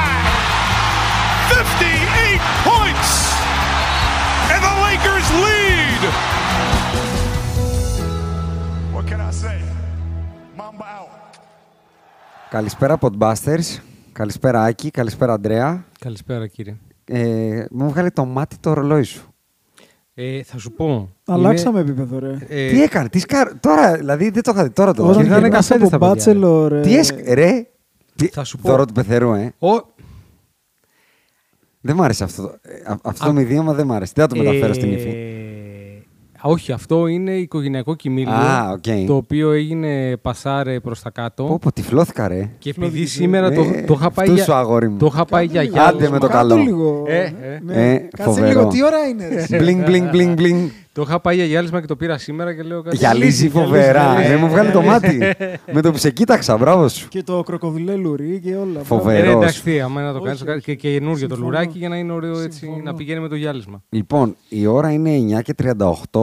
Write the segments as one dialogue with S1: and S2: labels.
S1: My! 58 points! And the Lakers lead!
S2: What can I say? Mamba out.
S3: Καλησπέρα, Podbusters. Καλησπέρα, Άκη. Καλησπέρα, Αντρέα.
S4: Καλησπέρα κύριε.
S3: Ε, μου βγάλε το μάτι το ρολόι σου.
S4: Ε, θα σου πω.
S5: Αλλάξαμε επίπεδο, ρε.
S4: Ε,
S3: τι έκανε, τι σκάρ... Τώρα, δηλαδή δεν το είχα δει. Τώρα το
S5: Όταν
S3: δω.
S4: γυρνάνε
S5: γυρνάς
S4: καφέδες
S5: από
S4: τα παιδιά, ρε.
S5: Bachelor, ε,
S3: Τι έσκ... Ρε. Τι...
S4: Θα σου πω.
S3: Τώρα του πεθερού, ε.
S4: Ο...
S3: Δεν μ' άρεσε αυτό. το- ε, α- αυτό το μηδίαμα δεν μ' άρεσε. Τι θα το μεταφέρω στην ύφη.
S4: Ε, όχι, αυτό είναι οικογενειακό κοιμήλιο.
S3: Α, οκ.
S4: Το οποίο έγινε πασάρε προς τα κάτω.
S3: Πω, πω, τυφλώθηκα, ρε.
S4: Και επειδή σήμερα το,
S3: Ε,
S4: το είχα πάει
S3: αυτού
S4: για,
S3: σου, αγόρι μου.
S4: το είχα πάει για
S5: λίγο.
S4: γυάλισμα.
S3: Άντε με το
S5: Κάτω
S3: καλό.
S5: λίγο.
S4: Ε, ε.
S5: Ναι.
S3: Ε,
S5: Κάτσε
S3: φοβερό.
S5: λίγο, τι ώρα είναι. ρε.
S3: Μπλινγκ, μπλινγκ, μπλινγκ, μπλινγκ.
S4: Το είχα πάει για γυάλισμα και το πήρα σήμερα και λέω κάτι.
S3: Γυαλίζει φοβερά. Ε, μου βγάλε το μάτι. Με το που σε κοίταξα, μπράβο σου.
S5: Και το κροκοδιλέ λουρί και όλα.
S3: Φοβερός.
S4: Ε, ρε,
S3: Περός.
S4: εντάξει, άμα να το κάνει
S5: Όχι,
S4: και καινούργιο το
S5: συμφωνώ.
S4: λουράκι για να είναι ωραίο έτσι
S5: Συμφωνώ.
S4: να πηγαίνει με το γυάλισμα.
S3: Λοιπόν, η ώρα είναι 9 και 38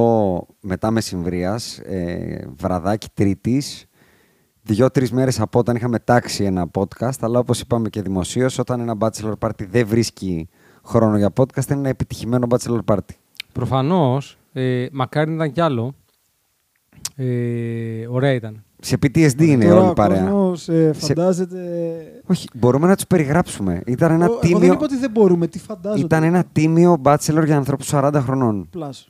S3: μετά μεσημβρίας, ε, βραδάκι Τρίτης. Δυο-τρει μέρες από όταν είχαμε τάξει ένα podcast, αλλά όπως είπαμε και δημοσίως, όταν ένα bachelor party δεν βρίσκει χρόνο για podcast, είναι ένα επιτυχημένο bachelor party.
S4: Προφανώς, ε, μακάρι να ήταν κι άλλο. Ε, ωραία ήταν.
S3: Σε PTSD είναι όλη η παρέα.
S5: Κόσμος ε, φαντάζεται.
S3: Όχι, μπορούμε να τους περιγράψουμε. Ήταν
S5: Ο-
S3: ένα
S5: εγώ δεν
S3: τίμιο,
S5: είπα ότι δεν μπορούμε, τι φαντάζομαι.
S3: ήταν ένα τίμιο bachelor για ανθρώπους 40 χρονών.
S5: Πλάσ.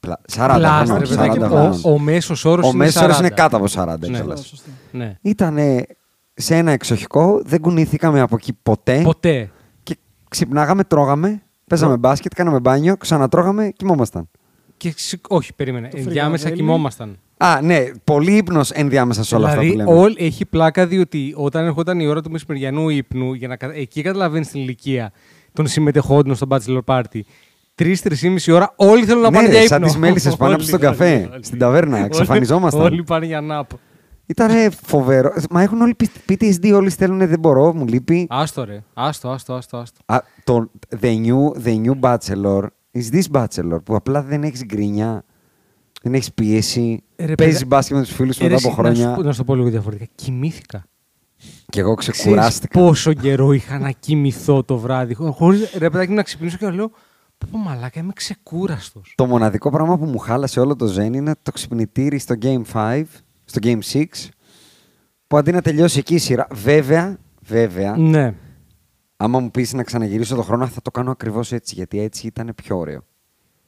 S3: Πλα- 40
S4: Πλάς,
S3: χρονών.
S4: ρε παιδάκι,
S3: 40
S4: ο-
S3: χρονών.
S4: Ο μέσος όρος
S3: Ο
S4: είναι,
S3: μέσος είναι
S4: 40.
S3: κάτω από 40.
S4: Ναι.
S5: Πλάσ,
S3: κιόλας.
S5: σωστά.
S4: Ναι.
S3: Ήταν σε ένα εξοχικό, δεν κουνήθηκαμε από εκεί ποτέ.
S4: Ποτέ.
S3: Και ξυπνάγαμε, τρώγαμε, παίζαμε μπάσκετ, κάναμε μπάνιο, ξανατρώγαμε, κοιμόμασταν.
S4: Και, ξυ- όχι, περίμενε.
S5: Το
S4: Ενδιάμεσα
S5: φρυγαδέλι.
S4: κοιμόμασταν.
S3: Α, ναι, πολύ ύπνος ενδιάμεσα σε όλα
S4: δηλαδή,
S3: αυτά που λέμε.
S4: όλ- έχει πλάκα διότι όταν ερχόταν η ώρα του μεσημεριανού ύπνου, για να, κατα- εκεί καταλαβαίνεις την ηλικία των συμμετεχόντων στο bachelor party. Τρει-τρει ή μισή ώρα, όλοι θέλουν να
S3: Ναι,
S4: πάνε
S3: ρε,
S4: για
S3: σαν
S4: ύπνο.
S3: τις μέλισσες πάνω
S4: Όλοι,
S3: από στον
S4: όλοι,
S3: καφέ,
S4: όλοι.
S3: στην ταβέρνα,
S4: Όλοι-
S3: εξαφανιζόμασταν.
S4: Όλοι πάνε για ναπ.
S3: Ήταν φοβερό. Μα έχουν όλοι πι- PTSD, όλοι στέλνουν δεν μπορώ, μου λείπει.
S4: Άστο ρε. Άστο, άστο, άστο. άστο.
S3: Α, το, the, new, the new bachelor is this bachelor που απλά δεν έχεις γκρίνια, δεν έχεις πίεση.
S4: Ε, ρε,
S3: παίζεις
S4: παιδε-
S3: μπάσκετ με τους φίλους
S4: Ε,
S3: μετά
S4: ρε,
S3: από
S4: εσύ, να σου
S3: χρόνια.
S4: πω- Να σου το πω λίγο διαφορετικά. Κοιμήθηκα.
S3: Και εγώ
S4: Ξέρεις
S3: ξεκουράστηκα.
S4: πόσο καιρό είχα να κοιμηθώ το βράδυ. Χωρίς ρε παιδάκι να ξυπνήσω και να λέω πω, πω μαλάκα είμαι ξεκούραστος.
S3: Το μοναδικό πράγμα που μου χάλασε όλο το ζέν είναι το ξυπνητήρι στο Game 5, στο Game 6, που αντί να τελειώσει εκεί η σειρά, βέβαια, βέβαια,
S4: Ναι.
S3: άμα μου πεις να ξαναγυρίσω το χρόνο, θα το κάνω ακριβώς έτσι, γιατί έτσι ήταν πιο ωραίο.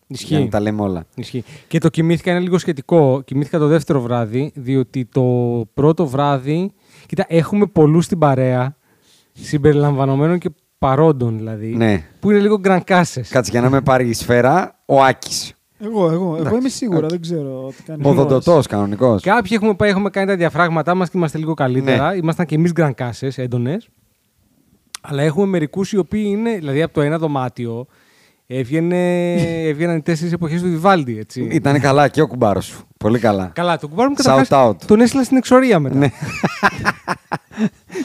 S3: Για
S4: Ισχύει.
S3: να τα λέμε όλα.
S4: Ισχύει. Και το κοιμήθηκα είναι λίγο σχετικό. Κοιμήθηκα το δεύτερο βράδυ, διότι το πρώτο βράδυ. Κοίτα, έχουμε πολλούς στην παρέα, συμπεριλαμβανομένων και παρόντων δηλαδή.
S3: Ναι.
S4: Που είναι λίγο γκρανκάσες.
S3: Κάτσε για να με πάρει η σφαίρα, ο Άκης.
S5: Εγώ, εγώ, εγώ είμαι
S3: Εντάξει,
S5: σίγουρα,
S3: οκ.
S5: δεν ξέρω τι
S4: Ναι.
S5: κάνει.
S3: Ποδοντοτός κανονικός.
S4: Κάποιοι έχουμε πάει, έχουμε κάνει τα διαφράγματά μας και είμαστε λίγο καλύτερα.
S3: Ναι.
S4: Ήμασταν και εμείς γκρανκάσες, έντονες. Αλλά έχουμε μερικούς οι οποίοι είναι, δηλαδή από το ένα δωμάτιο έβγαινε, έβγαιναν οι τέσσερις εποχές του Βιβάλντι. Έτσι.
S3: Ήταν καλά και ο κουμπάρος σου. Πολύ καλά.
S4: Καλά, τον κουμπάρι μου
S3: Shout Ναι.
S4: καταρχάς
S3: out.
S4: Τον έστειλα στην εξορία μετά.
S3: Ναι.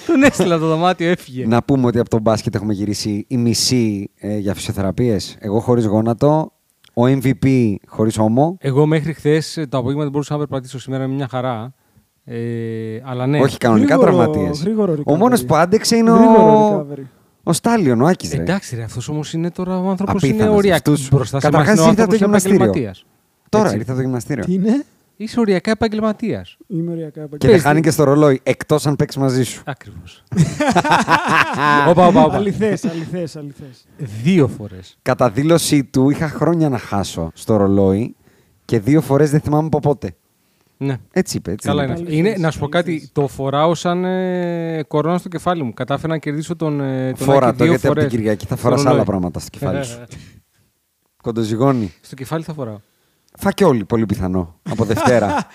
S4: Τον έστειλα το δωμάτιο, έφυγε.
S3: Να πούμε ότι από τον μπάσκετ έχουμε γυρίσει η μισή ε, για φυσιοθεραπείες. Εγώ χωρίς γόνατο, ο MVP χωρίς όμο.
S4: Εγώ μέχρι χθες το απόγευμα δεν μπορούσα να περπατήσω σήμερα με μια χαρά. Ε, αλλά ναι.
S3: Όχι κανονικά
S5: Γρήγορο-
S3: τραυματίες.
S5: γρήγορο recovery.
S3: Ο μόνος που άντεξε είναι
S5: Γρήγορο
S3: ο,
S5: recovery.
S3: ο Στάλιον, ο Άκης. ρε.
S4: Εντάξει, ρε, αυτός όμως είναι τώρα ο άνθρωπος. Είναι
S3: Απίθανος
S4: οριακά.
S3: αυτούς.
S4: Μπροστά σε
S3: Καταρχάς
S4: εμάς είναι ο
S3: ήρθε από το
S4: άνθρωπος είναι
S3: γυμναστήριο.
S4: επαγγελματίας.
S3: Τώρα
S4: Έτσι.
S3: ήρθε από το γυμναστήριο.
S5: Τι είναι,
S4: Είσαι οριακά επαγγελματίας.
S5: είμαι ωριακά επαγγελματίας.
S3: Και δεν χάνει και στο ρολόι, εκτός αν παίξεις μαζί σου.
S4: Ακριβώς. Όπα, όπα, όπα.
S5: Αληθές, αληθές, αληθές.
S4: Δύο φορές.
S3: Κατά δήλωσή του, είχα χρόνια να χάσω στο ρολόι και δύο φορές δεν θυμάμαι από πότε.
S4: Ναι.
S3: Έτσι είπε. Έτσι
S4: Καλά
S3: δεν
S4: είναι.
S3: είπε.
S4: αυτό.
S5: Αληθές,
S4: Είναι, να σου πω κάτι,
S5: αληθές.
S4: το φοράω σαν ε, κορώνα στο κεφάλι μου. Κατάφερα να κερδίσω τον, ε, τον
S3: Φόρα
S4: Άκη
S3: το,
S4: δύο
S3: γιατί από την
S4: φορές.
S3: Κυριακή θα
S4: Στο
S3: φοράς
S4: ρολόι.
S3: άλλα πράγματα στο κεφάλι σου. Κοντοζυγώνει.
S4: στο κεφάλι θα φοράω.
S3: Φακιόλι, πολύ πιθανό. Από Δευτέρα.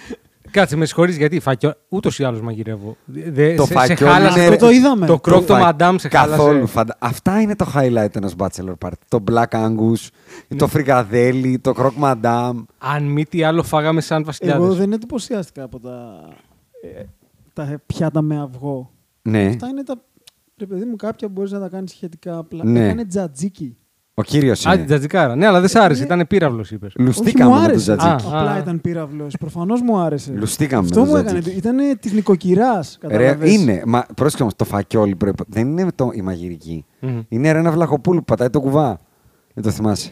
S4: Κάτσε, με συγχωρείς γιατί φάκιο. Ούτως ή άλλως μαγειρεύω. Δε,
S3: Το
S4: Ε, σε, σε
S3: φάκιο
S4: χάλασε.
S3: είναι- Αυτό το
S5: είδαμε.
S4: Το κρόκ το
S3: φα-
S4: μαντάμ σε χάλασε.
S3: Καθόλου. φαντα- Αυτά είναι το highlight ενός bachelor party. Το black angus,
S4: Ναι.
S3: το φρικαδέλι, το κρόκ μαντάμ.
S4: Αν μη τι άλλο, φάγαμε σαν βασιλιάδες.
S5: Εγώ δεν εντυπωσιάστηκα από τα, ε, τα πιάτα με αυγό.
S3: Ναι.
S5: Αυτά είναι τα. Ρε παιδί μου, κάποια μπορείς να τα κάνεις σχετικά απλά.
S3: Ναι.
S5: Ναι. Έκανε τζατζίκι.
S3: Ο κύριος
S4: Άντι
S3: είναι.
S4: τζατζικάρα. Ναι, αλλά δεν σ' άρεσε.
S5: Ε,
S4: Ήταν πύραυλος, είπες.
S3: Λουστήκαμε
S5: μου
S3: με το
S5: άρεσε.
S3: τζατζίκι.
S4: Α,
S5: Απλά
S4: α.
S5: ήταν πύραυλος. Προφανώς μου άρεσε.
S3: Λουστήκαμε με
S5: Αυτό
S3: το
S5: μου έκανε.
S3: τζατζίκι.
S5: Ήταν της νοικοκυράς.
S3: Ρε, είναι. Μα, πρόσεξε όμως, το φακιόλι πρέπει. Δεν είναι το, η μαγειρική. Είναι ρε, ένα βλαχοπούλου που πατάει το κουβά. Δεν το θυμάσαι.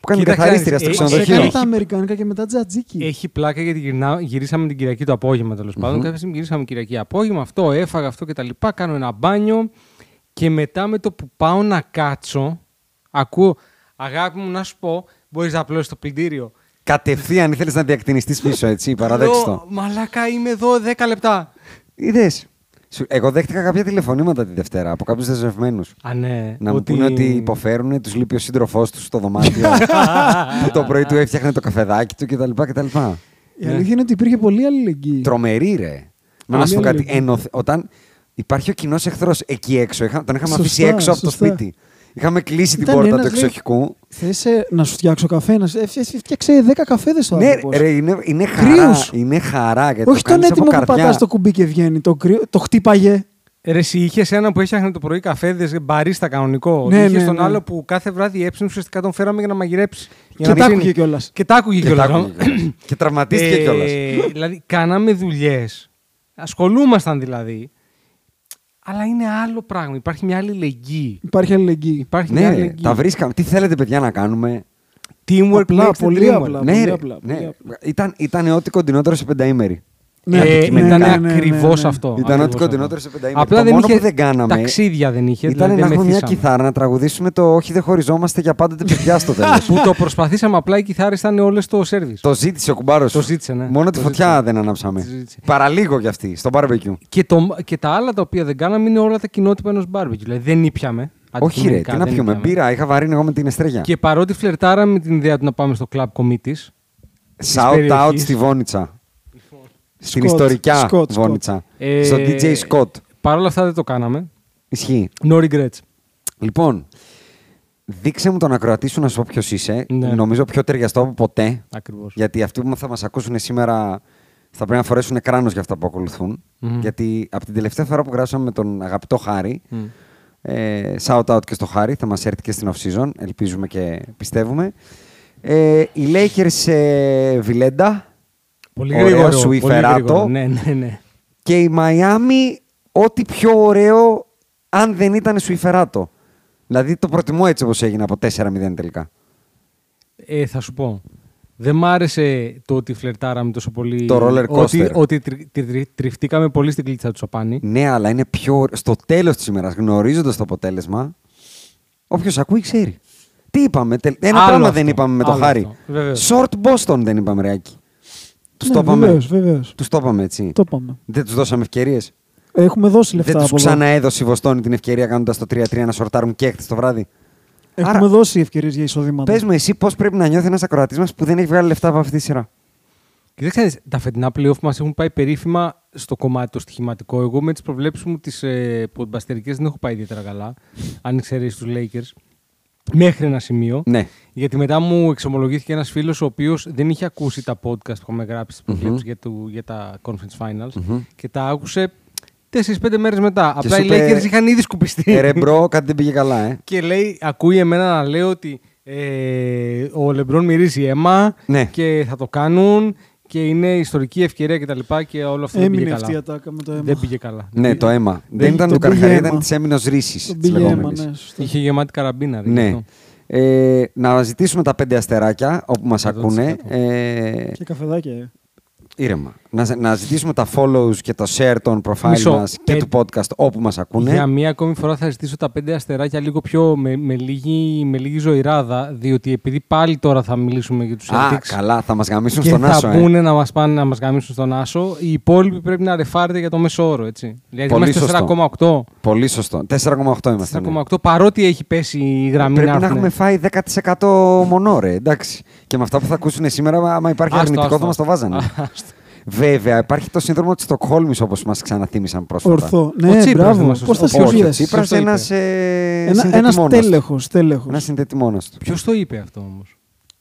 S3: Που κάνει
S4: Κοίτα,
S3: καθαρίστρια στο
S4: ξέρεις, ε,
S5: Μα
S4: Ξενοδοχείο.
S5: έκανε
S3: ξενοδοχείο.
S5: τα αμερικάνικα και μετά τζατζίκι.
S4: Έχει πλάκα γιατί γυρνά, γυρίσαμε την Κυριακή το απόγευμα τέλος πάντων. Κάποια στιγμή γυρίσαμε Κυριακή απόγευμα, αυτό έφαγα, αυτό κτλ. Κάνω ένα μπάνιο και μετά με το που πάω να κάτσω, ακούω αγάπη μου να σου πω, μπορείς να απλώσεις το πλυντήριο.
S3: Κατευθείαν ήθελε να διακτηνιστείς πίσω, έτσι. Παραδέξτε
S4: Λέω,
S3: το.
S4: Μαλάκα, είμαι εδώ 10 λεπτά.
S3: Είδες. Εγώ δέχτηκα κάποια τηλεφωνήματα τη Δευτέρα από κάποιους δεσμευμένους.
S4: Α, ναι.
S3: Να μου πούνε ότι υποφέρουν, τους λείπει ο σύντροφός τους στο δωμάτιο. που το πρωί του έφτιαχνε το καφεδάκι του κτλ. κτλ.
S5: Η
S4: Ναι.
S3: Ναι.
S5: αλήθεια είναι ότι υπήρχε πολύ αλληλεγγύη.
S3: Τρομερή, ρε. Μα να
S5: Α,
S3: σου πω
S5: ναι,
S3: κάτι.
S5: λοιπόν.
S3: ενωθε- Όταν υπάρχει ο κοινός εχθρός εκεί έξω, είχα- τον είχαμε αφήσει
S5: Σωστά,
S3: έξω από το
S5: σωστά.
S3: σπίτι. Είχαμε κλείσει την
S5: Ήταν
S3: πόρτα του
S5: ένας, λέει,
S3: εξοχικού.
S5: Θες ε, να σου φτιάξω καφέ, να σου ε, φτιάξε- φτιάξε 10 καφέδες ο
S3: Ναι,
S5: άνθρωπος.
S3: ρε, είναι, είναι χαρά.
S5: Κρύους.
S3: Είναι χαρά. Γιατί
S5: Όχι
S3: το
S5: τον
S3: κάνεις από
S5: έτοιμο που
S3: καρδιά.
S5: πατάς το κουμπί και βγαίνει. Το, κρύο, το χτύπαγε.
S4: Ρε, εσύ είχες έναν που έφτιαχνε το πρωί καφέδες, μπαρίστα κανονικό.
S5: Ναι,
S4: είχες
S5: ναι,
S4: τον
S5: ναι.
S4: άλλο που κάθε βράδυ έψινε, ουσιαστικά τον φέραμε για να μαγειρέψει. για
S5: Και
S4: να
S5: τα
S4: ψήνει.
S5: άκουγε κιόλας. ε.
S4: Και τα άκουγε ναι.
S3: Και, τα
S4: κιόλας.
S3: άκουγε κιόλας. και τραυματίστηκε κιόλα.
S4: Ε, Δηλαδή, κάναμε δουλειές. Ασχολούμασταν δηλαδή. Αλλά είναι άλλο πράγμα. Υπάρχει μια άλλη λεγγύη.
S5: Υπάρχει αλληλεγγύη.
S4: Υπάρχει μια
S3: Ναι,
S4: άλλη
S3: ρε,
S4: λεγγύη.
S3: τα βρίσκαμε. Τι θέλετε, παιδιά, να κάνουμε.
S4: Teamwork
S5: Απλά,
S4: makes the
S5: πολύ
S4: dream work.
S5: απλά.
S3: ναι, ρε,
S5: απλά,
S3: ναι.
S5: πολύ απλά.
S3: Ήταν, ήταν ό,τι κοντινότερο σε πενταήμερη.
S4: Ε,
S3: Αντικειμενικά.
S4: ήταν
S3: ναι,
S4: ακριβώ αυτό.
S3: Ήταν
S4: ακριβώς
S3: ό,τι κοντινότερο
S4: αυτό.
S3: σε πενταήμερη.
S4: Απλά
S3: Το
S4: δεν
S3: μόνο
S4: είχε
S3: που δεν κάναμε
S4: Ταξίδια δεν είχε.
S3: Ήταν
S4: δηλαδή
S3: να
S4: δεν
S3: έχουμε μια
S4: μεθύσαμε.
S3: κιθάρα να τραγουδήσουμε το Όχι, δεν χωριζόμαστε για πάντοτε παιδιά στο τέλος.
S4: Που το προσπαθήσαμε απλά οι κιθάρες ήταν όλες στο σερβις.
S3: το ζήτησε ο κουμπάρος.
S4: Το ζήτησε, ναι.
S3: Μόνο τη
S4: Το
S3: φωτιά
S4: ζήτησε.
S3: δεν
S4: Το
S3: ανάψαμε.
S4: ζήτησε.
S3: Παραλίγο κι αυτή, στο barbecue.
S4: Και, το, και τα άλλα τα οποία δεν κάναμε είναι όλα τα κοινότυπα ενός μπάρμπεκι. Δηλαδή δεν ήπιαμε.
S3: Όχι, ρε,
S4: αντικειμενικά
S3: τι να
S4: δεν
S3: πιούμε.
S4: ήπιαμε.
S3: Μπύρα, είχα βαρύνει εγώ με την εστρέγια.
S4: Και παρότι φλερτάραμε με την ιδέα του να πάμε στο club committee,
S3: Shout out
S4: περιοχής. Λοιπόν,
S3: στη Βόνιτσα. Στην
S5: Scott,
S3: ιστορικά
S5: Scott, Scott.
S3: Βόνιτσα.
S4: Ε,
S3: Στο DJ Scott.
S4: παρόλα αυτά δεν το κάναμε.
S3: Ισχύει.
S4: No regrets.
S3: Λοιπόν, δείξε μου τον ακροατή σου να σου πω ποιος είσαι.
S4: Ναι.
S3: Νομίζω πιο ταιριαστό από ποτέ.
S4: Ακριβώς.
S3: Γιατί αυτοί που θα μας ακούσουν σήμερα θα πρέπει να φορέσουν κράνος για αυτά που ακολουθούν. Γιατί από την τελευταία φορά που γράψαμε με τον αγαπητό Χάρη. Ε, shout out και στο Χάρη, θα μας έρθει και στην off season. Ελπίζουμε και πιστεύουμε. Ε, οι Lakers ε, Βιλέντα.
S4: Πολύ
S3: Ωραίο
S4: γρήγορο.
S3: σου
S4: πολύ
S3: υφεράτο.
S4: γρήγορο. Ναι, ναι, ναι.
S3: Και η Μαϊάμι, ό,τι πιο ωραίο, αν δεν ήταν Σουηφεράτο. Δηλαδή το προτιμώ έτσι όπως έγινε από 4-0 τελικά.
S4: Ε, θα σου πω. Δεν μ' άρεσε το ότι φλερτάραμε τόσο πολύ.
S3: Το roller
S4: Ότι,
S3: coaster.
S4: ότι τρι, τρι- τρι- τριφτήκαμε πολύ στην κλίτσα του Σοπάνη.
S3: Ναι, αλλά είναι πιο. ωρα- Στο τέλος της ημέρας, γνωρίζοντας το αποτέλεσμα, όποιος ακούει ξέρει. Τι είπαμε, τελ- ένα
S4: Άλλο
S3: πράγμα
S4: αυτό,
S3: δεν είπαμε με το
S4: άλλο
S3: χάρη.
S4: αυτό, βεβαίως.
S3: Short Boston δεν είπαμε, Ρεάκι. Τους
S5: Ναι,
S3: το είπαμε.
S5: βεβαίως, βεβαίως.
S3: Τους το είπαμε έτσι.
S5: Το είπαμε.
S3: Δεν τους δώσαμε ευκαιρίες.
S5: Έχουμε δώσει λεφτά
S3: Δεν τους
S5: από εδώ.
S3: ξαναέδωσε η Βοστόνη την ευκαιρία κάνοντας το 3-3 να σορτάρουν και χτε το βράδυ.
S5: Έχουμε
S3: Άρα-
S5: δώσει ευκαιρίες για εισοδήματα.
S3: Πες μου, εσύ πώς πρέπει να νιώθει ένας ακροατής μας που δεν έχει βγάλει λεφτά από αυτή τη σειρά.
S4: Κοιτάξτε, τα φετινά playoff μας έχουν πάει περίφημα στο κομμάτι το στοιχηματικό. Εγώ με τις προβλέψεις μου τις ε, ποδμπαστερικέ δεν έχω πάει ιδιαίτερα καλά. Αν εξαιρέσει τους Lakers. Μέχρι ένα σημείο.
S3: Ναι.
S4: Γιατί μετά μου εξομολογήθηκε ένας φίλος ο οποίος δεν είχε ακούσει τα podcast που είχαμε γράψει στις προβλέψεις για, του- για τα conference finals και τα άκουσε 4-5 μέρες μετά. Απλά
S3: σου
S4: οι
S3: είπε,
S4: Lakers είχαν ήδη σκουπιστεί.
S3: Ε, ρε μπρο, κάτι δεν πήγε καλά, ε.
S4: Και λέει, ακούει εμένα να λέω ότι ε, ο Λεμπρόν μυρίζει αίμα
S3: Ναι.
S4: και θα το κάνουν και είναι ιστορική ευκαιρία κτλ. Και, τα λοιπά και όλο αυτό δεν
S5: Έμεινε
S4: πήγε
S5: αυτή η
S4: καλά.
S5: ατάκα με το αίμα.
S4: Δεν πήγε καλά.
S3: Ναι, το αίμα. Δεν ήταν
S5: τον
S3: του
S5: πήγε
S3: καρχαρία,
S5: αίμα.
S3: ήταν τη έμεινο ρίση.
S5: Τον πήγε αίμα, ναι, σωστά.
S4: Είχε γεμάτη καραμπίνα. Ρε, γι'
S3: Ναι.
S4: αυτό.
S3: Ε, να ζητήσουμε τα πέντε αστεράκια όπου μας
S4: 100%.
S3: ακούνε. Ε,
S5: Και καφεδάκια. ε.
S3: ήρεμα. Να, να ζητήσουμε τα follows και το share των profile
S4: Μισό.
S3: μας και
S4: Πεν-
S3: του podcast όπου μας ακούνε.
S4: Για μία ακόμη φορά θα ζητήσω τα πέντε αστεράκια λίγο πιο με, με, λίγη, με λίγη ζωηράδα, διότι επειδή πάλι τώρα θα μιλήσουμε για τους
S3: Α,
S4: Celtics
S3: καλά, θα μας γαμίσουν
S4: και
S3: στον
S4: θα
S3: Άσο. ε.
S4: πούνε να μας πάνε να μας γαμίσουν στον Άσο, οι υπόλοιποι πρέπει να ρεφάρετε για το μέσο όρο, έτσι. Δηλαδή
S3: Πολύ
S4: είμαστε
S3: σωστό. Ναι,
S4: 4,8.
S3: Πολύ σωστό. 4,8 είμαστε. ναι.
S4: 4,8 παρότι έχει πέσει η γραμμή
S3: Πρέπει να
S4: έρθουνε.
S3: έχουμε φάει 10% μονό, ρε. Εντάξει. Και με αυτά που θα ακούσουν σήμερα, άμα υπάρχει
S4: Άστο,
S3: αρνητικό,
S4: άστο,
S3: θα μας το
S4: άστο.
S3: βάζανε.
S4: Άστο.
S3: Βέβαια, υπάρχει το σύνδρομο της Στοκχόλμης, όπως μας ξαναθύμισαν πρόσφατα.
S5: Ορθό.
S4: Ο
S5: Ναι,
S4: Τσίπρας δεν
S5: μπράβο.
S4: μας
S5: Πώς θα
S4: σωστό.
S3: Όχι, ο
S5: σιωπήρες.
S3: Τσίπρα
S4: Σωστό
S3: ένας. ε,
S4: είπε.
S5: Ένα ένας τέλεχος, τέλεχος.
S3: Ένας συνδετημόνο του.
S4: Ποιος το είπε αυτό όμως.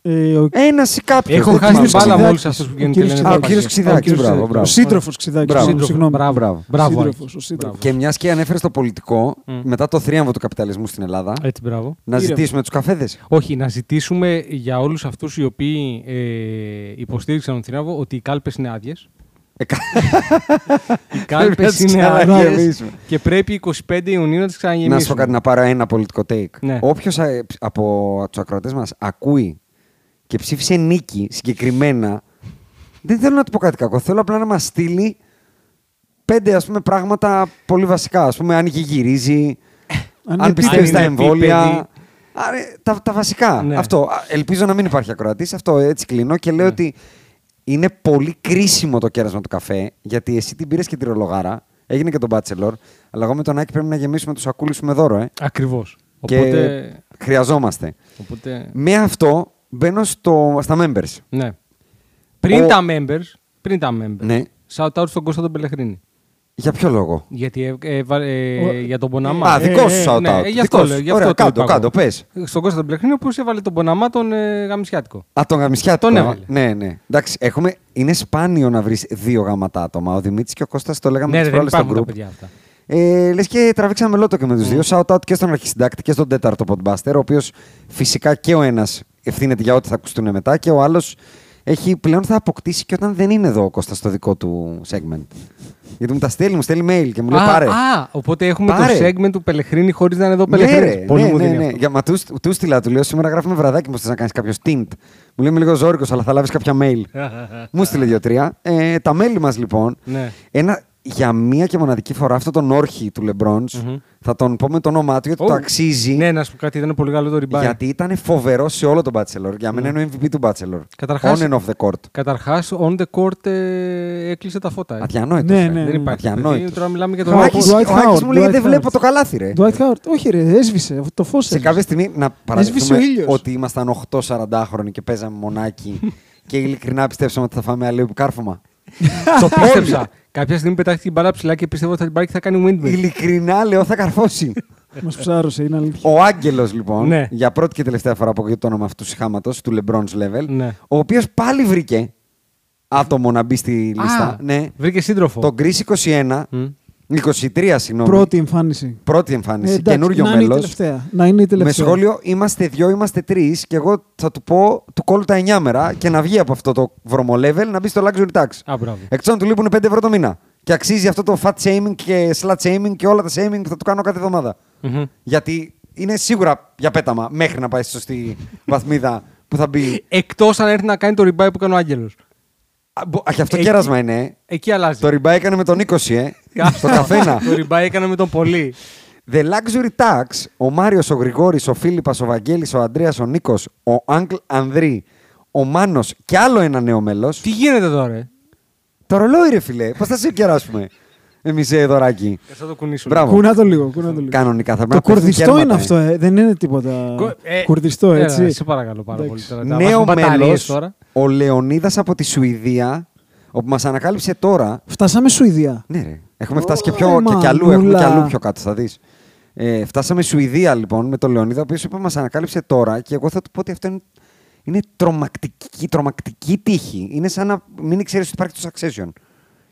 S5: Ε, ο-
S3: Ένας ή κάποιος.
S4: Έχω
S3: δεν
S4: χάσει την
S3: θυμάμαι.
S4: μπάλα
S5: Ξιδάκης.
S4: με όλους αυτούς που
S5: Ο
S4: βγαίνουν και
S5: κύριος
S4: λένε.
S5: Ξιδάκης.
S3: Α,
S4: τα
S3: ο κύριος
S4: παπάκια.
S3: Ξιδάκη. Μπράβο,
S5: Ο
S3: μπράβο.
S5: σύντροφος Ξιδάκης.
S3: Μπράβο.
S5: Σύντροφος, Συγγνώμη.
S4: Μπράβο.
S5: Μπράβο.
S4: Μπράβο,
S5: Σύντροφος,
S4: Άκη.
S5: ο σύντροφος.
S3: Και μιας και ανέφερες το πολιτικό, μετά το θρίαμβο του καπιταλισμού στην Ελλάδα,
S4: Έτσι, μπράβο.
S3: να
S5: Ήρεμα.
S3: ζητήσουμε τους καφέδες.
S4: Όχι, να ζητήσουμε για όλους αυτούς οι οποίοι ε, υποστήριξαν τον Θηράβο ότι οι κάλπες είναι άδειες. Ε, οι κάλπες
S3: να τις
S4: είναι άδειες
S3: ξαναγεμίσουμε.
S4: και πρέπει 25 Ιουνίου να τις ξαναγεμίσουμε.
S3: Να σου πω κάτι, να πάρω ένα πολιτικό take.
S4: Ναι.
S3: Όποιος από τους ακροατές μας ακούει και ψήφισε νίκη συγκεκριμένα, δεν θέλω να του πω κάτι κακό. Θέλω απλά να μας στείλει πέντε ας πούμε, πράγματα πολύ βασικά. Ας πούμε, αν γυρίζει,
S5: Αν
S3: αν,
S5: είναι
S3: πιστεύει στα
S4: επίπεδη.
S3: εμβόλια. Άρα, τα, τα βασικά.
S4: Ναι.
S3: Αυτό. Α, Ελπίζω να μην υπάρχει ακροατής. Αυτό έτσι κλείνω και λέω ότι είναι πολύ κρίσιμο το κέρασμα του καφέ, γιατί εσύ την πήρες και τη ρολογάρα. Έγινε και τον Bachelor. Αλλά εγώ με τον Άκη πρέπει να γεμίσουμε τους ακούλου με δώρο, ε.
S4: Ακριβώς. Οπότε.
S3: Και χρειαζόμαστε.
S4: οπότε...
S3: Με αυτό μπαίνω στο, στα members.
S4: Ναι. Πριν
S3: Ο-
S4: τα members. Πριν τα members.
S3: Ναι.
S4: Shout out στον Κώστα τον Πελεχρίνη.
S3: Για ποιο λόγο.
S4: Γιατί ε, ε, βα- ε,
S5: Ο-
S4: για τον Ποναμά.
S3: Α, δικό σου shout-out.
S4: Ναι,
S3: Δικό
S4: γι' αυτό
S3: σου.
S4: λέω. Γι
S3: Ωραία,
S4: αυτό το
S3: κάντο,
S4: είπα εγώ.
S3: κάντο, πες.
S4: Στον Κώστα τον Πλεχρίνη, ο οποίος έβαλε τον Ποναμά τον ε, γαμισιάτικο.
S3: Α, τον γαμισιάτικο.
S4: Τον
S3: ε.
S4: έβαλε.
S3: Ναι, ναι. Εντάξει, έχουμε... είναι σπάνιο να βρεις δύο γαμάτα άτομα. Ο Δημήτρης και ο Κώστας το λέγαμε
S4: Ναι,
S3: τις
S4: ρε, δεν
S3: προάλλες
S4: υπάρχουν τα
S3: στο group.
S4: παιδιά αυτά.
S3: Ε, Λες και τραβήξαμε λότο και με
S4: Ναι.
S3: του δύο. Shout out και στον αρχισυντάκτη και στον τέταρτο podbuster, ο οποίος φυσικά και ο ένας ευθύνεται για ό,τι θα ακουστούν μετά και ο άλλος έχει πλέον θα αποκτήσει και όταν δεν είναι εδώ ο Κώστας στο δικό του segment. Γιατί μου τα στέλνει, μου στέλνει mail και μου λέει
S4: α,
S3: πάρε.
S4: α, οπότε έχουμε
S3: Πάρε.
S4: το segment του Πελεχρίνη χωρίς να είναι εδώ ο
S3: Ναι,
S4: Πελεχρίνη.
S3: ρε,
S4: Πολύ
S3: ναι,
S4: μου
S3: ναι,
S4: δίνει
S3: ναι.
S4: αυτό.
S3: Για, μα του, του στείλα, του λέω σήμερα γράφουμε βραδάκι. Μου θες να κάνεις κάποιο tint. Μου λέει είμαι λίγο ζώρικος, αλλά θα λάβεις κάποια mail. μου στείλε δύο-τρία. Ε, τα μέλη μας λοιπόν.
S4: Ναι.
S3: Ένα, για μία και μοναδική φορά αυτόν τον όρχη του Λεμπρόντ θα τον πω με το όνομά του γιατί
S4: Ω.
S3: το αξίζει.
S4: Ναι, να σου πω κάτι, ήταν πολύ καλό το rebound.
S3: γιατί ήταν φοβερό σε όλο τον Bachelor. Για μένα είναι ο MVP του Bachelor.
S4: Καταρχάς-
S3: On and off the court.
S4: Καταρχάς, on the court ε, έκλεισε τα φώτα. ε.
S3: Αδιανόητος.
S5: Ναι, ναι.
S4: Δεν υπάρχει.
S3: Αδιανόητος.
S4: Δηλαδή, Τώρα μιλάμε για
S3: Ο
S4: τον
S3: Άκης-
S5: Χάκης.
S3: ο
S5: Dwight
S3: Άκης
S5: Howard,
S3: μου λέει
S5: Dwight
S3: δεν
S5: Howard.
S3: βλέπω το καλάθι, ρε.
S5: Dwight Howard. Όχι ρε, έσβησε. Το φως
S3: Σε
S5: έσβησε.
S3: κάποια στιγμή να
S5: ο
S3: παραδεχτούμε
S5: ήλιος.
S3: ότι ήμασταν 8-40χρονοι και παίζαμε μονάκι και ειλικρινά πιστέψαμε ότι θα φάμε αλλιώ κάρφωμα.
S4: Το πίστεψα. Κάποια στιγμή πετάχτηκε την μπάλα ψηλά και πίστευα ότι θα την πάρει και θα κάνει
S5: Ναι.
S4: windmill.
S3: ειλικρινά λέω θα καρφώσει.
S5: Μας ψάρωσε, είναι αλήθεια.
S3: Ο Άγγελος, λοιπόν,
S4: Ναι.
S3: για πρώτη και τελευταία φορά που ακούγεται το όνομα αυτού του συχάματος, του LeBron's Level,
S4: Ναι.
S3: ο οποίος πάλι βρήκε άτομο να μπει στη λίστα.
S4: Α,
S3: ναι.
S4: Βρήκε σύντροφο.
S3: Τον Chris 21, 23, συγγνώμη.
S5: Πρώτη εμφάνιση.
S3: Πρώτη ναι. εμφάνιση,
S5: Ε, εντάξει,
S3: καινούριο
S5: να είναι η
S3: μέλος.
S5: τελευταία, να είναι η
S3: Με
S5: τελευταία.
S3: σχόλιο είμαστε δυο, είμαστε τρεις και εγώ θα του πω του κόλλου τα εννιά μέρα και να βγει από αυτό το βρωμό level να μπει στο luxury tax.
S4: Α, μπράβο.
S3: Εκτός αν του λείπουν 5 ευρώ το μήνα. Και αξίζει αυτό το fat shaming και slut shaming και όλα τα shaming που θα του κάνω κάθε εβδομάδα.
S4: Μμμ.
S3: Γιατί είναι σίγουρα για πέταμα μέχρι να πάει στη σωστή βαθμίδα που θα μπει.
S4: Εκτός αν έρθει να κάνει το rebound που έκανε ο Άγγελος.
S3: Α, μπο- Α, και αυτό
S4: Εκεί-
S3: κέρασμα είναι. ε.
S4: Εκεί αλλάζει.
S3: Το ριμπά έκανε με τον 20, ε. στο καθένα.
S4: το ριμπάι έκανε με τον πολύ.
S3: The Luxury Tax, ο Μάριος, ο Γρηγόρης, ο Φίλιππας, ο Βαγγέλης, ο Ανδρέας, ο Νίκος, ο Άγκλ Ανδρή, ο Μάνος και άλλο ένα νέο μέλος.
S4: Τι γίνεται τώρα, ε? ρε.
S3: Το ρολόι ρε φίλε, πώς θα σε κεράσουμε εμείς ε, δωράκι.
S4: Θα το κουνήσουμε.
S3: Μπράβο.
S5: Κούνα το λίγο, κούνα το λίγο.
S3: Κανονικά θα
S5: Το
S3: πρέπει να πέφτουν
S5: κουρδιστό
S3: κέρματα,
S5: είναι
S3: ε.
S5: αυτό, ε. δεν είναι τίποτα.
S4: Κο- ε,
S5: Κουρδιστό,
S4: έλα,
S5: έτσι.
S4: σε παρακαλώ πάρα
S5: Εντάξει.
S4: πολύ τώρα. Να
S3: Νέο
S4: βάζουν μπαταρίες
S3: μέλος,
S4: τώρα.
S3: ο Λεωνίδας από τη Σουηδία, όπου μας ανακάλυψε τώρα.
S5: Φτάσαμε Σουηδιά.
S3: Ναι ρε, έχουμε φτάσει και,
S5: Ω,
S3: πιο,
S5: ρε,
S3: και, κι αλλού, έχουμε
S5: μανούλα.
S3: κι αλλού πιο κάτω, θα δεις. Ε, φτάσαμε Σουηδία λοιπόν με τον Λεωνίδα, ο οποίος είπε μας ανακάλυψε τώρα και εγώ θα του πω ότι αυτό είναι, είναι τρομακτική, τρομακτική τύχη. Είναι σαν να μην ξέρεις ότι υπάρχει το Succession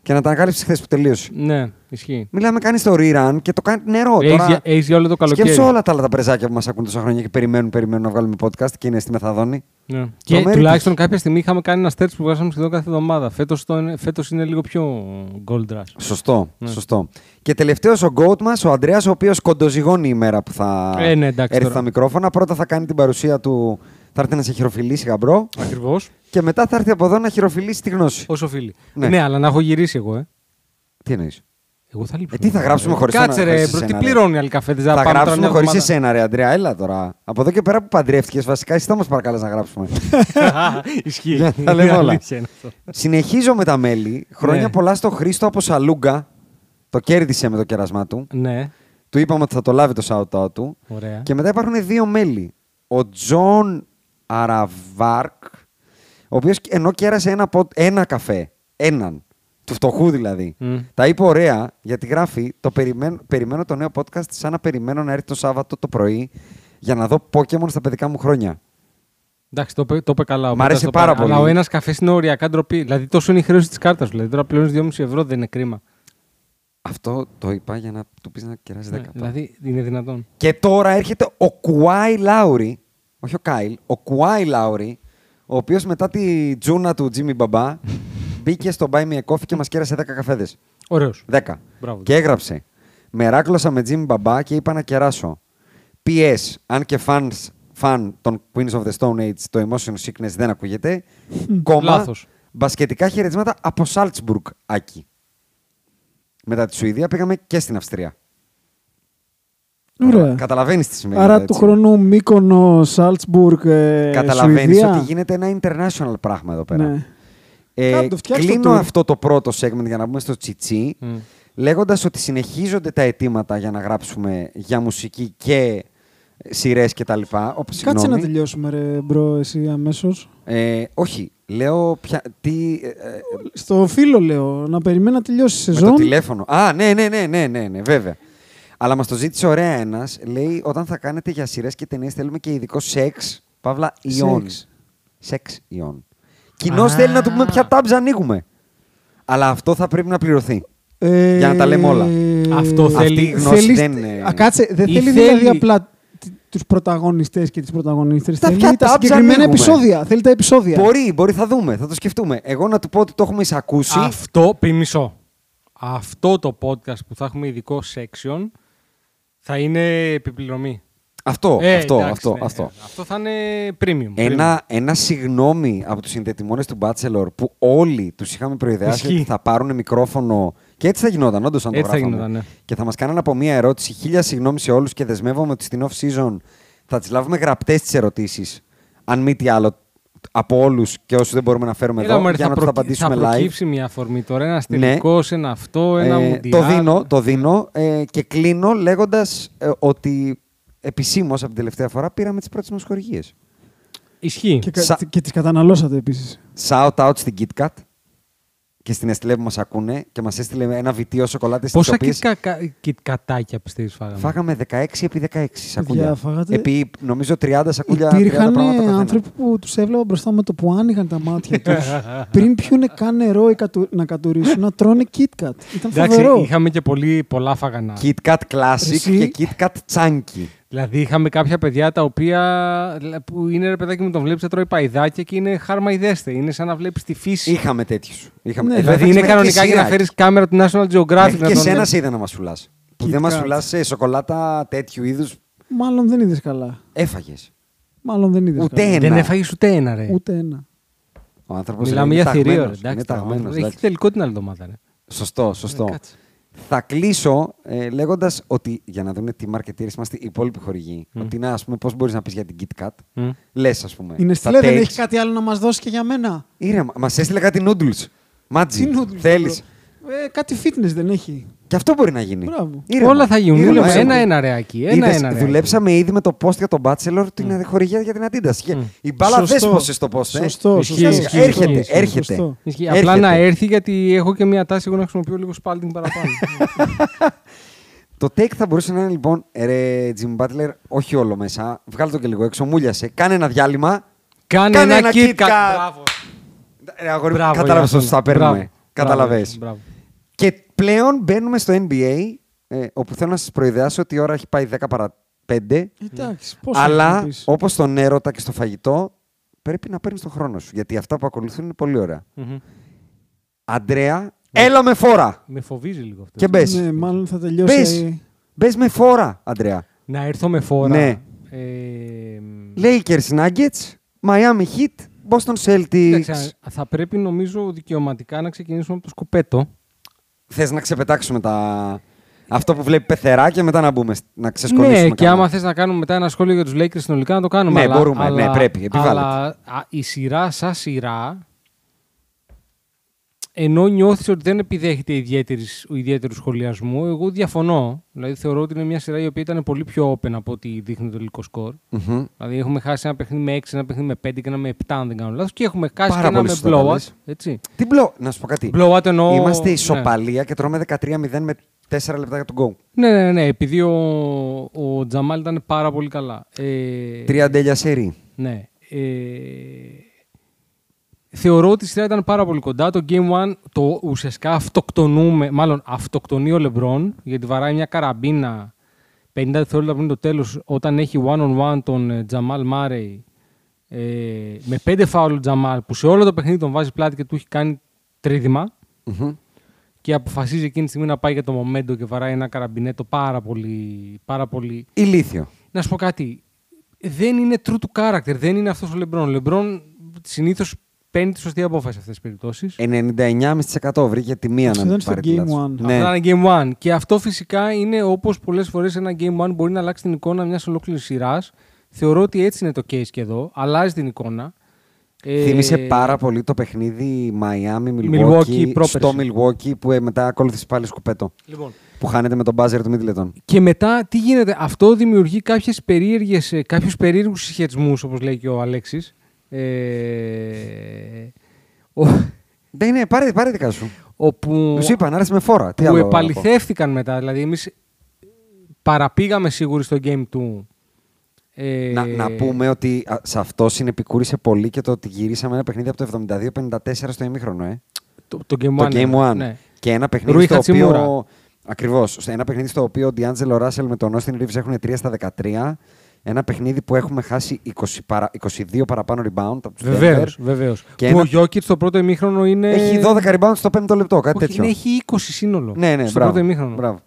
S3: και να τα ανακάλυψες χθες που τελείωσε.
S4: Ναι. Ισχύει.
S3: Μιλάμε, κάνεις το rerun και το κάνεις νερό.
S4: Έχεις για- έχεις για όλο το καλοκαίρι.
S3: Σκέψου όλα τα άλλα τα πρεζάκια που μας ακούν τόσα χρόνια και περιμένουν, περιμένουν να βγάλουμε podcast και είναι στη Μεθαδόνη.
S4: Ναι. Και
S3: μέρη
S4: τουλάχιστον
S3: της.
S4: κάποια στιγμή είχαμε κάνει ένα search που βγάζαμε σχεδόν κάθε εβδομάδα. Φέτος φέτος είναι λίγο πιο gold rush.
S3: Σωστό,
S4: Ναι.
S3: σωστό. Και τελευταίος ο γκότ μας, ο Αντρέα, ο οποίος κοντοζυγώνει η μέρα που θα
S4: Ε, ναι, εντάξει,
S3: έρθει
S4: τώρα.
S3: στα μικρόφωνα. Πρώτα θα κάνει την παρουσία του, θα έρθει να σε χειροφιλήσει γαμπρό.
S4: Ακριβώς.
S3: Και μετά θα έρθει από εδώ να χειροφιλήσει τη γνώση.
S4: Όσο φίλοι. Ναι.
S3: Ναι.
S4: αλλά να έχω γυρίσει εγώ, ε.
S3: Τι εννοείς.
S4: Εγώ θα λείψω.
S3: Ε, τι θα γράψουμε χωρίς
S4: Κάτσε ρε, μπρο, τι πληρώνει οι αλκαφέτε.
S3: Θα γράψουμε χωρί εσένα, ρε Αντρέα, έλα τώρα. Από εδώ και πέρα που παντρεύτηκες, βασικά εσύ θα μας παρακαλάς να γράψουμε.
S4: Ισχύει.
S3: Για να τα Ναι, λέμε
S4: Είναι
S3: όλα.
S4: αλήθεια είναι αυτό.
S3: Συνεχίζω με τα μέλη. Χρόνια
S4: Ναι.
S3: πολλά στο Χρήστο από Σαλούγκα. Το κέρδισε με το κέρασμά του.
S4: Ναι,
S3: Του είπαμε ότι θα το λάβει το shout-out του.
S4: Ωραία.
S3: Και μετά υπάρχουν δύο μέλη. Ο Τζον Αραβάρκ, ο οποίος ενώ κέρασε ένα, πο- ένα καφέ, έναν, του φτωχού δηλαδή,
S4: Μμ.
S3: τα είπε ωραία γιατί γράφει το περιμένω, περιμένω το νέο podcast σαν να περιμένω να έρθει το Σάββατο το πρωί για να δω Pokemon στα παιδικά μου χρόνια.
S4: Εντάξει, το, είπε- το είπε καλά.
S3: Μ'
S4: ο Πέτρας
S3: άρεσε
S4: το
S3: πάρα
S4: είπε. Αλλά
S3: πολύ.
S4: ο ένας καφές είναι οριακά ντροπή. Δηλαδή, τόσο είναι η χρέωση της κάρτας. Δηλαδή, τώρα πληρώνεις 2,5 ευρώ, δεν είναι κρίμα.
S3: Αυτό το είπα για να του πεις να κεράσει 10.
S4: Ναι, δηλαδή, είναι δυνατόν.
S3: Και τώρα έρχεται ο Κουάι Λάουρι, όχι ο Κάιλ, ο Κουάι Λάουρι, ο οποίος μετά τη τζούνα του Τζίμι Μπαμπά μπήκε στο Buy Me a Coffee και μας κέρασε 10 καφέδες.
S4: Ωραίος.
S3: 10.
S4: Μπράβο.
S3: Και έγραψε. Μεράκλωσα με Τζίμι Μπαμπά και είπα να κεράσω. PS, αν και fans, fan των Queens of the Stone Age, το Emotion Sickness δεν ακούγεται. Κόμμα.
S4: Λάθος.
S3: Μπασκετικά χαιρετισμάτα από Σάλτσμπουργκ, Άκη. Μετά τη Σουηδία πήγαμε και στην Αυστρία.
S5: Ωραία.
S3: Καταλαβαίνεις τι σημαίνει.
S5: Άρα
S3: αυτό,
S5: του
S3: έτσι.
S5: χρόνου Μύκονο, Σάλτσμπουργκ, ε,
S3: Καταλαβαίνεις
S5: Σουηδία.
S3: ότι γίνεται ένα international πράγμα εδώ πέρα.
S5: Ναι.
S3: Ε,
S5: Κάντο, φτιάξτε
S3: κλείνω
S5: το. Mm.
S3: αυτό το πρώτο segment για να μπούμε στο τσιτσί,
S4: Μμ.
S3: λέγοντας ότι συνεχίζονται τα αιτήματα για να γράψουμε για μουσική και σειρές κτλ.
S5: Κάτσε να τελειώσουμε, ρε μπρο, εσύ αμέσως.
S3: Ε, όχι, λέω πια, τι, ε, ε,
S5: Στο φίλο λέω, να περιμένει να τελειώσει η
S3: με
S5: σεζόν.
S3: το τηλέφωνο. Α, ναι, ναι, ναι, ναι, ναι, ναι βέβαια. Αλλά μας το ζήτησε ωραία ένας. Λέει όταν θα κάνετε για σειρές και ταινίες θέλουμε και ειδικό σεξ. Παύλα, ιών.
S5: Σεξ.
S3: Σεξ ιών. Κοινώς θέλει να του πούμε ποια τάμπζα ανοίγουμε. Αλλά αυτό θα πρέπει να πληρωθεί.
S5: Ε,
S3: Για να τα λέμε όλα.
S4: Αυτό
S3: Αυτή
S4: θέλει-
S3: η γνώση
S5: θέλεις-
S3: δεν είναι.
S5: Α, κάτσε, δεν
S4: Ή
S5: θέλει,
S4: θέλει-
S5: δηλαδή απλά τους πρωταγωνιστές και τις πρωταγωνίστρες.
S3: Τα
S5: Θέλει
S3: πια
S5: τα
S3: τα
S5: συγκεκριμένα
S3: ανοίγουμε.
S5: επεισόδια. Θέλει τα επεισόδια.
S3: Μπορεί, μπορεί, θα δούμε, θα το σκεφτούμε. Εγώ να του πω ότι το έχουμε εισακούσει.
S4: Αυτό, πει μισό. Αυτό το podcast που θα έχουμε ειδικό section θα είναι επιπληρωμή.
S3: Αυτό,
S4: Ε,
S3: αυτό,
S4: εντάξει,
S3: αυτό.
S4: ναι,
S3: αυτό.
S4: ναι. Αυτό θα είναι premium.
S3: Ένα, ένα συγγνώμη από τους συνδετημόνες του Bachelor που όλοι τους είχαμε προειδεάσει
S4: Ισχύει.
S3: ότι θα πάρουν μικρόφωνο. Και έτσι θα γινόταν, όντως, αν το
S4: Έτσι θα
S3: γράφαμε.
S4: γινόταν, ναι.
S3: Και θα μας κάνανε από μία ερώτηση. Χίλια συγγνώμη σε όλους και δεσμεύομαι ότι στην off season θα τις λάβουμε γραπτές τις ερωτήσεις. Αν μη τι άλλο, από όλους και όσους δεν μπορούμε να φέρουμε
S4: Έλα,
S3: εδώ,
S4: μωρέ,
S3: για
S4: θα
S3: να τους
S4: προκύ-
S3: τα απαντήσουμε
S4: Θα
S3: live.
S4: προκύψει μια αφορμή τώρα. Ένα
S3: Ναι.
S4: τελικό, ένα αυτό, ένα
S3: Ε,
S4: μουντιάλ.
S3: το δίνω, το δίνω ε, και κλείνω λέγοντας ότι επισήμως από την τελευταία φορά πήραμε τις πρώτες μας χορηγίες.
S4: Ισχύει.
S5: Και, κα-
S3: Σα-
S5: και τις καταναλώσατε επίσης.
S3: Shout out στην KitKat και στην Εστιλέ που μας ακούνε και μας έστειλε ένα βιτίο σοκολάτε της
S4: Πόσα
S3: οποίας
S4: κιτκα- κιτκατάκια πιστεύεις φάγαμε.
S3: φάγαμε 16 επί 16 σακούλια.
S5: φάγατε-
S3: Επί νομίζω 30 σακούλια. 30
S5: Υπήρχαν
S3: πράγματα καθένας.
S5: άνθρωποι που τους έβλεπα μπροστά με το που άνοιγαν τα μάτια τους πριν πιούνε καν νερό ή κατου- να κατουρίσουν, να τρώνε KitKat. Ήταν φοβερό.
S4: Εντάξει, είχαμε και πολύ, πολλά φαγανά.
S3: KitKat Classic
S5: Εσύ-
S3: και KitKat Chunky.
S4: Δηλαδή είχαμε κάποια παιδιά τα οποία λα- που είναι ρε παιδάκι μου τον βλέπεις να τρώει παϊδάκια και είναι χάρμαϊδέστε. Είναι σαν να βλέπεις τη φύση.
S3: Είχαμε τέτοιους. Είχαμε...
S5: Ναι,
S3: Ε,
S4: δηλαδή
S3: θα
S4: είναι
S3: είχαμε
S4: κανονικά
S3: και
S4: για να
S3: σειρά.
S4: φέρεις κάμερα του National Geographic.
S3: Μέχρι
S4: να
S3: και
S4: τον-
S3: σένα σε είδα να μας φουλάς. Που δεν μας
S5: KitKat.
S3: φουλάς σε σοκολάτα τέτοιου είδους.
S5: Μάλλον δεν είδες καλά.
S3: Έφαγες.
S5: Μάλλον δεν είδες
S3: Ούτε
S5: καλά.
S3: ένα.
S4: Δεν έφαγες ούτε ένα ρε.
S5: Ούτε ένα.
S3: Ο άνθρωπος
S4: Μιλάμε για θηρίο. ρε.
S3: Είναι
S4: Εντάξει, τώρα,
S3: ταγμένος,
S4: Έχει
S3: εντάξει.
S4: τελικό την άλλη εβδομάδα. ρε.
S3: Σωστό, σωστό.
S4: Ε, κάτσε.
S3: θα κλείσω ε, λέγοντας ότι για να δουν τι marketeers είμαστε οι υπόλοιποι χορηγοί. Ότι να, ας πούμε, πώς μπορείς να πεις για την KitKat.
S4: Μμ.
S3: Λες, ας πούμε.
S5: Είναι
S3: Ε, στα
S5: στη δεν
S3: takes.
S5: έχει κάτι άλλο να μας δώσει και για μένα.
S3: Ήρεμα. Μας έστειλε κάτι noodles.
S5: Τι
S3: Μάτζι.
S5: noodles,
S3: Θέλει.
S5: μπρο. Ε, κάτι fitness δεν έχει.
S3: Και αυτό μπορεί να γίνει.
S5: Μπράβο.
S3: Ήρεμα.
S4: Όλα θα γίνουν.
S3: Ήρεμα,
S4: Δούλεψα
S3: ήρεμα.
S4: ένα-ένα ρεάκι. Ένα-ένα
S3: Είδες,
S4: ρεάκι.
S3: Δουλέψαμε ήδη με το post για τον Bachelor την χορηγία για την αντίδραση. Και Η μπάλα
S5: Σωστό.
S3: δέσποσε στο post. ε.
S5: Σωστό,
S4: Ισχύει,
S5: σωστό,
S4: ισχύει,
S5: σωστό.
S3: Έρχεται,
S5: Σωστό.
S3: έρχεται.
S5: Σωστό.
S4: Ισχύει. Απλά να
S3: Έρχεται.
S4: έρθει γιατί έχω και μια τάση εγώ να χρησιμοποιώ λίγο spalding παραπάνω.
S3: Το take θα μπορούσε να είναι λοιπόν, ρε Jim Butler, όχι όλο μέσα, βγάλε το και λίγο έξω, μούλιασε, κάνε ένα διάλειμμα.
S4: Κάνε
S3: Κάνε
S4: ένα
S3: ένα
S4: KitKat.
S3: Kit Kat.
S4: Μπράβο.
S3: Ρε Ε, αγόρι,
S4: Μπράβο,
S3: κατάλαβες
S4: Ιωάννα.
S3: ότι τα
S4: Μπράβο.
S3: παίρνουμε.
S4: Μπράβο,
S3: Καταλαβες.
S4: Μπράβο.
S3: Και πλέον μπαίνουμε στο NBA, ε, όπου θέλω να σας προειδεάσω ότι η ώρα έχει πάει 10 παρα 5.
S4: Ε,
S5: Εντάξει, Ε, πώς θα
S3: αλλά
S5: το πεις.
S3: όπω στον έρωτα και στο φαγητό, πρέπει να παίρνεις τον χρόνο σου. Γιατί αυτά που ακολουθούν είναι πολύ ωραία.
S4: Μμμ.
S3: Αντρέα, έλα με φόρα!
S4: Με φοβίζει λίγο αυτό.
S3: Και μπες.
S5: Ναι, μάλλον θα
S3: Μπες.
S5: τελειώσει.
S3: Μπες με φόρα, Αντρέα.
S4: Να έρθω με φόρα.
S3: Ναι.
S4: Ε, μ,
S3: Lakers Nuggets, Miami Heat, Boston Celtics.
S4: κοίταξε, θα πρέπει νομίζω δικαιωματικά να ξεκινήσουμε από το σκουπέτο.
S3: Θες να ξεπετάξουμε τα... αυτό που βλέπει πεθερά και μετά να μπούμε, σ- να ξεσκολήσουμε.
S4: Ναι, και
S3: κανένα.
S4: άμα θες να κάνουμε μετά ένα σχόλιο για τους Lakers συνολικά να το κάνουμε.
S3: Ναι,
S4: αλλά,
S3: μπορούμε,
S4: αλλά-
S3: ναι, πρέπει, επιβάλλεται.
S4: Αλλά α, η σειρά σαν σειρά, ενώ νιώθεις ότι δεν επιδέχεται ιδιαίτερης- ο ιδιαίτερου σχολιασμού, εγώ διαφωνώ. Δηλαδή θεωρώ ότι είναι μια σειρά η οποία ήταν πολύ πιο open από ό,τι δείχνει το τελικό σκορ.
S3: Μμμ.
S4: Δηλαδή έχουμε χάσει ένα παιχνίδι με 6, ένα παιχνίδι με 5 και ένα με 7, αν δεν κάνω λάθος. Και έχουμε χάσει
S3: Πάρα
S4: και ένα
S3: πολύ
S4: με
S3: σωστά τα
S4: blowout.
S3: λες.
S4: Έτσι.
S3: Τι μπλο... Να σου πω κάτι.
S4: Blowout εννοώ.
S3: Είμαστε
S4: ναι.
S3: ισοπαλία και τρώμε 13-0 με 4 λεπτά για τον γκολ.
S4: Ναι, ναι, ναι, ναι, επειδή ο, ο Τζαμάλ ήταν πάρα πολύ καλά. Ε,
S3: Τρία ντέλια σερή.
S4: Ναι. Ε, θεωρώ ότι η σειρά ήταν πάρα πολύ κοντά. Το Game 1 το ουσιαστικά αυτοκτονούμε, μάλλον αυτοκτονεί ο Λεμπρόν, γιατί βαράει μια καραμπίνα 50 δευτερόλεπτα πριν το τέλος, όταν έχει one-on-one τον ε, Τζαμάλ Μάρεϊ ε, με πέντε φάουλ ο Τζαμάλ που σε όλο το παιχνίδι τον βάζει πλάτη και του έχει κάνει τρίδημα και αποφασίζει εκείνη τη στιγμή να πάει για το momentum και βαράει ένα καραμπινέτο πάρα πολύ, πάρα πολύ
S3: Ηλίθιο.
S4: να σου πω κάτι. Δεν είναι true to character. Δεν είναι αυτός ο Λεμπρόν. Ο Λεμπρόν συνήθως παίρνει τη σωστή απόφαση σε αυτές τις περιπτώσεις.
S3: Ε, 99,5% βρήκε τη μία να
S5: Σχεδόν
S3: μην
S5: στο
S3: πάρει τη
S5: Game
S3: λάθος.
S5: One.
S3: Ναι.
S4: Αυτά είναι Game One. Και αυτό φυσικά είναι όπως πολλές φορές ένα Game One μπορεί να αλλάξει την εικόνα μιας ολόκληρης σειράς. Θεωρώ ότι έτσι είναι το case και εδώ. Αλλάζει την εικόνα. Ε,
S3: Θύμησε πάρα πολύ το παιχνίδι Miami
S4: Milwaukee,
S3: Milwaukee,
S4: πρόπερση.
S3: στο Milwaukee που ε, μετά ακολούθησε πάλι σκουπέτο.
S4: Λοιπόν,
S3: Που χάνεται με τον μπάζερ του Middleton.
S4: Και μετά τι γίνεται, αυτό δημιουργεί κάποιες περίεργες, ε, κάποιους περίεργους συσχετισμούς όπως λέει και ο Αλέξης. Ε, ο-
S3: Ναι, ναι, πάρε, πάρε δικά σου.
S4: όπου
S3: Τους είπα, να έρθεις με φόρα. Τι
S4: που
S3: άλλο να πω.
S4: επαληθεύτηκαν μετά. Δηλαδή, εμείς παραπήγαμε σίγουροι στο game του. Ε,
S3: Να, να πούμε ότι α, σε αυτό συνεπικούρισε πολύ και το ότι γυρίσαμε ένα παιχνίδι από το 72-54 στο ημίχρονο, ε.
S4: Το, το game
S3: το
S4: one.
S3: Game One.
S4: Ναι.
S3: Και ένα
S4: Ρουί
S3: παιχνίδι στο
S4: Χατσιμούρα.
S3: οποίο. Ακριβώ. Ένα παιχνίδι στο οποίο ο Ντιάντζελο Ράσελ με τον Όστιν Ρίβ έχουν 3 στα 13. Ένα παιχνίδι που έχουμε χάσει 20 παρα- 22 παραπάνω rebound από τους
S4: Βεβαίως, βεβαίως. Που
S3: Και
S4: ο
S3: ένα-
S4: Γιώκητ στο πρώτο ημίχρονο είναι.
S3: Έχει 12 rebound στο 5ο λεπτό, κάτι
S4: Ε, Όχι,
S3: τέτοιο.
S4: είναι- έχει 20 σύνολο.
S3: Ναι, ναι,
S4: στο
S3: μπράβο,
S4: πρώτο ημίχρονο.
S3: μπράβο.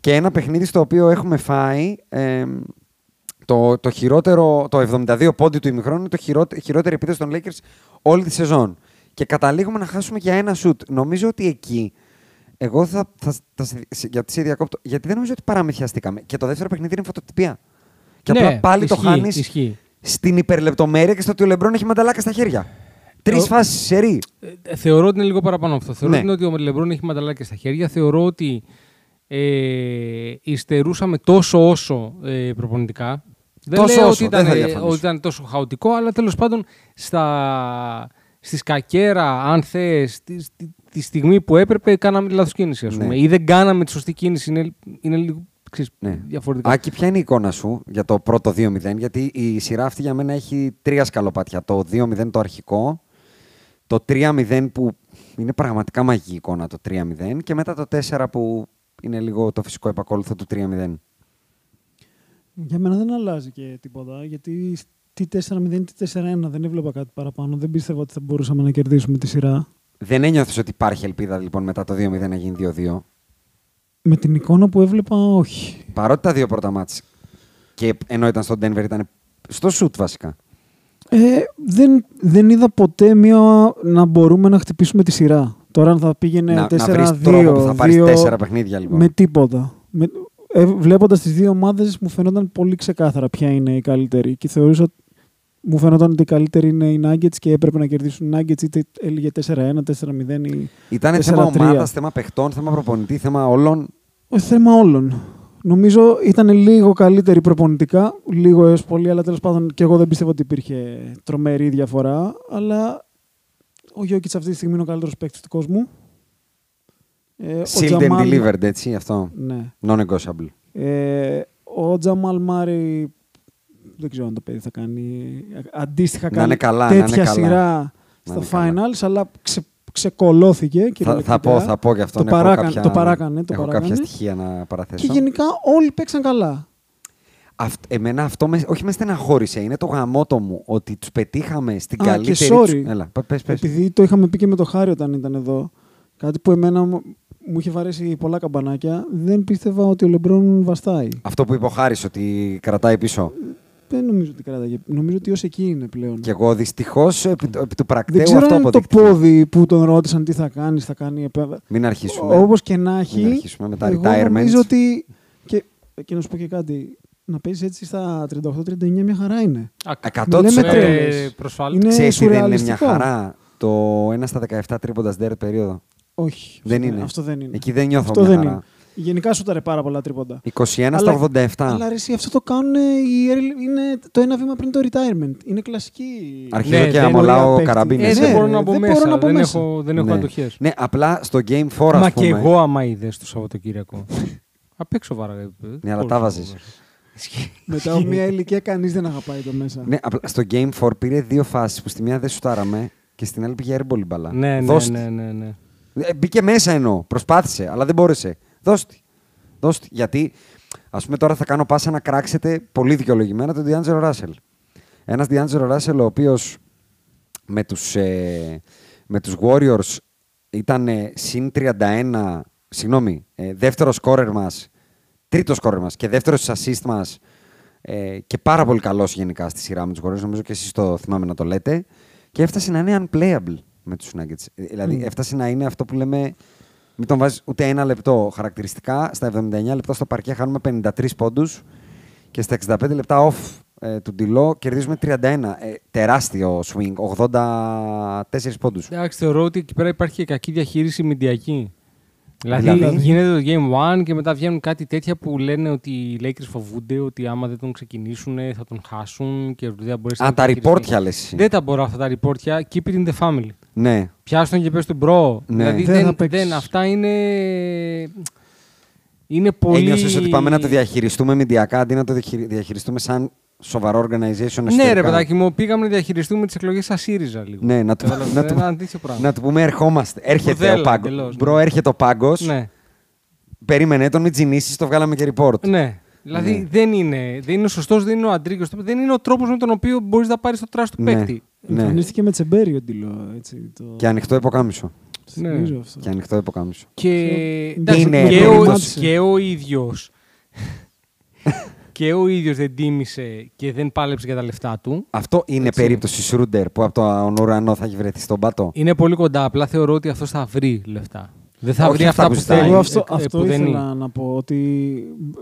S3: Και ένα παιχνίδι στο οποίο έχουμε φάει ε, το, το χειρότερο, το 72 πόντι του ημιχρόνου, είναι το χειρότερο, χειρότερη επίθεση των Lakers όλη τη σεζόν. Και καταλήγουμε να χάσουμε για ένα σουτ. Νομίζω ότι εκεί. Εγώ θα, θα, θα σε- σε- γιατί σε διακόπτω. Γιατί δεν νομίζω ότι παραμυθιαστήκαμε. Και το δεύτερο παιχνίδι είναι φωτοτυπία. Και
S4: Ναι,
S3: απλά πάλι
S4: ισχύει,
S3: το χάνεις
S4: ισχύει.
S3: στην υπερλεπτομέρεια και στο ότι ο Λεμπρόν έχει μανταλάκα στα χέρια. Τρεις
S4: Ε, Ο-
S3: φάσεις σερή.
S4: Ε, θεωρώ ότι είναι λίγο παραπάνω αυτό. Θεωρώ
S3: Ναι.
S4: ότι είναι ότι ο Λεμπρόν έχει μανταλάκια στα χέρια. Θεωρώ ότι ε, υστερούσαμε τόσο όσο ε, προπονητικά. Δεν
S3: Τόσο
S4: λέω
S3: όσο,
S4: ότι
S3: δεν
S4: ήταν,
S3: θα
S4: ε,
S3: διαφωνήσω.
S4: ότι ήταν τόσο χαοτικό, αλλά τέλος πάντων στα, στη σκακέρα, αν θες, τη, τη- τη στιγμή που έπρεπε, κάναμε λάθος κίνηση, ας
S3: Ναι.
S4: πούμε. Ή δεν κάναμε τη σωστή κίνηση. Είναι, είναι λίγο ξέρεις,
S3: Ναι.
S4: διαφορετικά.
S3: Άκη, ποια είναι η εικόνα σου για το πρώτο 2-0, γιατί η σειρά αυτή για μένα έχει τρία σκαλοπάτια. Το 2-0 το αρχικό, το 3-0 που είναι πραγματικά μαγική εικόνα το 3-0 και μετά το 4 που είναι λίγο το φυσικό επακόλουθο του 3-0.
S5: Για μένα δεν αλλάζει και τίποτα, γιατί τι 4-0, τι 4-1 δεν έβλεπα κάτι παραπάνω. Δεν πίστευα ότι θα μπορούσαμε να κερδίσουμε τη σειρά.
S3: Δεν ένιωθες ότι υπάρχει ελπίδα λοιπόν μετά το 2-0 να γίνει 2-2.
S5: Με την εικόνα που έβλεπα, όχι.
S3: Παρότι τα δύο πρώτα μάτς και ενώ ήταν στο Denver ήταν στο σουτ βασικά.
S5: Ε, δεν, δεν είδα ποτέ μία να μπορούμε να χτυπήσουμε τη σειρά. Τώρα αν θα πήγαινε
S3: να,
S5: 4-2,
S3: να βρεις τρόπο που θα πάρεις
S5: 2,
S3: τέσσερα παιχνίδια λοιπόν.
S5: με τίποτα. Με, ε, βλέποντας τις δύο ομάδες μου φαινόταν πολύ ξεκάθαρα ποια είναι η καλύτερη και θεωρούσα ότι- μου φαινόταν ότι η καλύτερη είναι οι Nuggets και έπρεπε να κερδίσουν οι Nuggets είτε έλεγε 4-1, 4-0 ή
S3: Ήταν θέμα
S5: 4-3.
S3: ομάδας, θέμα παιχτών, θέμα προπονητή, θέμα όλων.
S5: όχι, Ε, θέμα όλων. Νομίζω ήταν λίγο καλύτερη προπονητικά, λίγο έως πολύ, αλλά τέλος πάντων και εγώ δεν πιστεύω ότι υπήρχε τρομερή διαφορά. Αλλά ο Γιώκητς αυτή τη στιγμή είναι ο καλύτερος παίκτης του κόσμου. Ε, ο
S3: Sealed and
S5: Τζαμάλ-
S3: delivered, έτσι, αυτό.
S5: Ναι.
S3: Non-negotiable.
S5: Ε, ο Τζαμάλ Μάρι δεν ξέρω αν το παιδί θα κάνει. Αντίστοιχα
S3: Να
S5: κάνει
S3: είναι καλά, να είναι
S5: τέτοια
S3: καλά.
S5: σειρά
S3: Να
S5: στα
S3: είναι καλά.
S5: finals, αλλά ξε, ξεκολώθηκε.
S3: Θα,
S5: κυριολεκτικά.
S3: θα, πω, θα πω και αυτό.
S5: Το παράκανε. Το παράκανε. Το
S3: έχω
S5: παράκανε.
S3: κάποια στοιχεία να παραθέσω.
S5: Και γενικά όλοι παίξαν καλά.
S3: Αυτ- εμένα αυτό με, όχι με στεναχώρησε. Είναι το γαμότο μου ότι τους πετύχαμε στην
S5: Α, και
S3: καλύτερη.
S5: sorry.
S3: τους- Έλα, πε, πες. πες.
S5: Επειδή το είχαμε πει και με το Χάρη όταν ήταν εδώ, κάτι που εμένα μου μου είχε βαρέσει πολλά καμπανάκια, δεν πίστευα ότι ο Λεμπρόν βαστάει.
S3: Αυτό που είπε ο Χάρης ότι κρατάει πίσω.
S5: Δεν νομίζω ότι κρατάγε. Νομίζω ότι ως εκεί είναι πλέον.
S3: Και εγώ δυστυχώς επί, το- επί του
S5: δεν
S3: πρακτέου
S5: ξέρω
S3: αυτό
S5: αν είναι το
S3: αποδείχτηκε.
S5: πόδι που τον ρώτησαν τι θα κάνεις, θα κάνει επέμβαση.
S3: Μην αρχίσουμε.
S5: Όπως και να έχει.
S3: Μην αρχίσουμε με τα
S5: εγώ
S3: retirements.
S5: Νομίζω ότι. Και, και να σου πω και κάτι. Να παίζει έτσι στα 38-39 μια χαρά είναι.
S3: 100%
S5: Μιλάμε
S3: ε,
S5: τρέλες.
S4: προσφάλτες.
S5: Είναι
S3: Ξέρεις τι δεν είναι μια
S5: σουρεαλιστικό.
S3: χαρά το 1 στα 17 τρίποντας ντέρ περίοδο.
S5: Όχι. αυτό
S3: Δεν είναι.
S5: Αυτό δεν είναι.
S3: Εκεί δεν νιώθω
S5: αυτό
S3: μια
S5: δεν
S3: χαρά.
S5: είναι. Γενικά σου ταρε πάρα πολλά τρίποντα.
S3: 21
S5: Αλλά-
S3: στα 87.
S5: Αλλά ρε, εσύ, αυτό το κάνουν ε, οι early- είναι το ένα βήμα πριν το retirement. Είναι κλασική.
S3: Αρχίζω
S4: Ναι,
S3: και
S4: δεν
S3: αμολάω
S5: μπορεί να
S3: καραμπίνες.
S4: Ε,
S5: παίξει.
S3: Ναι,
S4: δεν μπορώ
S5: ρε,
S4: να μπω
S5: δεν
S4: μέσα.
S5: μπορώ να μπω
S4: δεν
S5: μέσα.
S4: έχω, δεν έχω
S3: ναι.
S4: αντοχές.
S3: Ναι, απλά στο Game 4 ας
S4: Μα
S3: πούμε.
S4: και εγώ άμα είδες το Σαββατοκύριακο. Απ' έξω βάραγα. ε,
S3: Ναι, αλλά
S4: χωρίς
S3: τα
S4: να
S3: βάζεις.
S4: βάζω.
S5: Μετά από μια ηλικία κανείς δεν αγαπάει το μέσα.
S3: Ναι, απλά στο Game 4 πήρε δύο φάσεις που στη μία δεν σουτάραμε και στην άλλη πήγε airball η μπαλά.
S4: Ναι, ναι,
S3: Δώσ' τη.
S4: ναι, ναι, ναι.
S3: Ε, μπήκε μέσα εννοώ. Προσπάθησε, αλλά δεν μπόρεσε. Δώστη. Δώστη. Γιατί, ας πούμε, τώρα θα κάνω πάσα να κράξετε πολύ δικαιολογημένα τον Διάντζελο Ράσελ. Ένα Διάντζελο Ράσελ ο οποίος με τους ε, με τους Warriors ήταν ε, συν 31, συγγνώμη, ε, δεύτερο σκόρερ μας, τρίτο σκόρερ μας και δεύτερος στις assist μας ε, και πάρα πολύ καλός γενικά στη σειρά με τους Warriors. Νομίζω και εσείς το θυμάμαι να το λέτε. Και έφτασε να είναι unplayable με τους Nuggets. Ε, Δηλαδή, έφτασε να είναι αυτό που λέμε. Μην τον βάζεις ούτε ένα λεπτό. Χαρακτηριστικά στα 79 λεπτά στο παρκέ χάνουμε 53 πόντους και στα 65 λεπτά off ε, του Ντιλό κερδίζουμε 31. Ε, τεράστιο swing, 84 πόντους.
S4: Εντάξει, θεωρώ ότι εκεί πέρα υπάρχει και κακή διαχείριση μηντιακή. Δηλαδή,
S3: Δηλαδή?
S4: γίνεται το Game 1 και μετά βγαίνουν κάτι τέτοια που λένε ότι οι Lakers φοβούνται ότι άμα δεν τον ξεκινήσουν ε, θα τον χάσουν και δεν θα μπορέσει
S3: Α,
S4: να
S3: τα
S4: διαχειριστείς.
S3: reportια λες εσύ.
S4: Δεν τα μπορώ αυτά τα reportια. Keep it in the family.
S3: Ναι.
S4: Πιάστον και πες του μπρο.
S3: Ναι.
S4: Δηλαδή
S5: Δεν θα
S4: δεν,
S5: παίξεις.
S4: δεν, αυτά είναι... Είναι πολύ...
S3: Ένιωσες ότι πάμε να το διαχειριστούμε μηντιακά αντί να το διαχειρι- διαχειριστούμε σαν σοβαρό organization εσωτερικά.
S4: Ναι ρε παιδάκι μου, πήγαμε να διαχειριστούμε τις εκλογές σαν ΣΥΡΙΖΑ λίγο.
S3: Ναι, να του,
S4: Κατάλαβες,
S3: να,
S4: είναι
S3: του,
S4: ένα αντίστοιχο πράγμα.
S3: να του πούμε ερχόμαστε. Έρχεται
S4: Μπουρδέλα,
S3: ο πάγκο.
S4: εντελώς, ναι.
S3: Μπρο, έρχεται ο πάγκος.
S4: Ναι,
S3: Περίμενε τον, μην τζινίσεις, το βγάλαμε και report.
S4: ναι. Δηλαδή δεν είναι, δεν είναι ο σωστός, δεν είναι ο αντρίκιο, δεν είναι ο τρόπος με τον οποίο μπορείς να πάρεις το τράστο του
S3: Ναι.
S4: παίκτη.
S3: Ναι.
S5: Εμφανίστηκε με τσεμπέρι ο Ντιλό. Έτσι, το
S3: Και ανοιχτό υποκάμισο.
S5: θυμίζω
S4: Ναι.
S5: αυτό.
S3: Και ανοιχτό υποκάμισο.
S4: Και,
S5: Είναι
S4: εντάξει, και, ο,
S5: περίπτωση.
S4: και ο ίδιος και ο ίδιος δεν τίμησε και δεν πάλεψε για τα λεφτά του.
S3: Αυτό είναι περίπτωση Σρούντερ που από τον ουρανό θα έχει βρεθεί στον πάτο.
S4: Είναι πολύ κοντά. Απλά θεωρώ ότι αυτό θα βρει λεφτά. Δεν θα
S3: Όχι
S4: βρει
S3: αυτά
S4: αυτά
S3: που
S4: που
S3: ζητάει.
S4: θέλει.
S5: Εγώ αυτό,
S4: ε,
S5: αυτό
S4: που δεν
S5: ήθελα
S4: είναι.
S5: να πω ότι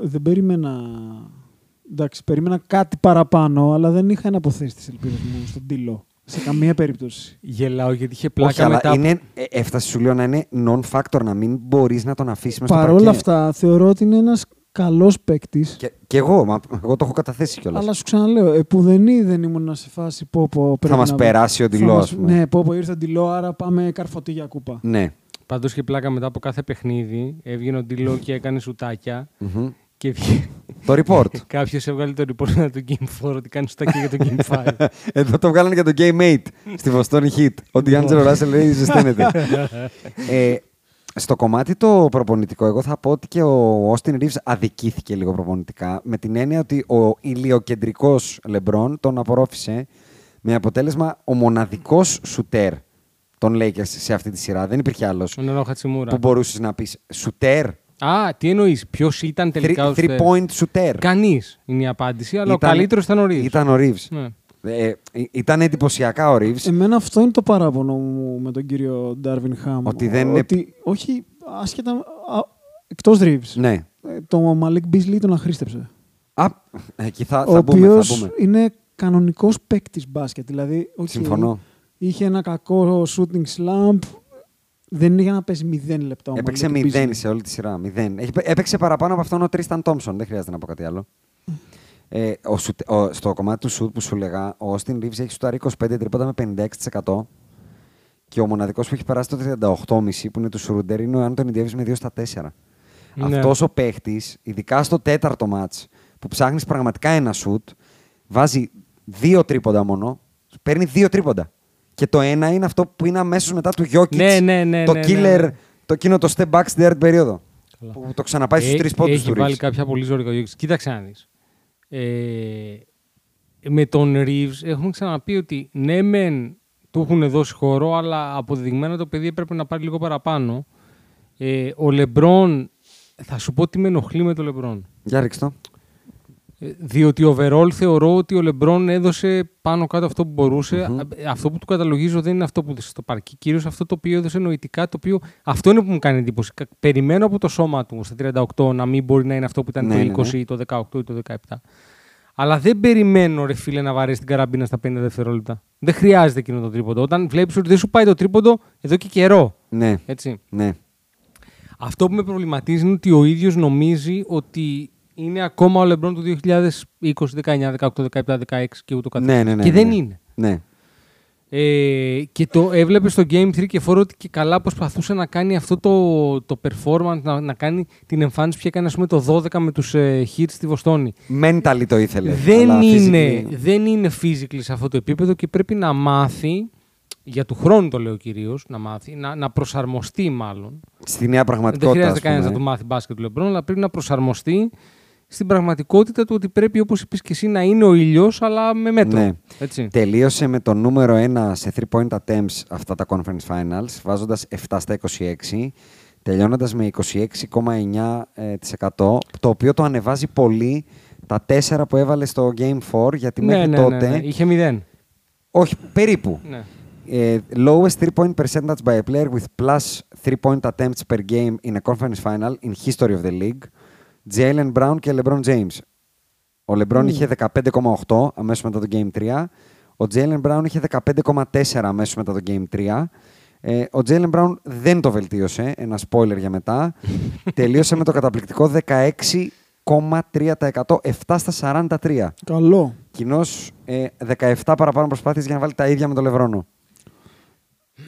S5: δεν περίμενα. Εντάξει, περίμενα κάτι παραπάνω, αλλά δεν είχα εναποθέσει τι ελπίδες μου στον Τίλο. Σε καμία περίπτωση.
S4: Γελάω γιατί είχε πλάκα
S3: Όχι, αλλά
S4: μετά. που-
S3: είναι, ε, έφτασε σου λέω να είναι non-factor, να μην μπορείς να τον αφήσεις μέσα
S5: Παρ'
S3: στο
S5: όλα
S3: παρκέ.
S5: αυτά, θεωρώ ότι είναι ένας καλός παίκτης.
S3: Και, και εγώ, μα, εγώ το έχω καταθέσει κιόλας.
S5: Αλλά σου ξαναλέω, επουδενή δεν ήμουν σε φάση πω πω πρέπει
S3: μας
S5: να-
S3: περάσει ο
S5: θα
S3: Ντιλό,
S5: μας-
S3: ας πούμε.
S5: Ναι, πω πω ήρθε ο Ντιλό, άρα πάμε καρφωτή για κούπα.
S3: Ναι.
S4: Πάντως είχε πλάκα μετά από κάθε παιχνίδι. Έβγαινε ο Ντίλο και έκανε σουτάκια.
S3: Μμμ.
S4: Και βγε...
S3: Το report.
S4: κάποιος έβγαλε το report να του Game 4 ότι κάνει σουτάκια για το Game 5.
S3: Εδώ το βγάλανε για το Game 8 στη Βοστόνη Hit. Ο
S4: Ναι.
S3: Ντιάντζελο Ράσελ λέει ζεσταίνεται. ε, στο κομμάτι το προπονητικό, εγώ θα πω ότι και ο Όστιν Ρίβς αδικήθηκε λίγο προπονητικά με την έννοια ότι ο ηλιοκεντρικός Λεμπρόν τον απορρόφησε με αποτέλεσμα ο μοναδικός σουτέρ των Lakers σε αυτή τη σειρά. Δεν υπήρχε άλλος
S4: Ο Νερό Χατσιμούρα.
S3: που μπορούσες να πεις σουτέρ,
S4: Α, τι εννοείς, ποιος ήταν τελικά. ο
S3: three
S4: σουτέρ?
S3: point σουτέρ.
S4: Κανείς είναι η απάντηση, αλλά ο καλύτερος ήταν ο Reeves.
S3: Ήταν ο Ρίβς.
S4: Ναι. Ε,
S3: Ε, ή- ήταν εντυπωσιακά ο Ρίβς.
S5: Εμένα αυτό είναι το παράπονο μου με τον κύριο Ντάρβιν Χάμ.
S3: Ότι δεν είναι-
S5: ότι, Όχι, άσχετα. α, εκτός Reeves.
S3: Ναι.
S5: Ε, Το Μαλίκ Μπίσλι τον αχρήστεψε.
S3: Α, εκεί θα,
S5: ο
S3: θα μπούμε.
S5: οποίο
S3: Θα μπούμε.
S5: είναι κανονικός παίκτης μπάσκετ. Δηλαδή, οκ,
S3: Συμφωνώ.
S5: Είχε ένα κακό shooting slump. Δεν είναι για να παίζει 0 λεπτά. ο
S3: Έπαιξε
S5: Malik Beasley.
S3: μηδέν σε όλη τη σειρά. Μηδέν. Έχει- Έπαιξε παραπάνω από αυτόν ο Τρίσταν Τόμψον. Δεν χρειάζεται να πω κάτι άλλο. Ε, ο σουτ- ο- στο κομμάτι του σουτ που σου λέγα, ο Όστιν Ρίβς έχει σουτάρει 25 τρίποτα με 56% και ο μοναδικός που έχει περάσει το 38,5 που είναι του Σουρούντερ είναι ο Άντωνι Ντέβις με 2 στα 4.
S4: Ναι.
S3: Αυτός ο παίχτης, ειδικά στο τέταρτο μάτς που ψάχνεις πραγματικά ένα σουτ, βάζει δύο τρίποντα μόνο, παίρνει δύο τρίποντα Και το ένα είναι αυτό που είναι αμέσως μετά του Γιώκητ.
S4: Ναι, ναι, ναι,
S3: το
S4: ναι, ναι,
S3: killer,
S4: ναι.
S3: το εκείνο το step back στην τέταρτη περίοδο.
S4: Καλά.
S3: Που το ξαναπάει στους
S4: Έ-
S3: τρεις πόντους
S4: Έχει
S3: του
S4: βάλει
S3: Ρίβς.
S4: κάποια πολύ ζωρικά Γιώκητς. Κοίταξε να δεις. Ε, με τον Reeves έχουμε ξαναπεί ότι ναι μεν του έχουν δώσει χώρο αλλά αποδεδειγμένα το παιδί έπρεπε να πάρει λίγο παραπάνω. Ε, ο Λεμπρόν, θα σου πω τι με ενοχλεί με τον Λεμπρόν.
S3: Για ρίξτε το.
S4: Ε, Διότι overall θεωρώ ότι ο Λεμπρόν έδωσε πάνω κάτω αυτό που μπορουσε Α, ε, Αυτό που του καταλογίζω δεν είναι αυτό που έδωσε στο παρκή. Κυρίως αυτό το οποίο έδωσε νοητικά, το οποίο αυτό είναι που μου κάνει εντύπωση. Κα- Περιμένω από το σώμα του στα 38 να μην μπορεί να είναι αυτό που ήταν
S3: Ναι, ναι, ναι.
S4: το 20 ή το 18 ή το 17. Αλλά δεν περιμένω, ρε φίλε, να βαρέσει την καραμπίνα στα 50 δευτερόλεπτα. Δεν χρειάζεται εκείνο το τρίποντο. Όταν βλέπεις ότι δεν σου πάει το τρίποντο εδώ και καιρό.
S3: Ναι,
S4: Έτσι.
S3: ναι.
S4: Αυτό που με προβληματίζει είναι ότι ο ίδιος νομίζει ότι είναι ακόμα ο Λεμπρόν του 2020, 19, 18, 17, 16 και ούτω καθεξής.
S3: ναι, ναι, ναι,
S4: και δεν
S3: ναι.
S4: είναι.
S3: Ναι.
S4: Ε, και το έβλεπες στο Game 3 και φόρο ότι και καλά προσπαθούσε να κάνει αυτό το, το performance, να, να κάνει την εμφάνιση που είχε κάνει ας πούμε, το 12 με τους ε, hits στη Βοστόνη.
S3: Mentally το ήθελε.
S4: Δεν
S3: αλλά
S4: είναι,
S3: physically-
S4: δεν είναι physically σε αυτό το επίπεδο και πρέπει να μάθει, για του χρόνου το λέω κυρίως, να μάθει, να, να προσαρμοστεί μάλλον.
S3: Στη νέα
S4: Δεν
S3: πραγματικότητα.
S4: χρειάζεται
S3: ας πούμε,
S4: κανένας να
S3: ε.
S4: του μάθει μπάσκετ του Λεμπρόν, αλλά πρέπει να προσαρμοστεί στην πραγματικότητα του ότι πρέπει, όπως είπες και εσύ, να είναι ο ήλιος, αλλά με μέτρο.
S3: Ναι.
S4: Έτσι.
S3: Τελείωσε με το νούμερο 1 σε 3 point attempts αυτά τα conference finals, βάζοντας 7 στα 26, τελειώνοντας με 26,9%, ε, της εκατό, το οποίο το ανεβάζει πολύ τα 4 που έβαλε στο Game 4, γιατί
S4: ναι,
S3: μέχρι
S4: ναι, ναι,
S3: τότε...
S4: ναι. Είχε μηδέν.
S3: Όχι, περίπου.
S4: Ναι.
S3: Ε, lowest 3 point percentage by a player with plus 3 point attempts per game in a conference final in history of the league. Jalen Brown και LeBron James. Ο LeBron είχε 15,8 αμέσως μετά το Game 3. Ο Jalen Brown είχε 15,4 αμέσως μετά το Game 3. Ε, ο Jalen Brown δεν το βελτίωσε. Ένα spoiler για μετά. Τελείωσε με το καταπληκτικό 16,3%. 7 στα 43.
S5: Καλό.
S3: Κοινώ ε, 17 παραπάνω προσπάθειες για να βάλει τα ίδια με τον Λευρόνο.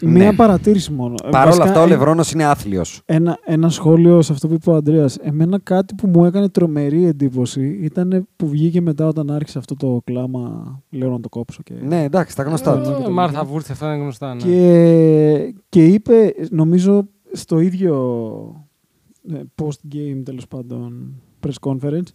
S5: Μία παρατήρηση μόνο. Ε,
S3: Παρ' όλα
S5: βασικά,
S3: Ναι. αυτά, ο
S5: ε,
S3: Λευρόνος είναι άθλιος.
S5: Ένα, ένα σχόλιο σε αυτό που είπε ο Αντρέα. Εμένα κάτι που μου έκανε τρομερή εντύπωση ήταν που βγήκε μετά όταν άρχισε αυτό το κλάμα. Λέω να το κόψω. Και...
S3: Ναι, εντάξει, τα γνωστά του.
S4: Ε, Μάρθα Βούρτ, αυτά είναι γνωστά. Ναι.
S5: Και, και είπε, νομίζω, στο ίδιο ε, post-game τέλος πάντων press conference,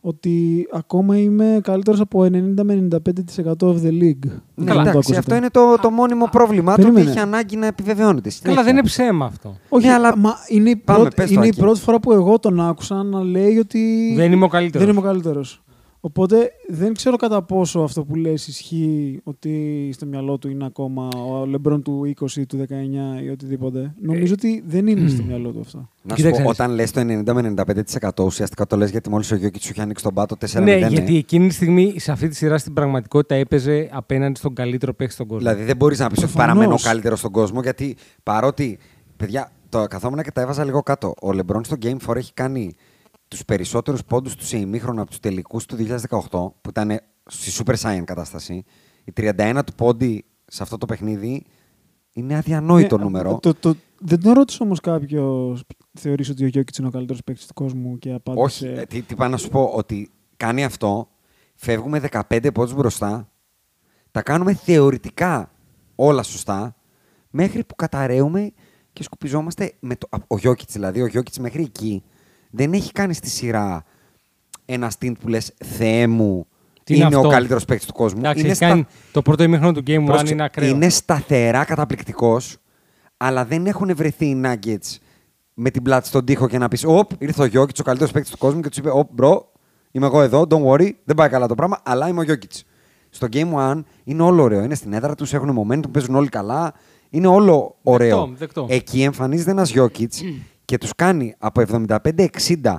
S5: ότι ακόμα είμαι καλύτερος από 90 με 95% of the league.
S3: Ναι,
S5: Καλά, το
S3: εντάξει,
S5: άκουσα
S3: αυτό είναι το, το μόνιμο πρόβλημα του ότι
S5: περίμενε.
S3: έχει ανάγκη να επιβεβαιώνεται.
S4: Καλά, δεν είναι ψέμα αυτό.
S5: Όχι,
S3: Ναι, αλλά-
S5: αλλά μα είναι, η
S3: Πάμε,
S5: πρώτη,
S3: πες το,
S5: είναι η
S3: Άκη.
S5: πρώτη φορά που εγώ τον άκουσα να λέει ότι
S4: Δεν είμαι ο καλύτερος.
S5: δεν είμαι ο καλύτερος. Οπότε δεν ξέρω κατά πόσο αυτό που λες ισχύει ότι στο μυαλό του είναι ακόμα ο Λεμπρόν του 20, του 19 ή οτιδήποτε. Νομίζω ότι δεν είναι
S3: Ε,
S5: στο μυαλό του αυτό.
S3: Να σου
S4: Κοίταξε,
S3: πω,
S4: ναι.
S3: όταν λες το 90 με 95% ουσιαστικά το λες γιατί μόλις ο Γιώκη σου είχε ανοίξει τον πάτο 4-0.
S4: Ναι,
S3: ε.
S4: γιατί εκείνη τη στιγμή σε αυτή τη σειρά στην πραγματικότητα έπαιζε απέναντι στον καλύτερο παίχτη στον κόσμο.
S3: Δηλαδή δεν μπορείς να πεις ότι
S5: Προφανώς.
S3: παραμένω ο καλύτερος στον κόσμο γιατί παρότι. Παιδιά, το καθόμουν και τα έβαζα λίγο κάτω. Ο Λεμπρόν στο Game 4 έχει κάνει τους περισσότερους πόντους του σε ημίχρονα από τους τελικούς του 2018 που ήταν στη Super Saiyan κατάσταση. Η 31 του πόντι σε αυτό το παιχνίδι είναι αδιανόητο
S5: Ναι,
S3: νούμερο.
S5: Το, το, δεν τον ρώτησε όμως κάποιος. Θεωρείς ότι ο Γιώκητ είναι ο καλύτερος παίκτης του κόσμου και
S3: Όχι,
S5: απάντησε.
S3: ε, τι, τι πάω να σου πω, ότι κάνει αυτό, φεύγουμε 15 πόντους μπροστά, τα κάνουμε θεωρητικά όλα σωστά, μέχρι που καταραίουμε και σκουπιζόμαστε με το, α, ο Γιώκητς δηλαδή, ο Γιώκητς μέχρι εκεί δεν έχει κάνει στη σειρά ένα stint που λες «Θεέ μου,
S4: Τι
S3: είναι,
S4: είναι
S3: ο
S4: αυτό?»
S3: καλύτερος παίκτης του κόσμου».
S4: Εντάξει,
S3: είναι
S4: έχει κάνει το πρώτο ημίχρονο του Game One
S3: Πρόσεξε,
S4: είναι ακραίο.
S3: είναι σταθερά καταπληκτικός, αλλά δεν έχουν βρεθεί οι Nuggets με την πλάτη στον τοίχο και να πεις: Οπ, ήρθε ο Γιώκητ, ο καλύτερος παίκτης του κόσμου και τους είπε: Οπ, μπρο, είμαι εγώ εδώ, don't worry, δεν πάει καλά το πράγμα, αλλά είμαι ο Γιώκητ. Στο Game One είναι όλο ωραίο. Είναι στην έδρα τους, έχουν momentum, παίζουν όλοι καλά. Είναι όλο ωραίο.
S4: δεκτό.
S3: Εκεί εμφανίζεται ένας Γιώκητ και τους κάνει από 75-60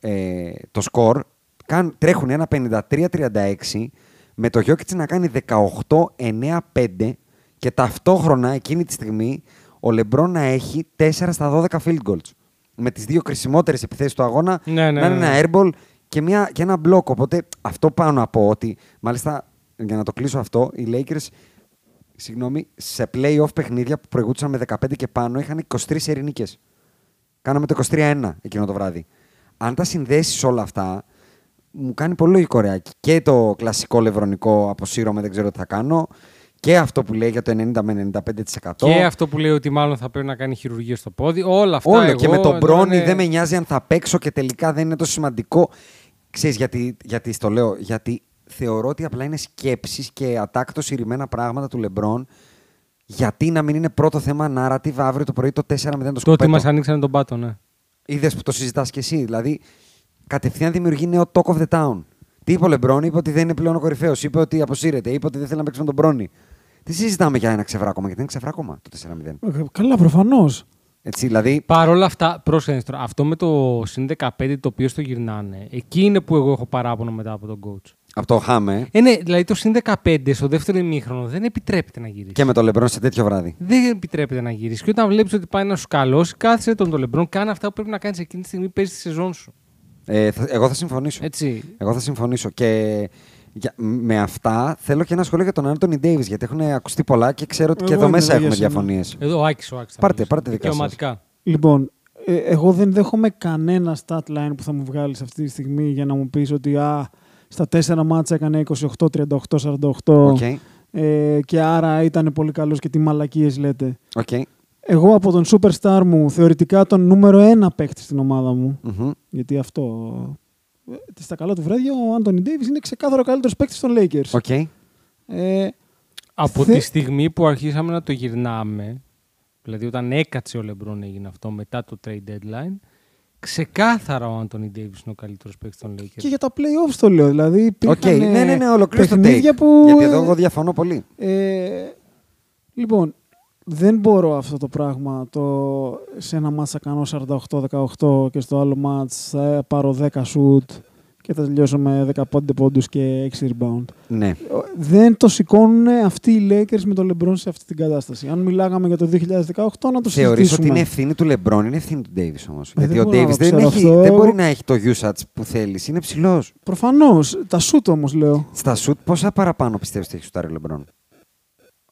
S3: ε, το σκορ. Κάν, τρέχουν ένα 53-36 με το Γιώκητς να κάνει 18-9-5 και ταυτόχρονα εκείνη τη στιγμή ο Λεμπρόν να έχει 4 στα 12 field goals. Με τις δύο κρισιμότερες επιθέσεις του αγώνα
S4: Ναι, ναι,
S3: να είναι
S4: ναι.
S3: ένα airball και, μια, και ένα μπλοκ. Οπότε αυτό πάω να πω ότι μάλιστα για να το κλείσω αυτό οι Lakers συγγνώμη, σε play-off παιχνίδια που προηγούνταν με 15 και πάνω είχαν 23 ερηνίκες. Κάναμε το 23-1 εκείνο το βράδυ. Αν τα συνδέσεις όλα αυτά, μου κάνει πολύ λογικό ρεάκι. Και το κλασικό λευρονικό αποσύρωμα, δεν ξέρω τι θα κάνω. Και αυτό που λέει για το 90 με 95%.
S4: Και αυτό που λέει ότι μάλλον θα πρέπει να κάνει χειρουργείο στο πόδι. Όλα αυτά.
S3: Όλο.
S4: εγώ, ναι,
S3: και με τον Μπρόνι
S4: ήταν-
S3: δεν με νοιάζει αν θα παίξω και τελικά δεν είναι τόσο σημαντικό. Ξέρεις γιατί, γιατί στο λέω, γιατί θεωρώ ότι απλά είναι σκέψεις και ατάκτως συρρημένα πράγματα του Λεμπρόν γιατί να μην είναι πρώτο θέμα narrative αύριο το πρωί το 4 0 το
S4: Το ότι
S3: σκουπέτο.
S4: μας ανοίξανε τον πάτο, ναι.
S3: Είδες που το συζητάς και εσύ. Δηλαδή, κατευθείαν δημιουργεί νέο talk of the town. Τι είπε ο Λεμπρόν, είπε ότι δεν είναι πλέον ο κορυφαίος. Είπε ότι αποσύρεται. Είπε ότι δεν θέλει να παίξει με τον Μπρόνι. Τι συζητάμε για ένα ξεβράκωμα, γιατί είναι ξεβράκωμα το 4-0.
S5: Ε, Καλά, προφανώς.
S3: Έτσι, δηλαδή.
S4: Παρ' όλα αυτά, πρόσεχε τώρα, αυτό με το συν 15 το οποίο στο γυρνάνε, εκεί είναι που εγώ έχω παράπονο μετά από τον coach.
S3: Από το χάμε.
S4: Ε, ναι, δηλαδή το συν 15 στο δεύτερο ημίχρονο δεν επιτρέπεται να γυρίσεις.
S3: Και με το Λεμπρόν σε τέτοιο βράδυ.
S4: Δεν επιτρέπεται να γυρίσεις. Και όταν βλέπεις ότι πάει να σου καλώσει, κάθισε τον το λεμπρόν, κάνει αυτά που πρέπει να κάνεις εκείνη τη στιγμή, παίζεις τη σεζόν σου.
S3: Ε, θα- εγώ θα συμφωνήσω.
S4: Έτσι.
S3: Εγώ θα συμφωνήσω. Και για- με αυτά θέλω και ένα σχόλιο για τον Άντωνι Ντέιβις, γιατί έχουν ακουστεί πολλά και ξέρω ότι και
S5: Εγώ
S3: εδώ
S5: είμαι
S3: μέσα
S5: εδώ για
S3: έχουμε
S5: σένα.
S3: διαφωνίες.
S4: Εδώ ο Άκης, ο Άκης θα
S3: Πάρτε,
S4: μιλήσει.
S3: πάρτε δικά σας.
S4: Δικαιωματικά.
S5: Λοιπόν, ε, εγώ δεν δέχομαι κανένα stat line που θα μου βγάλεις αυτή τη στιγμή για να μου πεις ότι α, στα τέσσερα μάτσα έκανε 28, 38, 48.
S3: Οκ.
S5: Ε, και άρα ήταν πολύ καλός και τι μαλακίες λέτε.
S3: Οκ.
S5: Εγώ από τον superstar μου, θεωρητικά τον νούμερο ένα παίκτη στην ομάδα μου.
S3: Μμμ.
S5: Γιατί αυτό. ε, Στα καλά του βράδια, ο Άντωνι Ντέιβι είναι ξεκάθαρο καλύτερος παίκτη των Lakers.
S3: Οκ.
S5: Ε,
S4: Από
S5: Θε-
S4: τη στιγμή που αρχίσαμε να το γυρνάμε, δηλαδή όταν έκατσε ο Λεμπρόν έγινε αυτό μετά το trade deadline, ξεκάθαρα ο Άντωνι Ντέιβις είναι ο καλύτερος παίκτης των Lakers.
S5: και για τα playoffs το λέω. Δηλαδή,
S3: Οκ.
S5: υπήρχαν, ε,
S3: Ναι, ναι, ναι, ολοκλήρωσε το
S5: παιχνίδια
S3: take.
S5: που.
S3: Γιατί
S5: ε,
S3: εδώ εγώ διαφωνώ πολύ.
S5: Ε, λοιπόν, δεν μπορώ αυτό το πράγμα. Το, σε ένα μάτς θα κάνω 48-18 και στο άλλο μάτς θα πάρω 10 σουτ και θα τελειώσω με 15 πόντους και 6 rebound. Ε,
S3: Ναι.
S5: Δεν το σηκώνουν αυτοί οι Lakers με τον LeBron σε αυτή την κατάσταση. Αν μιλάγαμε για το 2018 να το
S3: Θεωρείς ότι
S5: συζητήσουμε.
S3: είναι ευθύνη του Λεμπρόν, είναι ευθύνη του Ντέιβι όμως.
S5: Ε,
S3: Γιατί
S5: δεν
S3: ο
S5: μπορώ να
S3: Ντέιβι
S5: το
S3: δεν,
S5: ξέρω
S3: έχει-
S5: αυτό.
S3: δεν μπορεί να έχει το usage που θέλεις. Είναι ψηλός.
S5: Προφανώς. Τα σουτ όμως λέω.
S3: Στα σουτ, πόσα παραπάνω πιστεύεις ότι έχει σουτάρει ο Λεμπρόν.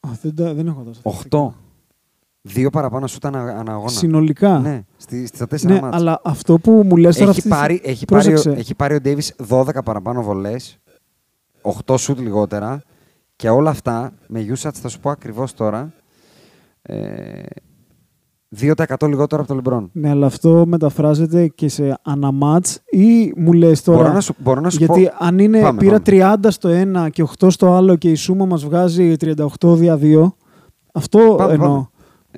S5: Α, δεν, τα- δεν έχω δώσει.
S3: 8. Δύο παραπάνω σουτ ανα, ανα αγώνα.
S5: Συνολικά.
S3: Ναι, στη, στα τέσσερα
S5: Ναι,
S3: μάτς.
S5: αλλά αυτό που μου λες τώρα...
S3: Έχει
S5: αυτή τη
S3: πάρει,
S5: στιγμή-
S3: έχει, πάρει, ο-
S5: Πρόσεξε.
S3: έχει πάρει ο Ντέιβις 12 παραπάνω βολές, 8 σουτ λιγότερα και όλα αυτά με usage θα σου πω ακριβώς τώρα. Ε, 2% λιγότερο από τον Λεμπρόν.
S5: Ναι, αλλά αυτό μεταφράζεται και σε αναμάτς ή μου λες τώρα...
S3: Μπορώ να σου, μπορώ να σου
S5: γιατί
S3: πω.
S5: αν είναι,
S3: Πάμε,
S5: πήρα
S3: πάμε.
S5: 30 στο ένα και 8 στο άλλο και η σούμα μας βγάζει 38 δια 2, αυτό
S3: Πάμε,
S5: εννοώ.
S3: πάμε.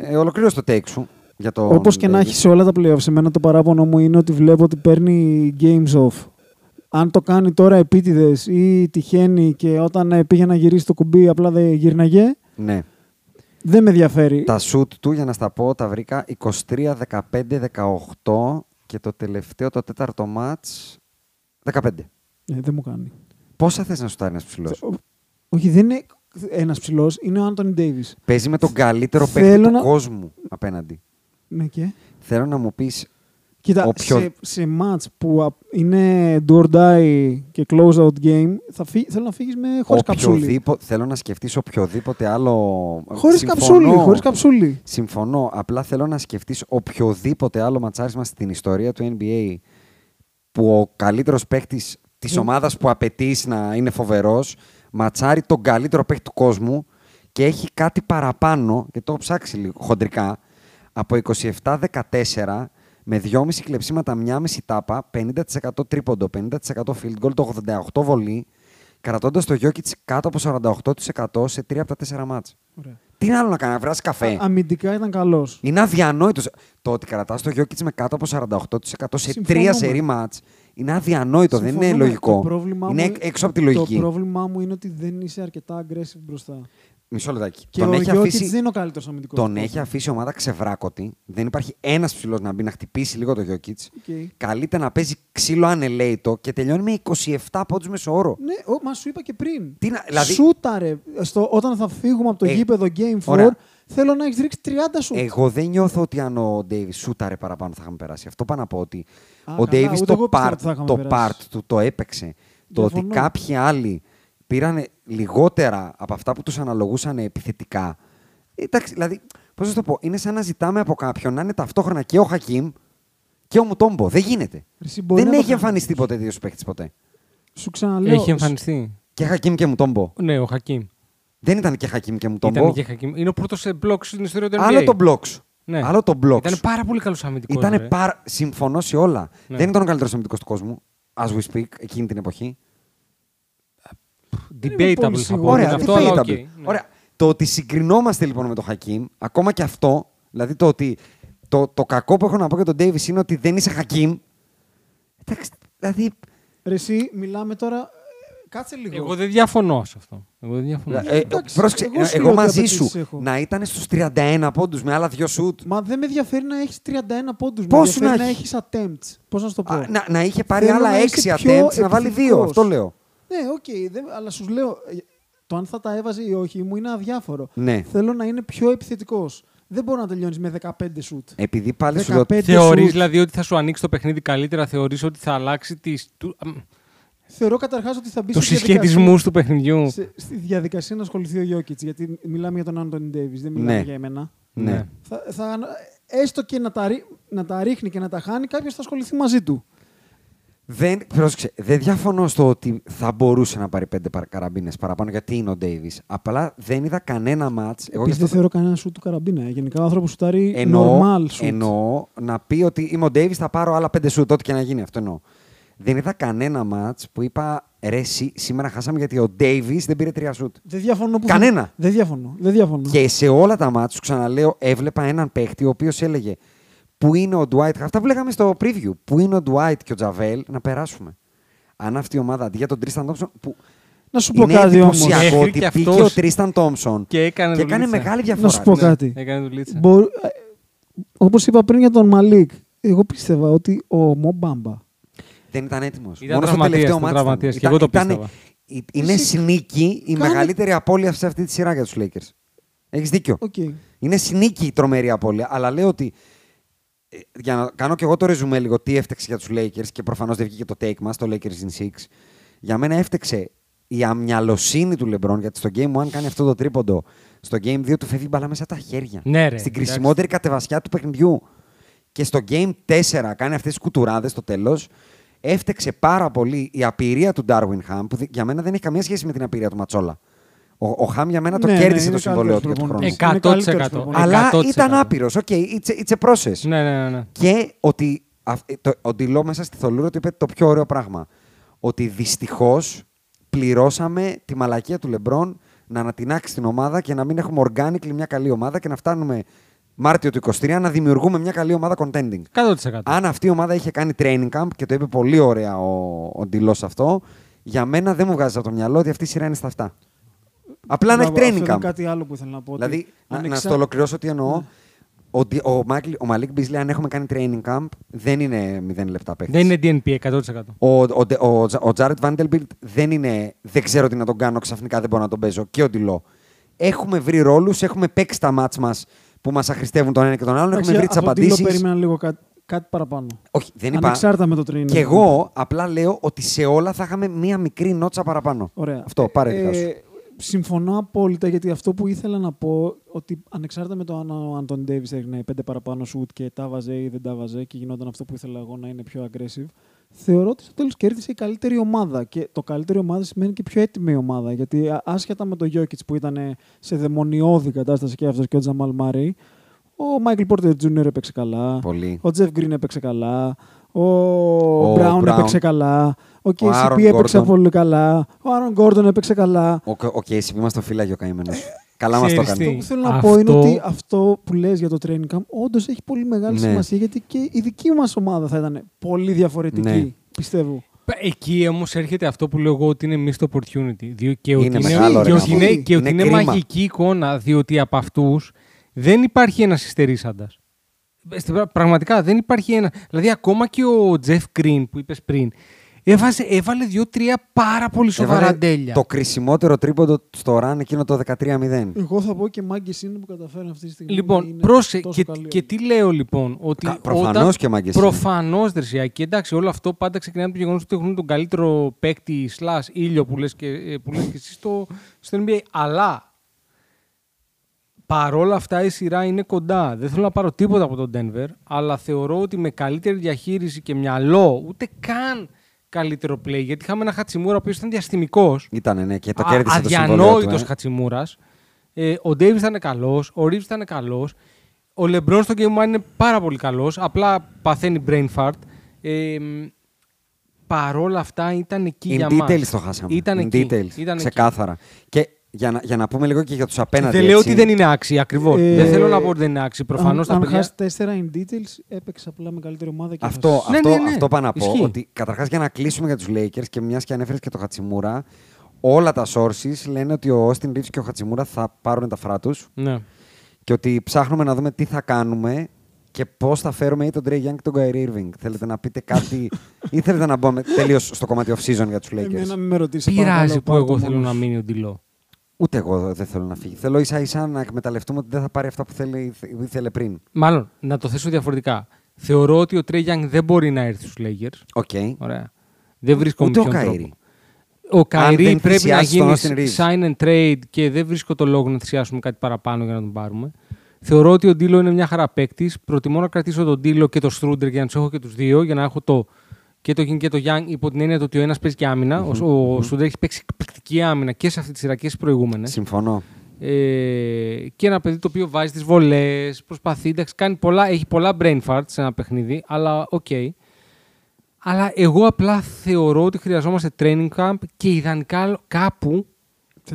S3: Ε, ολοκλήρωσε το take σου. Για το
S5: Όπως και να έχεις σε όλα τα playoffs, εμένα το παράπονο μου είναι ότι βλέπω ότι παίρνει games off. Αν το κάνει τώρα επίτηδες ή τυχαίνει και όταν ε, πήγε να γυρίσει το κουμπί απλά δεν γύρναγε,
S3: Ναι.
S5: δεν με ενδιαφέρει.
S3: Τα σουτ του, για να στα πω, τα βρήκα 23, 15, 18 και το τελευταίο, το τέταρτο μάτς, 15.
S5: Ε, δεν μου κάνει.
S3: Πόσα θες να σουτάρει ένας ψηλός.
S5: Ο- Όχι, δεν είναι ένας ψηλός, είναι ο Άντωνι Ντέιβι.
S3: Παίζει με τον καλύτερο
S5: Θέλω
S3: παίκτη του
S5: να-
S3: κόσμου απέναντι.
S5: Ναι, και.
S3: Θέλω να μου πεις,
S5: Κοίτα,
S3: Ο πιο-
S5: σε, σε μάτς που α- είναι do or die και close out game, θα φύ- θέλω να φύγεις με χωρίς καψούλη.
S3: οποιοδήποτε, θέλω να σκεφτείς οποιοδήποτε άλλο...
S5: Χωρίς
S3: Συμφωνώ.
S5: καψούλη, χωρίς καψούλη.
S3: Συμφωνώ. Απλά θέλω να σκεφτείς οποιοδήποτε άλλο ματσάρισμα στην ιστορία του NBA που ο καλύτερος παίκτης της
S5: Ε.
S3: ομάδας που απαιτείς να είναι φοβερός ματσάρει τον καλύτερο παίκτη του κόσμου και έχει κάτι παραπάνω, και το έχω ψάξει λίγο χοντρικά, από 27-14 με 2,5 κλεψίματα, 1,5 τάπα, 50% τρίποντο, 50% field goal, το 88 βολή, κρατώντας το Jokic κάτω από 48% σε 3 από τα 4 μάτς.
S5: Ωραία.
S3: Τι άλλο να κάνει, να βράσει καφέ.
S5: Α- αμυντικά ήταν καλός.
S3: Είναι αδιανόητος. Το ότι κρατάς το Γιώκητ με κάτω από 48% σε
S5: Συμφωνούμε.
S3: τρία σερή μάτ είναι αδιανόητο. δεν είναι
S5: Συμφωνούμε.
S3: λογικό.
S5: ναι. Το πρόβλημά
S3: είναι
S5: μου-
S3: εκ- έξω από τη λογική.
S5: Το πρόβλημά μου είναι ότι δεν είσαι αρκετά aggressive μπροστά.
S3: Μισό λεπτάκι.
S5: Και
S3: τον
S5: ο
S3: έχει
S5: Γιώκητς
S3: αφήσει,
S5: δεν είναι ο καλύτερος αμυντικός.
S3: τον έχει αφήσει η ομάδα ξεβράκωτη. Δεν υπάρχει ένας ψηλός να μπει να χτυπήσει λίγο το Γιώκητ.
S5: Οκ.
S3: Καλείται να παίζει ξύλο ανελέητο και τελειώνει με 27 πόντου μεσοόρο.
S5: Ναι, ο, μα σου είπα και πριν.
S3: Τι να- δηλαδή-
S5: Σούταρε. Στο, όταν θα φύγουμε από το
S3: Ε,
S5: γήπεδο Game 4,
S3: ωραία.
S5: θέλω να έχεις ρίξει 30 σου.
S3: Εγώ δεν νιώθω ότι αν ο Ντέιβις σούταρε παραπάνω θα είχαμε περάσει. Αυτό πάω να πω ότι
S5: Α,
S3: ο
S5: καλά,
S3: Ντέιβις
S5: ούτε
S3: το,
S5: εγώ πίστευα
S3: part,
S5: ότι θα είχαμε
S3: το part
S5: περάσει.
S3: του το έπαιξε. Το ότι
S5: Διαφωνώ.
S3: κάποιοι άλλοι πήραν λιγότερα από αυτά που τους αναλογούσαν επιθετικά. Εντάξει, δηλαδή, πώς να σου το πω, είναι σαν να ζητάμε από κάποιον να είναι ταυτόχρονα και ο Χακίμ και ο Μουτόμπο. Δεν γίνεται.
S5: Εσύ μπορεί
S3: Δεν
S5: να το
S3: έχει
S5: κάνεις.
S3: εμφανιστεί ποτέ δύο παίχτη ποτέ.
S5: Σου ξαναλέω.
S4: Έχει εμφανιστεί.
S3: Και Χακίμ και Μουτόμπο.
S4: Ναι, ο Χακίμ.
S3: Δεν ήταν και Χακίμ και μου τον
S4: Ήταν
S3: πω.
S4: και Χακίμ. Είναι ο πρώτος μπλοκ στην ιστορία του NBA.
S3: Άλλο τον μπλοκ σου.
S4: Ναι.
S3: Άλλο τον μπλοκ
S4: Ήταν
S3: σου.
S4: πάρα πολύ καλός αμυντικός.
S3: Ήτανε πάρα... Συμφωνώ σε όλα.
S4: Ναι.
S3: Δεν ήταν ο καλύτερος αμυντικός του κόσμου. As we speak, εκείνη την εποχή.
S5: είμαι πολύ
S4: Debatable θα πω.
S5: σίγουρος.
S3: Ωραία,
S4: είναι
S3: τι
S4: αυτό, αλλά οκ.
S3: debatable.
S4: Ναι.
S3: Ωραία. Το ότι συγκρινόμαστε λοιπόν με τον Χακίμ, ακόμα και αυτό, δηλαδή το ότι το, το κακό που έχω να πω για τον Ντέιβι είναι ότι δεν είσαι Χακίμ. Εντάξει, δηλαδή.
S5: Ρε εσύ, μιλάμε τώρα... ε, Κάτσε λίγο.
S4: Εγώ δεν διαφωνώ σε αυτό. Εγώ δεν διαφωνώ.
S3: Ε,
S5: Ναι, εντάξει,
S3: πρόσεξε,
S5: εγώ
S3: ε, εγώ,
S5: σου λέω ότι
S3: μαζί
S5: απαιτήσεις
S3: σου
S5: έχω.
S3: να ήταν στους 31 πόντους με άλλα δύο σουτ.
S5: Μα δεν με ενδιαφέρει να έχεις 31 πόντους. με
S3: Πόσο
S5: ενδιαφέρει
S3: να
S5: να έχεις attempts. Πώς να σου το πω.
S3: Α, να, να είχε πάρει
S5: Θέλω
S3: άλλα
S5: να είσαι
S3: 6
S5: πιο
S3: attempts να βάλει δύο.
S5: επιθετικός.
S3: Αυτό λέω.
S5: Ναι, οκ, δεν- αλλά σου λέω, ε, το αν θα τα έβαζε ή όχι μου είναι αδιάφορο.
S3: Ναι.
S5: Θέλω να είναι πιο επιθετικός. Δεν μπορώ να τελειώνεις με 15 σουτ.
S3: Επειδή πάλι σου λέω
S5: 15
S4: Θεωρείς
S5: σουτ.
S4: δηλαδή ότι θα σου ανοίξει το παιχνίδι καλύτερα, θεωρείς ότι θα αλλάξει τις, του,
S5: Θεωρώ καταρχάς ότι θα μπει
S4: τους
S5: στη
S4: συσχετισμούς του παιχνιδιού.
S5: διαδικασία- σε- στη διαδικασία να ασχοληθεί ο Γιώκητ. Γιατί μιλάμε για τον Άντωνι Ντέιβι, δεν μιλάμε
S3: Ναι.
S5: για εμένα.
S3: Ναι.
S5: Θα, θα, έστω και να τα, ρί- να τα ρίχνει και να τα χάνει, κάποιος θα ασχοληθεί μαζί του.
S3: Δεν, πρόσεξε, δεν διαφωνώ στο ότι θα μπορούσε να πάρει πέντε παρα- καραμπίνες παραπάνω γιατί είναι ο Ντέιβι. Απλά δεν είδα κανένα μάτ. Εγώ γι'
S5: Επίσης,
S3: αυτό
S5: δεν θεωρώ κανένα σουτ του καραμπίνα. ε. Γενικά ο άνθρωπος σουτάρει
S3: εννοώ,
S5: normal σουτ.
S3: εννοώ να πει ότι είμαι ο Ντέιβι, θα πάρω άλλα πέντε σουτ, ό,τι και να γίνει. Αυτό εννοώ. Δεν είδα κανένα μάτ που είπα ρε, σή- σήμερα χάσαμε γιατί ο Ντέιβι δεν πήρε τρία σουτ.
S5: Δεν διαφωνώ που
S3: Κανένα.
S5: Δεν διαφωνώ. Δεν διαφωνώ.
S3: Και σε όλα τα μάτς, σου ξαναλέω, έβλεπα έναν παίχτη ο οποίος έλεγε Πού είναι ο Ντουάιτ. Αυτά που λέγαμε στο preview. Πού είναι ο Ντουάιτ και ο Τζαβέλ να περάσουμε. Αν αυτή η ομάδα αντί για τον Τρίσταν Τόμψον. Που
S5: Να σου πω
S3: είναι
S5: κάτι όμως.
S3: εντυπωσιακό
S4: Μέχρι
S3: ότι
S4: και
S3: πήγε
S4: αυτός
S3: ο Τρίσταν Τόμψον
S4: και έκανε δουλίτσα.
S3: μεγάλη διαφορά.
S5: Να σου πω
S3: Ναι.
S5: κάτι.
S4: Έκανε δουλίτσα.
S5: Μπορού... ε, Όπως είπα πριν για τον Μαλίκ, εγώ πίστευα ότι ο Μομπάμπα
S3: Δεν ήταν έτοιμος.
S4: Ήταν τραυματίας, ήταν
S3: μάτς
S4: τραυματίας
S3: ήταν.
S4: και εγώ το
S3: Ήταν-
S4: πίστευα.
S3: ήταν- Είναι συνήκη η
S5: Κάνε-
S3: μεγαλύτερη απώλεια σε αυτή τη σειρά για τους Lakers. Έχεις δίκιο.
S5: Οκ.
S3: Είναι συνήκη η τρομερή απώλεια, αλλά λέω ότι. ε, Για να κάνω και εγώ το ρεζουμέ λίγο τι έφταξε για τους Lakers και προφανώς δεν βγήκε το take μας, το Lakers in 6. Για μένα έφταξε η αμυαλοσύνη του LeBron γιατί στο Game 1 κάνει αυτό το τρίποντο. Στο Game 2 του φεύγει η μπαλά μέσα από τα χέρια.
S4: Ναι, ρε,
S3: Στην
S4: εντάξει.
S3: κρισιμότερη κατεβασιά του παιχνιδιού. Και στο Game 4 κάνει αυτές τις κουτουράδες στο τέλος. Έφταξε πάρα πολύ η απειρία του Darwin Ham, που δε- για μένα δεν έχει καμία σχέση με την απειρία του Ματσόλα. Ο, ο Χαμ για μένα το
S5: Ναι, ναι,
S3: κέρδισε
S5: είναι
S3: το συμβολέο
S5: καλύτερος
S3: του για τον χρόνο.
S5: προπονητής.
S4: 100%.
S5: Είναι καλύτερος προπονητής.
S3: Αλλά
S4: 100%.
S3: ήταν άπειρος. Οκ, it's, a- it's a process.
S4: Ναι, ναι, ναι, ναι.
S3: Και ότι αυ- ε, το, ο Ντιλό μέσα στη θολούρα του είπε το πιο ωραίο πράγμα. Ότι δυστυχώς πληρώσαμε τη μαλακία του Λεμπρόν να ανατινάξει την ομάδα και να μην έχουμε organically μια καλή ομάδα και να φτάνουμε Μάρτιο του 23 να δημιουργούμε μια καλή ομάδα contending.
S4: 100%.
S3: Αν αυτή η ομάδα είχε κάνει training camp και το είπε πολύ ωραία ο, ο Ντιλός αυτό, για μένα δεν μου βγάζει από το μυαλό ότι αυτή η σειρά είναι στα αυτά. Απλά να έχει
S5: Μπράβο,
S3: training
S5: αυτό είναι
S3: camp.
S5: κάτι άλλο που ήθελα να πω. ότι Ναι.
S3: Δηλαδή, να, να
S5: ανεξά-
S3: στο ολοκληρώσω τι εννοώ. Ο, Ντι- ο, Μάικλ- ο Μαλίκ Μπίσλι, αν έχουμε κάνει training camp, δεν είναι 0 λεπτά παίχτη.
S4: Δεν είναι DNP 100%.
S3: Ο, ο, Ντε- ο, Τζα- ο Τζάρετ Βάντελμπιλτ δεν είναι. Δεν ξέρω τι να τον κάνω, ξαφνικά δεν μπορώ να τον παίζω. Και ο Ντιλό. Έχουμε βρει ρόλους, έχουμε παίξει τα μάτ μας που μας αχρηστεύουν τον ένα και τον άλλον.
S5: Εντάξει,
S3: Έχουμε βρει τις
S5: από τον Τίλο
S3: απαντήσει.
S5: περίμενα λίγο κάτι, κάτι παραπάνω.
S3: Όχι, δεν είπα.
S5: Ανεξάρτητα με το training.
S3: Και εγώ απλά λέω ότι σε όλα θα είχαμε μία μικρή νότσα παραπάνω.
S5: Ωραία.
S3: Αυτό, πάρε δικά σου.
S5: ε, Συμφωνώ απόλυτα γιατί αυτό που ήθελα να πω ότι ανεξάρτητα με το αν ο Άντων Ντέβι έριχνε πέντε παραπάνω σουτ και τα βαζέ ή δεν τα βαζέ και γινόταν αυτό που ήθελα εγώ να είναι πιο aggressive, θεωρώ ότι στο τέλος κέρδισε η καλύτερη ομάδα. Και το καλύτερη ομάδα σημαίνει και πιο έτοιμη ομάδα. Γιατί α- άσχετα με τον Γιώκητ που ήταν ε, σε δαιμονιώδη κατάσταση και αυτός και ο Τζαμάλ Μάρι, ο Μάικλ Πόρτερ Τζούνιορ έπαιξε καλά.
S3: Πολύ.
S5: Ο Τζεφ Γκριν έπαιξε καλά. Ο,
S3: Ο
S5: Μπράουν
S3: Brown.
S5: έπαιξε καλά. Ο KCP
S3: Aaron
S5: έπαιξε
S3: Gordon.
S5: πολύ καλά. Ο Άρον Γκόρντον έπαιξε καλά.
S3: Ο, ο Casey, μη μας το φύλαγε ο καημένος. Καλά μας το
S4: ξέρεις
S3: έκανε.
S4: τι.
S5: Αυτό που θέλω να
S4: Αυτό-
S5: πω είναι ότι αυτό που λες για το training camp όντως έχει πολύ μεγάλη
S3: Ναι.
S5: σημασία γιατί και η δική μας ομάδα θα ήταν πολύ διαφορετική,
S3: Ναι.
S5: πιστεύω.
S4: Εκεί όμως έρχεται αυτό που λέω εγώ ότι είναι missed opportunity. Διο- Και ότι
S3: Είναι
S4: είναι,
S3: μεγάλο,
S4: και
S5: ρε,
S4: ότι
S5: γαμώ.
S4: είναι, και ότι
S3: Είναι
S4: είναι
S3: κρίμα.
S4: μαγική εικόνα, διότι από αυτούς δεν υπάρχει ένας υστερήσαντας. Πραγματικά δεν υπάρχει ένα. Δηλαδή, ακόμα και ο Τζεφ Green που είπες πριν, έβαζε, έβαλε δύο-τρία πάρα πολύ σοβαρά
S3: Έβαλε
S4: τέλεια.
S3: Το κρισιμότερο τρίποντο στο ραν εκείνο το 13-0.
S5: Εγώ θα πω και μάγκες είναι που καταφέρουν αυτή τη στιγμή.
S4: Λοιπόν,
S5: είναι
S4: πρόσε,
S5: τόσο
S4: και,
S5: καλή
S4: και τι λέω λοιπόν. Ότι
S3: Κα- προφανώς
S4: όταν-
S3: και μάγκες είναι.
S4: Προφανώς, Δρυσιά. Και εντάξει, όλο αυτό πάντα ξεκινάει από το γεγονός ότι έχουν τον καλύτερο παίκτη slash ήλιο που λες και, ε, που λες και εσύ στο, στο NBA. Αλλά παρόλα αυτά η σειρά είναι κοντά. Δεν θέλω να πάρω τίποτα από τον Denver, αλλά θεωρώ ότι με καλύτερη διαχείριση και μυαλό, ούτε καν καλύτερο play. Γιατί είχαμε ένα Χατσιμούρα ο οποίος ήταν διαστημικός.
S3: Ήταν, ναι, και το κέρδισε το συμβόλαιο του.
S4: Αδιανόητος
S3: ε.
S4: Χατσιμούρας. Ε, ο Ντέιβις ήταν καλός, ο Ρίβ ήταν καλός. Ο Λεμπρόν στο Game One είναι πάρα πολύ καλός. Απλά παθαίνει brain fart. Ε, μ, παρόλα αυτά ήταν εκεί
S3: In
S4: για μας.
S3: details το χάσαμε.
S4: Ήταν
S3: In
S4: εκεί.
S3: details.
S4: Ήταν εκεί.
S3: Ξεκάθαρα. Και για να, για να πούμε λίγο και για τους απέναντι.
S4: Δεν λέω
S3: έτσι,
S4: ότι δεν είναι άξιοι, ακριβώς.
S5: Ε,
S4: δεν θέλω να πω ότι δεν είναι άξιοι. Προφανώς
S5: αν,
S4: τα
S5: αν
S4: παιδιά.
S5: χάσει 4 in details, έπαιξε απλά με καλύτερη ομάδα και
S3: Αυτό,
S5: έχασες.
S4: Ναι,
S3: αυτό,
S4: ναι, ναι.
S3: αυτό πάω να πω.
S4: Ισχύει.
S3: Ότι καταρχάς για να κλείσουμε για τους Lakers και μιας και ανέφερες και το Χατσιμούρα, όλα τα sources λένε ότι ο Austin Reeves και ο Χατσιμούρα θα πάρουν τα φρά τους
S4: Ναι.
S3: και ότι ψάχνουμε να δούμε τι θα κάνουμε και πώς θα φέρουμε ή τον Trey Young και τον Kyrie Irving. Θέλετε να πείτε κάτι ή θέλετε να μπούμε τελείως στο κομμάτι off season
S4: Ε,
S3: για τους
S4: ναι,
S5: Εμένα
S3: Lakers.
S5: μην με ρωτήσει.
S4: Πειράζει που εγώ θέλω να μείνει ο Ντιλό.
S3: Ούτε εγώ δεν θέλω να φύγει. Θέλω ίσα ίσα να εκμεταλλευτούμε ότι δεν θα πάρει αυτά που θέλει, ήθελε πριν.
S4: Μάλλον, να το θέσω διαφορετικά. Θεωρώ ότι ο Τρέι Γιάνγκ δεν μπορεί να έρθει στους Lakers.
S3: Οκ.
S4: Ωραία. Δεν βρίσκω
S3: Ούτε
S4: με
S3: ο
S4: ποιον
S3: Καϊρή.
S4: τρόπο. Ο Καϊρή
S3: δεν
S4: πρέπει να
S3: θυσιάσεις τον
S4: γίνει
S3: Austin Reeves.
S4: sign and trade και δεν βρίσκω το λόγο να θυσιάσουμε κάτι παραπάνω για να τον πάρουμε. Θεωρώ ότι ο Ντίλο είναι μια χαρά παίκτης. Προτιμώ να κρατήσω τον Ντίλο και τον Στρούντερ για να τους έχω και τους δύο, για να έχω το και το King και το Young υπό την έννοια το ότι ο ένας παίζει και αμυνα Ο, ο Στρούντερ έχει παίξει εκπληκτική άμυνα και σε αυτή τη σειρά και στις προηγούμενες.
S3: Συμφωνώ.
S4: Ε, και ένα παιδί το οποίο βάζει τις βολές, προσπαθεί, εντάξει, κάνει πολλά, έχει πολλά brain farts σε ένα παιχνίδι, αλλά οκ. Αλλά εγώ απλά θεωρώ ότι χρειαζόμαστε training camp και ιδανικά κάπου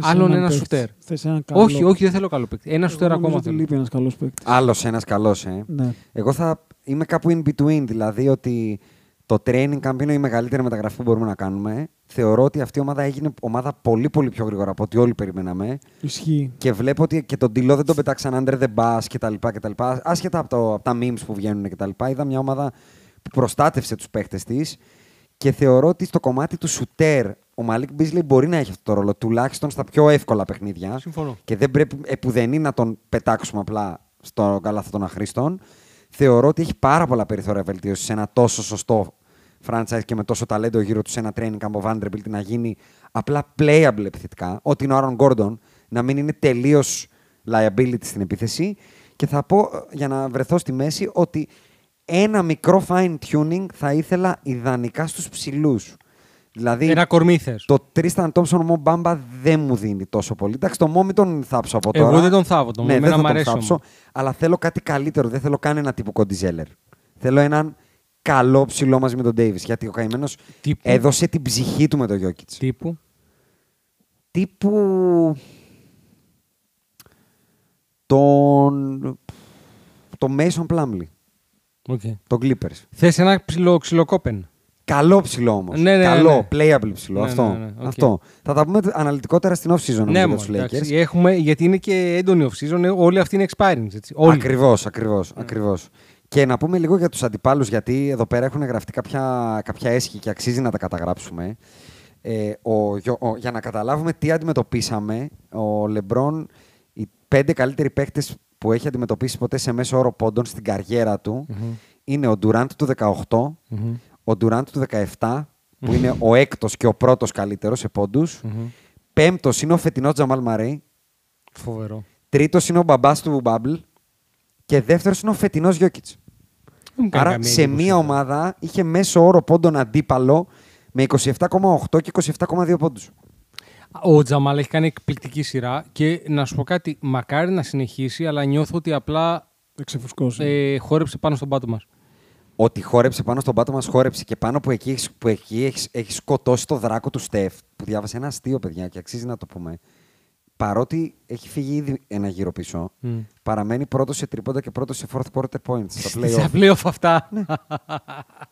S4: άλλον ένα σουτέρ.
S5: Θες έναν καλό.
S4: Όχι, όχι, δεν θέλω καλό παίκτη. Ένα σουτέρ ακόμα
S5: θέλω.
S4: θέλω.
S5: Λείπει ένας καλός παίκτης.
S3: Άλλος ένας καλός, ε.
S5: Ναι.
S3: Εγώ θα είμαι κάπου in between, δηλαδή ότι το training camp είναι η μεγαλύτερη μεταγραφή που μπορούμε να κάνουμε. Θεωρώ ότι αυτή η ομάδα έγινε ομάδα πολύ πολύ πιο γρήγορα από ό,τι όλοι περιμέναμε.
S5: Ισχύει.
S3: Και βλέπω ότι και τον Τιλό δεν τον πετάξαν under the bus κτλ. κτλ. Άσχετα από, το, από τα memes που βγαίνουν κτλ. Είδα μια ομάδα που προστάτευσε τους παίχτες της και θεωρώ ότι στο κομμάτι του σουτέρ ο Μαλίκ Μπίζλεϊ μπορεί να έχει αυτό το ρόλο, τουλάχιστον στα πιο εύκολα παιχνίδια.
S4: Συμφωνώ.
S3: Και δεν πρέπει επουδενή να τον πετάξουμε απλά στο καλάθι των αχρήστων. Θεωρώ ότι έχει πάρα πολλά περιθώρια βελτίωσης σε ένα τόσο σωστό franchise και με τόσο ταλέντο γύρω τους σε ένα training camp ο Vanderbilt να γίνει απλά playable επιθετικά. Ότι είναι ο Άρον Gordon να μην είναι τελείως liability στην επίθεση. Και θα πω, ε, για να βρεθώ στη μέση, ότι ένα μικρό fine tuning θα ήθελα ιδανικά στους ψηλούς. Δηλαδή,
S4: Ένα κορμί θες.
S3: το Τρίσταν Τόμψον Μο Μπάμπα δεν μου δίνει τόσο πολύ. Εντάξει, το Μόμι τον θάψω από
S4: Εγώ
S3: τώρα.
S4: δεν τον θάβω, τον
S3: ναι,
S4: Μόμι,
S3: δεν
S4: εμένα
S3: θα
S4: μ'
S3: τον
S4: αρέσει
S3: θάψω.
S4: όμως.
S3: Αλλά θέλω κάτι καλύτερο. Δεν θέλω καν ένα τύπο κοντιζέλερ. Θέλω έναν καλό ψηλό μαζί με τον Ντέιβι. Γιατί ο καημένος
S4: Τύπου.
S3: έδωσε την ψυχή του με τον Γιώκητ.
S4: Τύπου.
S3: Τύπου. Τον. Τον Mason Plumley.
S4: Okay.
S3: Τον Clippers.
S4: Θες ένα ψηλό, ξυλοκόπεν.
S3: Καλό ψηλό όμως.
S4: Ναι, ναι, ναι,
S3: Καλό,
S4: ναι.
S3: playable ψηλό.
S4: Ναι,
S3: αυτό.
S4: ναι, ναι, οκ.
S3: αυτό. Θα τα πούμε αναλυτικότερα στην off-season
S4: Ναι,
S3: ναι,
S4: μου
S3: για του Lakers.
S4: Έχουμε, γιατί είναι και έντονη off-season, όλοι αυτοί είναι expiring. Έτσι. Όλοι.
S3: Ακριβώς, ακριβώς, ακριβώς. Και να πούμε λίγο για τους αντιπάλους, γιατί εδώ πέρα έχουν γραφτεί κάποια, κάποια έσχη και αξίζει να τα καταγράψουμε. Ε, ο, Γιο- ο- για να καταλάβουμε τι αντιμετωπίσαμε, ο Λεμπρόν, οι πέντε καλύτεροι παίκτες που έχει αντιμετωπίσει ποτέ σε μέσο όρο πόντων στην καριέρα του, είναι ο Ντουράντ του 18, ο Ντουράντ του 17, που είναι ο έκτος και ο πρώτος καλύτερος σε ποντους πέμπτος είναι ο φετινός Τζαμάλ Μαρέι,
S4: Φοβερό.
S3: Τρίτος είναι ο μπαμπάς του Μπάμπλ. Και δεύτερος είναι ο φετινός Γιώκητ.
S4: Δεν μου κάνει
S3: Άρα
S4: καμία
S3: σε
S4: εντύπωση
S3: μία
S4: αυτό.
S3: ομάδα είχε μέσο όρο πόντων αντίπαλο με 27,8 και 27,2 πόντους.
S4: Ο Τζαμάλ έχει κάνει εκπληκτική σειρά και να σου πω κάτι, μακάρι να συνεχίσει, αλλά νιώθω ότι απλά
S5: Θα ξεφουσκώσει.
S4: ε, χόρεψε πάνω στον πάτο μα.
S3: Ότι χόρεψε πάνω στον πάτο μας, χόρεψε και πάνω που εκεί, έχεις- που εκεί έχεις, έχεις σκοτώσει το δράκο του Στεφ. Που διάβασε ένα αστείο, παιδιά, και αξίζει να το πούμε. Παρότι έχει φύγει ήδη ένα γύρο πίσω, παραμένει πρώτος σε τρίποντα και πρώτος σε fourth quarter points. στα
S4: Στα
S3: play-off.
S4: playoff αυτά. Ναι.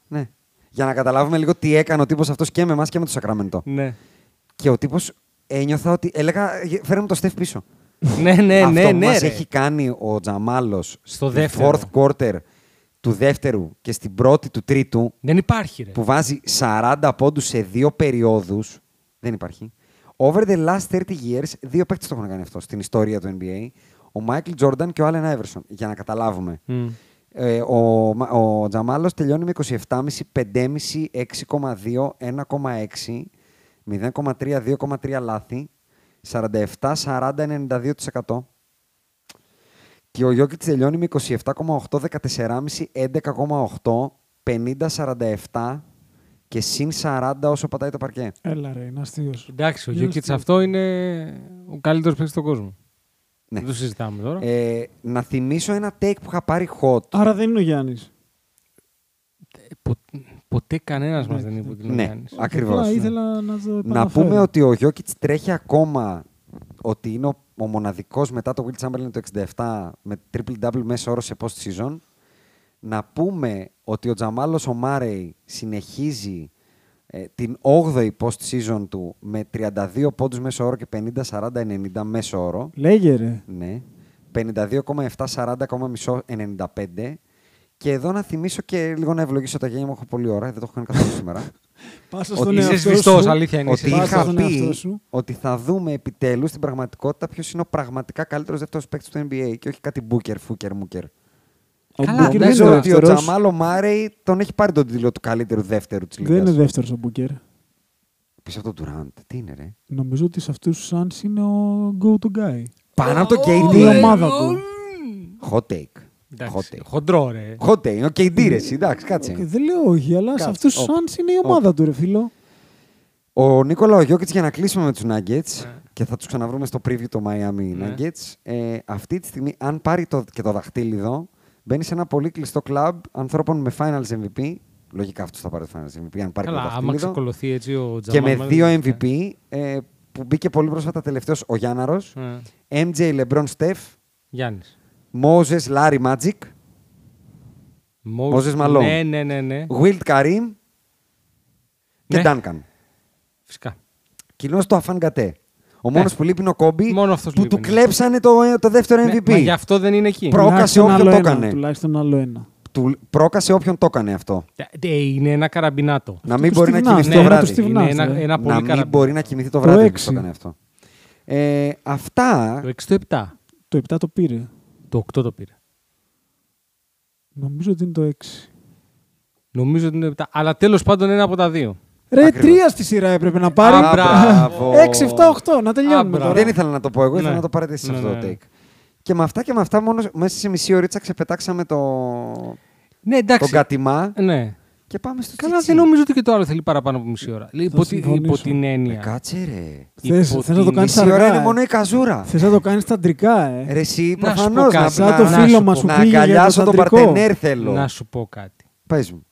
S3: ναι. Για να καταλάβουμε λίγο τι έκανε ο τύπος αυτός και με εμάς και με το Σακραμεντό.
S4: ναι.
S3: Και ο τύπος ένιωθα ότι. Έλεγα, «Γε- φέρε μου το Στεφ πίσω.
S4: ναι, ναι,
S3: Αυτό
S4: ναι,
S3: που
S4: ναι,
S3: μας
S4: ρε.
S3: έχει κάνει ο Τζαμάλος
S4: Στο δεύτερο.
S3: fourth quarter του δεύτερου και στην πρώτη του τρίτου,
S4: Δεν υπάρχει, ρε.
S3: που βάζει 40 πόντους σε δύο περιόδους. Δεν υπάρχει. Over the last 30 years, δύο παίκτες το έχουν κάνει αυτό στην ιστορία του NBA. Ο Μάικλ Τζόρνταν και ο Άλεν Άιβερσον, για να καταλάβουμε.
S4: Μμ.
S3: Ε, ο Μα- ο Τζαμάλος τελειώνει με 27,5, 5,5, 6,2, 1,6, 0,3, 2,3 λάθη, 47, 40, 92%. Και ο Γιώκητ τελειώνει με 27,8, 14,5, 11,8, 50, 47, και συν 40 όσο πατάει το παρκέ.
S5: Έλα ρε, είναι αστείος.
S4: Εντάξει, ο
S5: Είναι
S4: Γιώκητ
S5: αστείος.
S4: αυτό είναι ο καλύτερος παίκτης στον κόσμο.
S3: Ναι.
S4: Δεν το συζητάμε τώρα.
S3: Ε, να θυμίσω ένα take που είχα πάρει hot.
S5: Άρα δεν είναι ο Γιάννης.
S4: Πο- Ε, ποτέ κανένας μας
S5: Ναι,
S4: δεν είπε ότι είναι ο
S3: ναι,
S4: Γιάννης.
S3: ακριβώς.
S5: Απλά
S3: ναι.
S5: ήθελα να το
S3: Να
S5: επαναφέρω.
S3: πούμε ότι ο Γιώκητ τρέχει ακόμα ότι είναι ο, ο μοναδικός μετά το Will Chamberlain το 67 με triple-double μέσο όρο σε post season. Να πούμε ότι ο Τζαμάλο ο Μάρεϊ συνεχίζει ε, την 8η post season του με 32 πόντους μέσο όρο και 50-40-90 μέσο όρο.
S5: Λέγε ρε.
S3: Ναι. 52,7-40,95. Και εδώ να θυμίσω και λίγο να ευλογήσω τα γένια μου. Έχω πολλή ώρα, δεν το έχω κάνει καθόλου σήμερα.
S5: Πάσα
S3: Ότι
S5: στον
S3: είσαι
S5: εαυτό
S4: σβηστός,
S5: σου.
S4: αλήθεια είναι.
S3: ότι
S5: Βάζω
S3: είχα
S5: τον εαυτό
S3: πει
S5: σου.
S3: ότι θα δούμε επιτέλους στην πραγματικότητα ποιος είναι ο πραγματικά καλύτερος δεύτερος παίκτης του NBA και όχι κάτι μπούκερ, φούκερ, μούκερ.
S5: Ο
S4: Καλά,
S5: Μπούκερ
S4: δεν
S5: δεν
S4: είναι
S5: είναι
S3: Νομίζω ότι ο
S5: δεύτερος.
S3: Τζαμάλο Μάρεϊ τον έχει πάρει τον τίτλο του καλύτερου δεύτερου της
S5: Δεν είναι
S3: Λίγκα.
S5: δεύτερος ο Μπούκερ.
S3: Πίσω από τον Τουράντ. Τι είναι, ρε.
S5: Νομίζω ότι σε αυτούς τους Suns είναι ο go to guy.
S3: Πάνω από τον
S5: Η
S3: KD.
S5: ομάδα του.
S3: Hot take. Hot
S4: Εντάξει,
S3: take.
S4: χοντρό, ρε.
S3: Hot take. Είναι Ο KD, ρε. εσύ, Εντάξει, κάτσε.
S5: Και Ε, δεν λέω όχι, αλλά σε
S3: Κάτσε,
S5: αυτούς τους
S3: Ναι. όπα,
S5: Suns είναι η ομάδα του, ρε φίλο.
S3: Ο Νίκολα ο Γιώκητς, για να κλείσουμε με τους Nuggets και θα τους ξαναβρούμε στο preview το Miami
S4: Ναι.
S3: Nuggets. Ε, αυτή τη στιγμή, αν πάρει το, και το δαχτύλιδο, μπαίνει σε ένα πολύ κλειστό κλαμπ ανθρώπων με Finals MVP. Λογικά αυτός θα πάρει το Finals MVP, αν πάρει
S4: Καλά,
S3: και το
S4: άμα
S3: δαχτύλιδο.
S4: ξεκολουθεί έτσι ο
S3: Και
S4: Τζαμάλ.
S3: με
S4: Μάρεϊ,
S3: δύο
S4: δεν-
S3: MVP ε, που μπήκε πολύ πρόσφατα τελευταίος ο Γιάνναρος,
S4: Ε,
S3: MJ LeBron Steph,
S4: Γιάννη.
S3: Moses Larry Magic, Moses Malone.
S4: Ναι, ναι, ναι. ναι.
S3: Wild Karim και
S4: Ναι.
S3: Duncan.
S4: Φυσικά.
S3: Κοινώς το Αφάν Γκατέ. Ο μόνος που λείπει είναι ο Κόμπι
S4: Ναι. Μόνο αυτός
S3: που
S4: λείπει,
S3: του
S4: ναι.
S3: κλέψανε το, το δεύτερο
S4: Ναι,
S3: MVP.
S4: μα γι' αυτό δεν είναι εκεί.
S3: Προ- Πρόκασε
S5: Τουλάχιστον
S3: όποιον
S5: άλλο
S3: το
S5: ένα,
S3: έκανε.
S5: Τουλάχιστον άλλο ένα.
S3: του πρόκασε όποιον το έκανε αυτό.
S4: Ε, Είναι ένα καραμπινάτο.
S3: να μην
S5: του
S3: μπορεί να
S5: στιβνά,
S3: κοιμηθεί το
S5: αυτό είναι
S3: βράδυ.
S5: του στιβνά.
S4: Είναι
S5: στιβνάς,
S4: ένα,
S5: ε.
S4: ένα πολύ
S3: να μην
S4: καραμπινάτο.
S3: μπορεί να κοιμηθεί το
S5: Το
S3: βράδυ που
S5: έξι.
S3: το έκανε αυτό. Ε, αυτά.
S4: Το 6-7.
S5: Το 7 το πήρε.
S4: Το 8 το πήρε.
S5: Νομίζω ότι είναι το 6.
S4: Νομίζω ότι είναι το 7. Αλλά τέλος πάντων ένα από τα δύο.
S5: Ρε,
S3: Ακριβώς.
S5: τρία στη σειρά έπρεπε να
S4: Α,
S5: πάρει.
S4: μπράβο.
S5: 6, 7, 8. Να τελειώνουμε
S4: Α, μπράβο.
S5: τώρα.
S3: Δεν ήθελα να το πω εγώ, ήθελα
S4: Ναι.
S3: να το πάρετε εσείς
S4: Ναι,
S3: αυτό
S4: ναι,
S3: το
S4: ναι.
S3: take. Και με αυτά και με αυτά, μόνο μέσα σε μισή ωρίτσα ξεπετάξαμε το...
S4: Ναι, εντάξει.
S3: τον κατημά
S4: Ναι.
S3: και πάμε στο
S4: Καλά,
S3: τσιτσί.
S4: δεν νομίζω ότι και το άλλο θέλει παραπάνω από μισή ώρα. Λέει, Υπό, τη-
S5: συμφωνήσω.
S4: υπό την
S3: Ε,
S4: έννοια.
S3: Κάτσε ρε.
S5: Θες-
S4: υπό
S5: θες να το
S4: την
S5: κάνεις
S4: ίση-
S5: σαν-
S3: Η ώρα
S5: Σαργά,
S3: είναι
S5: ε.
S3: μόνο η καζούρα.
S5: Θες να το κάνεις ταντρικά, ε.
S3: Ρε εσύ
S4: Να σου πω
S3: προφανώς.
S4: κάτι.
S5: Σαν το
S4: να
S5: φίλο
S4: σου
S5: μα
S4: πω.
S5: που
S3: να
S5: πήγε για
S3: αγκαλιάσω
S5: το
S3: τον
S5: ταντρικό.
S3: παρτενέρ θέλω.
S4: Να σου πω κάτι.
S3: Πες μου.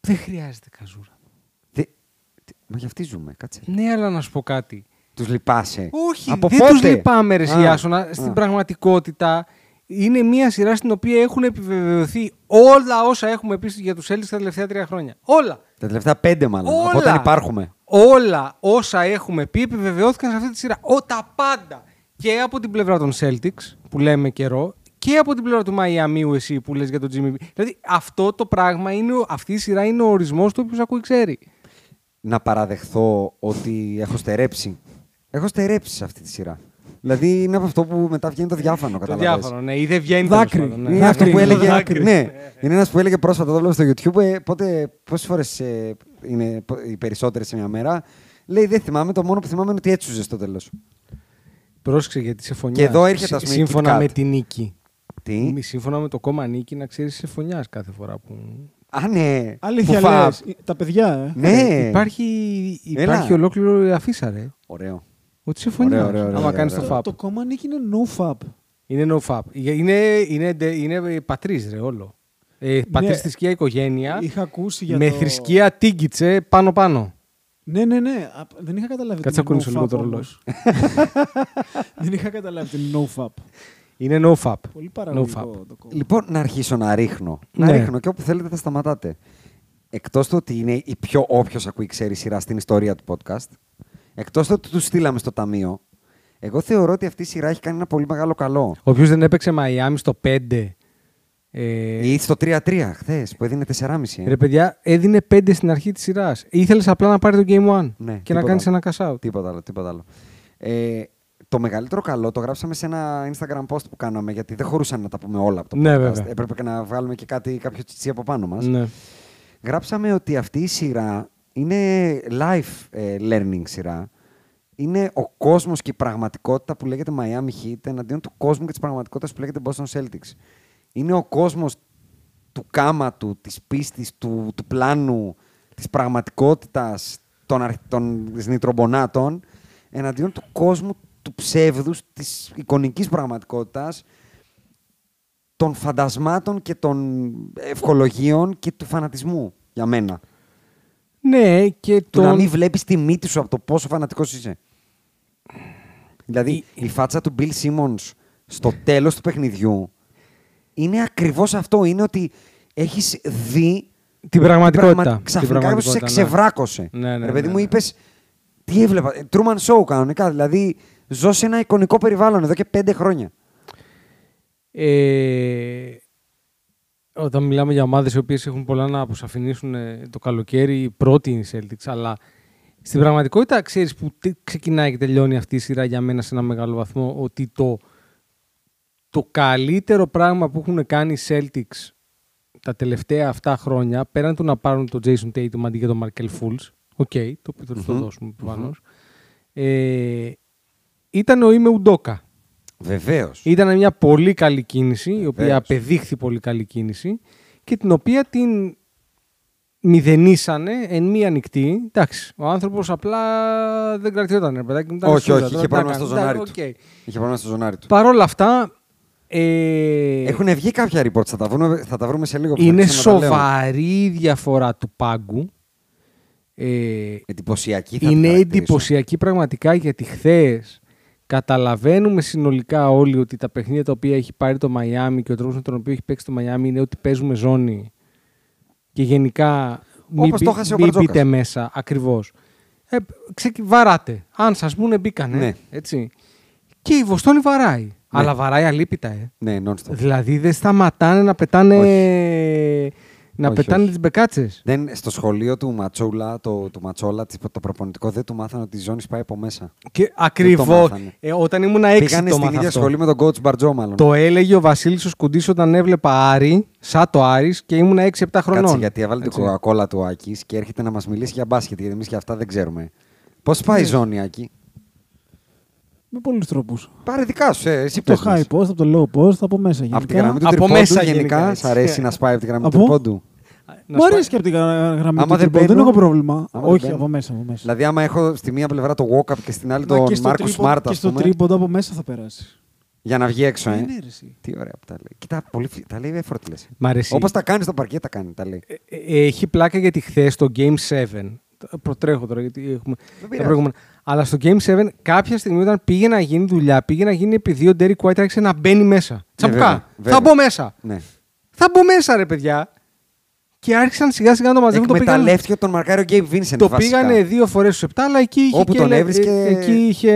S4: Δεν χρειάζεται καζούρα.
S3: Δε... τι- Μα γι' αυτή ζούμε, κάτσε.
S4: Ναι, αλλά να σου πω κάτι.
S3: Τους λυπάσαι.
S4: Όχι,
S3: Από
S4: δεν
S3: πότε?
S4: τους λυπάμαι ρε
S3: Α,
S4: Ιάσονα.
S3: α.
S4: Στην πραγματικότητα είναι μια σειρά στην οποία έχουν επιβεβαιωθεί όλα όσα έχουμε πει για τους Έλληνες τα τελευταία τρία χρόνια. Όλα.
S3: Τα τελευταία πέντε μάλλον.
S4: όλα.
S3: Από όταν υπάρχουμε.
S4: Όλα όσα έχουμε πει επιβεβαιώθηκαν σε αυτή τη σειρά. Ό, τα πάντα. Και από την πλευρά των Celtics που λέμε καιρό και από την πλευρά του Μαϊαμίου εσύ που λες για τον Jimmy B. Δηλαδή αυτό το πράγμα, είναι, ο- αυτή η σειρά είναι ο ορισμός του όποιος ακούει ξέρει.
S3: να παραδεχθώ ότι έχω στερέψει. Έχω στερέψει σε αυτή τη σειρά. Δηλαδή είναι από αυτό που μετά βγαίνει το διάφανο,
S4: Το
S3: καταλαβαίνεις.
S4: διάφορο, ναι, ή δεν βγαίνει τέλος
S5: Δάκρυ.
S4: πάντων,
S3: Είναι
S5: Δάκρυ,
S3: αυτό που
S5: είναι το
S3: έλεγε.
S5: δάκρυ.
S3: Ναι, είναι ένας που έλεγε πρόσφατα, το βλέπω στο YouTube. Ε, πότε, πόσες φορές ε, είναι πο- οι περισσότερες σε μια μέρα. Λέει δεν θυμάμαι, το μόνο που θυμάμαι είναι ότι έτσουζε στο τέλος.
S4: Πρόσεξε γιατί σε φωνιάς.
S3: Και εδώ έρχεται, ας πούμε, η
S4: Σύμφωνα
S3: Kit Kat.
S4: με την νίκη.
S3: Τι.
S4: Μη- Σύμφωνα με το κόμμα νίκη, να ξέρεις σε φωνιάς κάθε φορά που.
S3: Α, ναι.
S5: Αλήθεια,
S3: Που φα-
S5: λες. Τα παιδιά, ε.
S3: Ναι.
S4: Υπάρχει,
S3: Έλα.
S4: υπάρχει ολόκληρο η αφίσα, ρε.
S3: Ωραίο.
S4: Ότι σε φωνιά.
S3: Ωραίο, ωραίο, ωραίο,
S4: άμα
S3: ωραίο,
S4: κάνει
S3: ωραίο.
S4: το
S5: Το,
S4: φαπ.
S5: το κόμμα νίκη είναι no fab.
S4: Είναι no fab. Είναι, είναι, είναι πατρί, ρε, όλο. Ε, πατρί,
S5: Ναι.
S4: θρησκεία, οικογένεια.
S5: Είχα ακούσει για
S4: με
S5: το...
S4: θρησκεία τίγκιτσε πάνω-πάνω.
S5: Ναι, ναι, ναι. Α, Δεν είχα καταλάβει.
S4: Κάτσε να
S5: τι είναι
S4: κουνήσω
S5: no
S4: λίγο
S5: fab
S4: το
S5: όμως.
S4: ρολόι.
S5: Δεν είχα καταλάβει την no fab.
S4: Είναι no fab.
S5: Πολύ
S4: No
S5: παραγωγικό
S4: fab.
S5: το κόμμα.
S3: Λοιπόν, να αρχίσω να ρίχνω. Να
S4: Ναι.
S3: ρίχνω και όπου θέλετε θα σταματάτε. Εκτός του ότι είναι η πιο όποιος ακούει ξέρει σειρά στην ιστορία του podcast, εκτός του ότι τους στείλαμε στο ταμείο, εγώ θεωρώ ότι αυτή η σειρά έχει κάνει ένα πολύ μεγάλο καλό.
S4: Όποιος δεν έπαιξε Μαϊάμι στο 5. Ε,
S3: Ή στο 3-3 χθες που έδινε 4,5. ε.
S4: Ρε παιδιά, έδινε 5 στην αρχή της σειράς. Ήθελες απλά να πάρει το Game 1
S3: Ναι,
S4: και να
S3: τίποτα
S4: κάνεις
S3: άλλο.
S4: ένα cash out.
S3: Τίποτα άλλο. Τίποτα άλλο. Ε, το μεγαλύτερο καλό το γράψαμε σε ένα Instagram post που κάναμε γιατί δεν χωρούσαν να τα πούμε όλα από το
S4: Ναι,
S3: podcast.
S4: βέβαια.
S3: Έπρεπε και να βγάλουμε και κάτι, κάποιο τσιτσί από πάνω μας.
S4: Ναι.
S3: Γράψαμε ότι αυτή η σειρά είναι life ε, learning σειρά. Είναι ο κόσμος και η πραγματικότητα που λέγεται Miami Heat εναντίον του κόσμου και της πραγματικότητας που λέγεται Boston Celtics. Είναι ο κόσμος του κάμα του, της πίστης, του, του πλάνου, της πραγματικότητας των, αρχ... των νητρομπονάτων εναντίον του κόσμου του ψεύδους, της εικονικής πραγματικότητας, των φαντασμάτων και των ευχολογίων και του φανατισμού, για μένα.
S4: Ναι, και
S3: Του
S4: τον...
S3: να μην βλέπεις τη μύτη σου από το πόσο φανατικός είσαι.
S4: Ε,
S3: Δηλαδή, η φάτσα του Bill Simmons στο τέλος του παιχνιδιού είναι ακριβώς αυτό. Είναι ότι έχεις δει
S4: Την πραγματικότητα.
S3: Πραγμα...
S4: Την
S3: Ξαφνικά κάποιος σε
S4: πραγματικότητα, ναι.
S3: ξεβράκωσε.
S4: Ναι, ναι,
S3: Ρε παιδί
S4: ναι,
S3: μου,
S4: ναι.
S3: είπες. Τι έβλεπα. ε, Truman Show κανονικά. Δηλαδή, ζω σε ένα εικονικό περιβάλλον εδώ και πέντε χρόνια.
S4: Ε, όταν μιλάμε για ομάδες οι οποίες έχουν πολλά να αποσαφηνίσουν ε, το καλοκαίρι, η πρώτη είναι η Celtics, αλλά στην πραγματικότητα ξέρεις που τε- ξεκινάει και τελειώνει αυτή η σειρά για μένα σε ένα μεγάλο βαθμό ότι το, το καλύτερο πράγμα που έχουν κάνει οι Celtics τα τελευταία αυτά χρόνια, πέραν του να πάρουν τον Jason Tatum αντί για τον Markel Fools, οκ, το οποίο θα τους το δώσουμε προφανώς, ε, ήταν ο Είμαι Ουντόκα.
S3: Βεβαίως.
S4: Ήταν μια πολύ καλή κίνηση, η οποία
S3: Βεβαίως.
S4: απεδείχθη πολύ καλή κίνηση και την οποία την μηδενίσανε εν μία νυχτή. Εντάξει, ο άνθρωπος απλά δεν κρατιόταν. Ρε, παιδάκι, μου, ήταν
S3: Όχι,
S4: σούζα,
S3: όχι,
S4: τώρα
S3: είχε
S4: τι να
S3: πρόβλημα στο
S4: κάνω,
S3: ζωνάρι του.
S4: εντάξει, οκ.
S3: Είχε πρόβλημα στο ζωνάρι του.
S4: Παρ' όλα αυτά, ε,
S3: Έχουν βγει κάποια reports, θα τα βρούμε, θα τα βρούμε σε λίγο. που θα
S4: είναι
S3: αρχίσουμε να τα λέω.
S4: σοβαρή η διαφορά του πάγκου. Ε,
S3: Εντυπωσιακή θα τη
S4: είναι
S3: χαρακτηρίσω.
S4: εντυπωσιακή πραγματικά γιατί χθες καταλαβαίνουμε συνολικά όλοι ότι τα παιχνίδια τα οποία έχει πάρει το Μαϊάμι και ο τρόπος με τον οποίο έχει παίξει το Μαϊάμι είναι ότι παίζουμε ζώνη. Και γενικά μην,
S3: Όπως το
S4: μπει-
S3: χάσε ο
S4: μην
S3: Μπαρτζόκας.
S4: μπείτε μέσα ακριβώς. Ε, ξεκι- βαράτε. Αν σα πούνε μπήκανε.
S3: Ναι.
S4: Έτσι. Και η Βοστόνη βαράει. Αλλά βαράει αλίπητα, ε.
S3: Ναι, non-stop.
S4: Δηλαδή δεν σταματάνε να πετάνε. Να
S3: Όχι,
S4: πετάνε
S3: όχι.
S4: τις μπεκάτσες.
S3: Δεν, στο σχολείο του Ματσούλα, το, του Ματσόλα, της- το προπονητικό, δεν του μάθανε ότι η ζώνη πάει από μέσα.
S4: Και ακριβώς.
S3: μάθανε.
S4: Ε, όταν ήμουν έξι
S3: Πήγανε
S4: το
S3: στην
S4: μάθα
S3: ίδια
S4: αυτό.
S3: σχολή με τον coach Μπαρτζό, μάλλον.
S4: Το έλεγε ο Βασίλη ο Σκουντή όταν έβλεπα Άρη, σαν το Άρης και ήμουν 6-7 χρονών.
S3: Κάτσε, γιατί έβαλε την
S4: Έτσι.
S3: κοκακόλα του Άκης και έρχεται να μας μιλήσει για μπάσκετ, γιατί εμείς και αυτά δεν ξέρουμε. Πώς πάει
S5: Ναι.
S3: η ζώνη, Άκη.
S5: Με πολλούς τρόπους.
S3: Πάρε δικά σου, ε, εσύ
S5: Το
S3: πες
S5: high
S3: μας.
S5: post, από το low post, από μέσα γενικά.
S3: Από τη γραμμή του
S4: Από
S3: τριπόντου
S4: μέσα γενικά,
S3: γενικά.
S4: έτσι.
S3: Σ' αρέσει να σπάει από τη γραμμή του
S5: Από?
S3: τριπόντου.
S4: Να
S5: Μου
S4: σπα-
S5: αρέσει και από τη γρα- γραμμή
S3: Άμα
S5: του
S3: δεν
S5: τρίποντο, δεν
S3: μπαίνουν-
S5: έχω πρόβλημα.
S3: Άμα δεν
S5: Όχι,
S3: μπαίνουν.
S5: από μέσα, από μέσα.
S3: Δηλαδή, άμα έχω στη μία πλευρά το walk-up και στην άλλη
S5: Μα
S3: τον
S5: και στο
S3: Μάρκος
S5: τρίπον-
S3: Σμάρτ,
S5: Και
S3: ας
S5: στο
S3: πούμε,
S5: τρίποντο από μέσα θα περάσεις.
S3: για να βγει έξω,
S4: Ναι,
S3: ε.
S5: Είναι αίρεση.
S3: Τι ωραία που τα λέει. Κοίτα, πολύ... φι- τα λέει effortless.
S4: Μ' αρέσει.
S3: Όπως τα κάνει στο παρκέ, τα κάνει. Τα λέει.
S4: Ε, ε, Έχει πλάκα γιατί χθες το Game 7. το- Προτρέχω τώρα γιατί έχουμε τα
S3: πειράζει.
S4: προηγούμενα. Αλλά στο Game 7 κάποια στιγμή όταν πήγε να γίνει δουλειά, πήγε να γίνει επειδή ο Ντέρι White άρχισε να μπαίνει μέσα.
S3: Ε, βέβαια,
S4: Τσαπουκά.
S3: βέβαια.
S4: Θα μπω μέσα.
S3: Ναι.
S4: Θα μπω μέσα, ρε παιδιά. Και άρχισαν σιγά σιγά να το μαζεύουν. Το πήγαν-
S3: Εκμεταλλεύτηκε τον Μαρκάριο Γκέιμ Βίνσεντ.
S4: Το
S3: βασικά.
S4: πήγανε δύο φορές στους 7, αλλά εκεί είχε.
S3: Όπου τον
S4: Caleb-
S3: έβρισκε-
S4: ε, Εκεί είχε.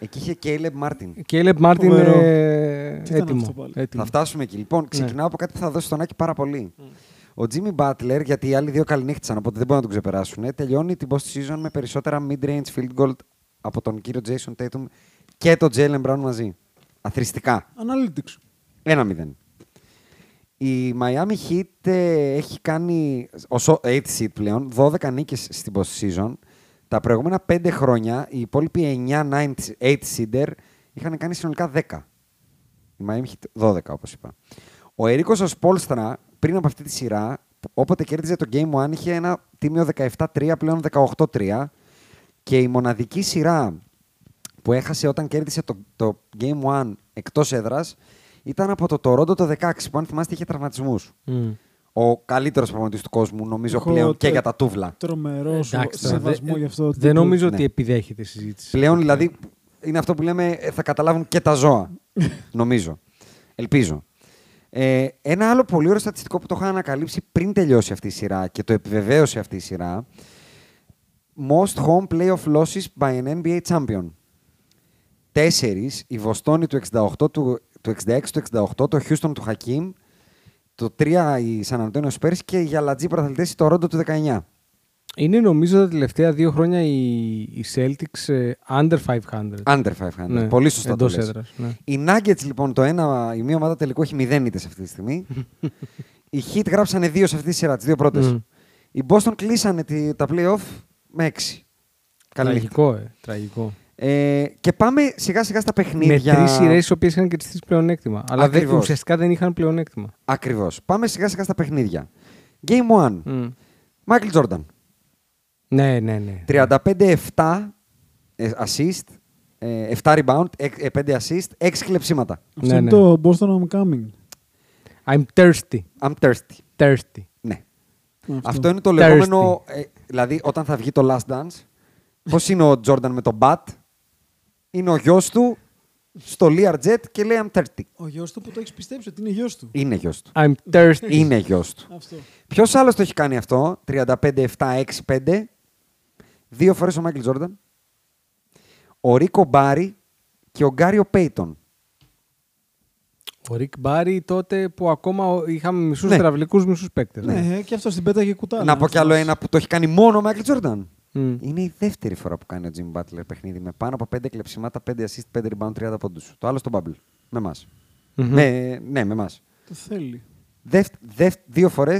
S3: Εκεί είχε Κέιλεμ Μάρτιν.
S4: Κέλεπ Μάρτιν
S5: Φοβερό.
S4: ε,
S5: Τι ήταν αυτό
S4: έτοιμο.
S5: πάλι.
S4: έτοιμο.
S3: Θα φτάσουμε εκεί. Λοιπόν, ξεκινάω από κάτι που θα δώσει στον Άκη πάρα πολύ. Ο Jimmy Butler, γιατί οι άλλοι δύο καληνύχτησαν, οπότε δεν μπορούν να τον ξεπεράσουν, ε, τελειώνει την post season με περισσότερα mid-range field goal από τον κύριο Jason Tatum και τον Jalen Brown μαζί. Αθρηστικά.
S5: Analytics.
S3: 1-0. Η Miami Heat ε, έχει κάνει ως 8 seed πλέον 12 νίκες στην post-season. Τα προηγούμενα 5 χρόνια οι υπόλοιποι 9 8 seeder είχαν κάνει συνολικά 10. Η Miami Heat 12 όπως είπα. Ο Ερίκος ο Σπόλστρα πριν από αυτή τη σειρά όποτε κέρδιζε το Game 1 είχε ένα τίμιο 17-3 πλέον 18-3 και η μοναδική σειρά που έχασε όταν κέρδισε το, το Game 1 εκτός έδρας ήταν από το Toronto το 16 που αν θυμάστε είχε τραυματισμούς.
S4: Μμ.
S3: Ο καλύτερος προπονητής του κόσμου νομίζω
S5: Έχω
S3: πλέον και
S5: τε-
S3: για τα τούβλα.
S5: Τρομερό σου
S4: Εντάξει, τώρα,
S5: σεβασμό
S4: δεν-
S5: γι' αυτό.
S4: Δεν νομίζω
S3: ναι.
S4: ότι επιδέχεται συζήτηση.
S3: Πλέον δηλαδή είναι αυτό που λέμε ε, θα καταλάβουν και τα ζώα. νομίζω. Ελπίζω. Ε, ένα άλλο πολύ ωραίο στατιστικό που το είχα ανακαλύψει πριν τελειώσει αυτή η σειρά και το επιβεβαίωσε αυτή η σειρά. Most home playoff losses by an NBA champion. Τέσσερις, η Βοστόνη του 68, του, του 66, του 68, το Houston του Χακίμ, το 3 η Σαν Αντώνιο Σπέρς και οι Γιαλατζή πρωταθλητές το Ρόντο του 19.
S4: Είναι νομίζω τα τελευταία δύο χρόνια οι, οι Celtics ε, under 500.
S3: Under 500.
S4: Ναι,
S3: Πολύ σωστά
S4: εντός
S3: το λες.
S4: έδρας, ναι.
S3: Οι Nuggets λοιπόν το ένα, η μία ομάδα τελικό έχει μηδέν ήττες αυτή τη στιγμή. οι Heat γράψανε δύο σε αυτή τη σειρά, τις δύο πρώτες.
S4: Μμμ.
S3: Οι Boston κλείσανε τη, τα playoff με έξι. Καλή νύχτα.
S4: Τραγικό, ε. Τραγικό.
S3: Ε, και πάμε σιγά σιγά στα
S4: Με
S3: παιχνίδια.
S4: τρεις σειρές οι οποίες είχαν και τις τρεις πλεονέκτημα. Αλλά δεν,
S3: Ακριβώς.
S4: ουσιαστικά δεν είχαν πλεονέκτημα.
S3: Ακριβώς. Πάμε σιγά σιγά στα παιχνίδια. Game 1.
S4: Μμ.
S3: Μάικλ Τζόρνταν.
S4: Ναι, ναι, ναι.
S3: 35-7 ε, assist, ε, 7 rebound, 5 assist, 6 κλεψίματα.
S5: Αυτό
S4: Ναι,
S5: είναι
S4: ναι.
S5: το Boston I'm coming.
S4: I'm thirsty.
S3: I'm thirsty.
S4: Thirsty.
S3: Ναι.
S5: Αυτό.
S3: Αυτό είναι το
S4: Thirsty.
S3: λεγόμενο. ε, δηλαδή, όταν θα βγει το Last Dance, πώς είναι ο Τζόρνταν με τον Μπατ, είναι ο γιος του στο Learjet και λέει I'm 30.
S5: Ο γιος του που το έχεις πιστέψει ότι είναι γιος του.
S3: Είναι γιος του.
S4: I'm thirsty.
S3: είναι γιος του.
S5: Αυτό.
S3: Ποιος άλλος το έχει κάνει αυτό, 35-7-6-5, δύο φορές ο Μάικλ Τζόρνταν, ο Ρίκο Μπάρι και ο Γκάριο Πέιτον.
S4: Ο Ρικ Μπάρι τότε που ακόμα ο- είχαμε μισούς
S3: Ναι.
S4: τραυλικούς, μισούς παίκτες.
S5: Ναι, και αυτός την πέταγε κουτάλα.
S3: Να πω κι άλλο ένα που το έχει κάνει μόνο ο Μάικλ Τζόρνταν.
S4: Μμ.
S3: Είναι η δεύτερη φορά που κάνει ο Jimmy Butler παιχνίδι με πάνω από 5 κλεψίματα, 5 assist, 5 rebound, 30 πόντους. Το άλλο στο Bubble. Με εμάς.
S4: Μμμ.
S3: Με, ναι, με εμάς.
S5: Το θέλει.
S3: δύο φορές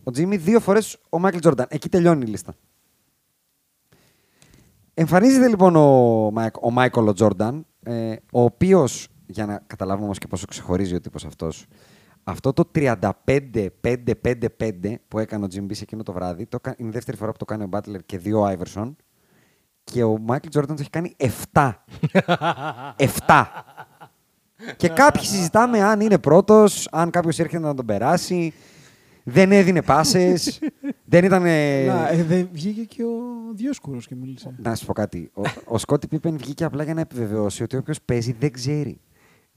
S3: ο Jimmy, δύο φορές ο Μάικλ Τζόρνταν. Εκεί τελειώνει η λίστα. Εμφανίζεται λοιπόν ο, Μάικ- ο Μάικλ ο Τζόρνταν, ε, ο οποίος, για να καταλάβουμε όμως και πόσο ξεχωρίζει ο τύπος αυτός, αυτό το 35-5-5-5 που έκανε ο Jim Bees εκείνο το βράδυ, το, έκα- είναι η δεύτερη φορά που το κάνει ο Μπάτλερ και δύο ο Άιβερσον. Και ο Μάικλ Τζόρνταν το έχει κάνει 7. 7. και κάποιοι συζητάμε αν είναι πρώτος, αν κάποιος έρχεται να τον περάσει. Δεν έδινε πάσες. δεν ήταν. ε, Ναι,
S5: Να, ε, δεν βγήκε και ο Διόσκουρος και μίλησε.
S3: να σου πω κάτι. Ο, ο Σκότι Πίπεν βγήκε απλά για να επιβεβαιώσει ότι όποιος παίζει δεν ξέρει.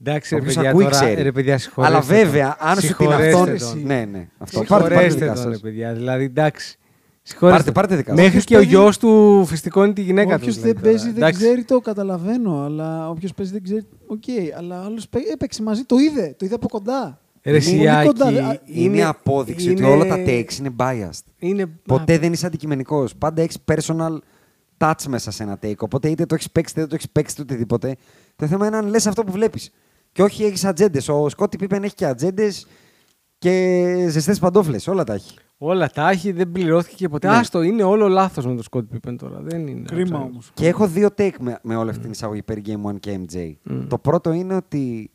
S4: Εντάξει, ρε
S3: Όποιος
S4: παιδιά,
S3: ακούει
S4: τώρα, ε,
S3: ξέρει.
S4: ρε παιδιά, συγχωρέστε
S3: Αλλά
S4: τον.
S3: βέβαια, αν σου την
S4: Συγχωρέστε
S3: αυτόν.
S4: τον.
S3: Ναι, ναι. Αυτό. Πάρτε, πάρτε
S4: Συγχωρέστε
S3: δικά
S4: τον, ρε
S3: σας.
S4: παιδιά. Δηλαδή, εντάξει. Συγχωρέστε.
S3: Πάρτε- πάρτε δικά σας.
S4: Μέχρι
S5: Όποιος
S4: και ο
S5: παίζει-
S4: γιος του φυστικώνει τη γυναίκα του.
S5: Όποιο
S3: ναι,
S4: δηλαδή,
S5: δεν
S4: τώρα.
S5: παίζει δεν
S4: Εντάξει.
S5: ξέρει, το καταλαβαίνω. Αλλά όποιος παίζει δεν ξέρει. Οκ, αλλά άλλο έπαιξε μαζί, το είδε. Το είδε από κοντά.
S4: Ε, Ρε Σιάκη,
S5: κοντά, δε- α,
S3: Είναι, απόδειξη
S4: είναι-
S3: ότι όλα τα takes είναι biased.
S4: Είναι...
S3: Ποτέ
S4: μα-
S3: δεν είσαι αντικειμενικός. Πάντα έχεις personal touch μέσα σε ένα take. Οπότε είτε το έχεις παίξει είτε δεν το έχεις παίξει είτε οτιδήποτε. Το θέμα είναι αν λες αυτό που βλέπεις. Και όχι έχεις ατζέντες. Ο Σκότι Πίπεν έχει και ατζέντες και ζεστές παντόφλες. Όλα τα έχει.
S4: Όλα τα έχει, δεν πληρώθηκε και ποτέ.
S3: Ναι.
S4: Άστο, είναι όλο λάθος με το Σκότ Πίπεν τώρα. Δεν είναι.
S5: Κρίμα όμως.
S3: Και έχω δύο take με, με όλη αυτή την εισαγωγή περί Game 1 και MJ. Το πρώτο είναι ότι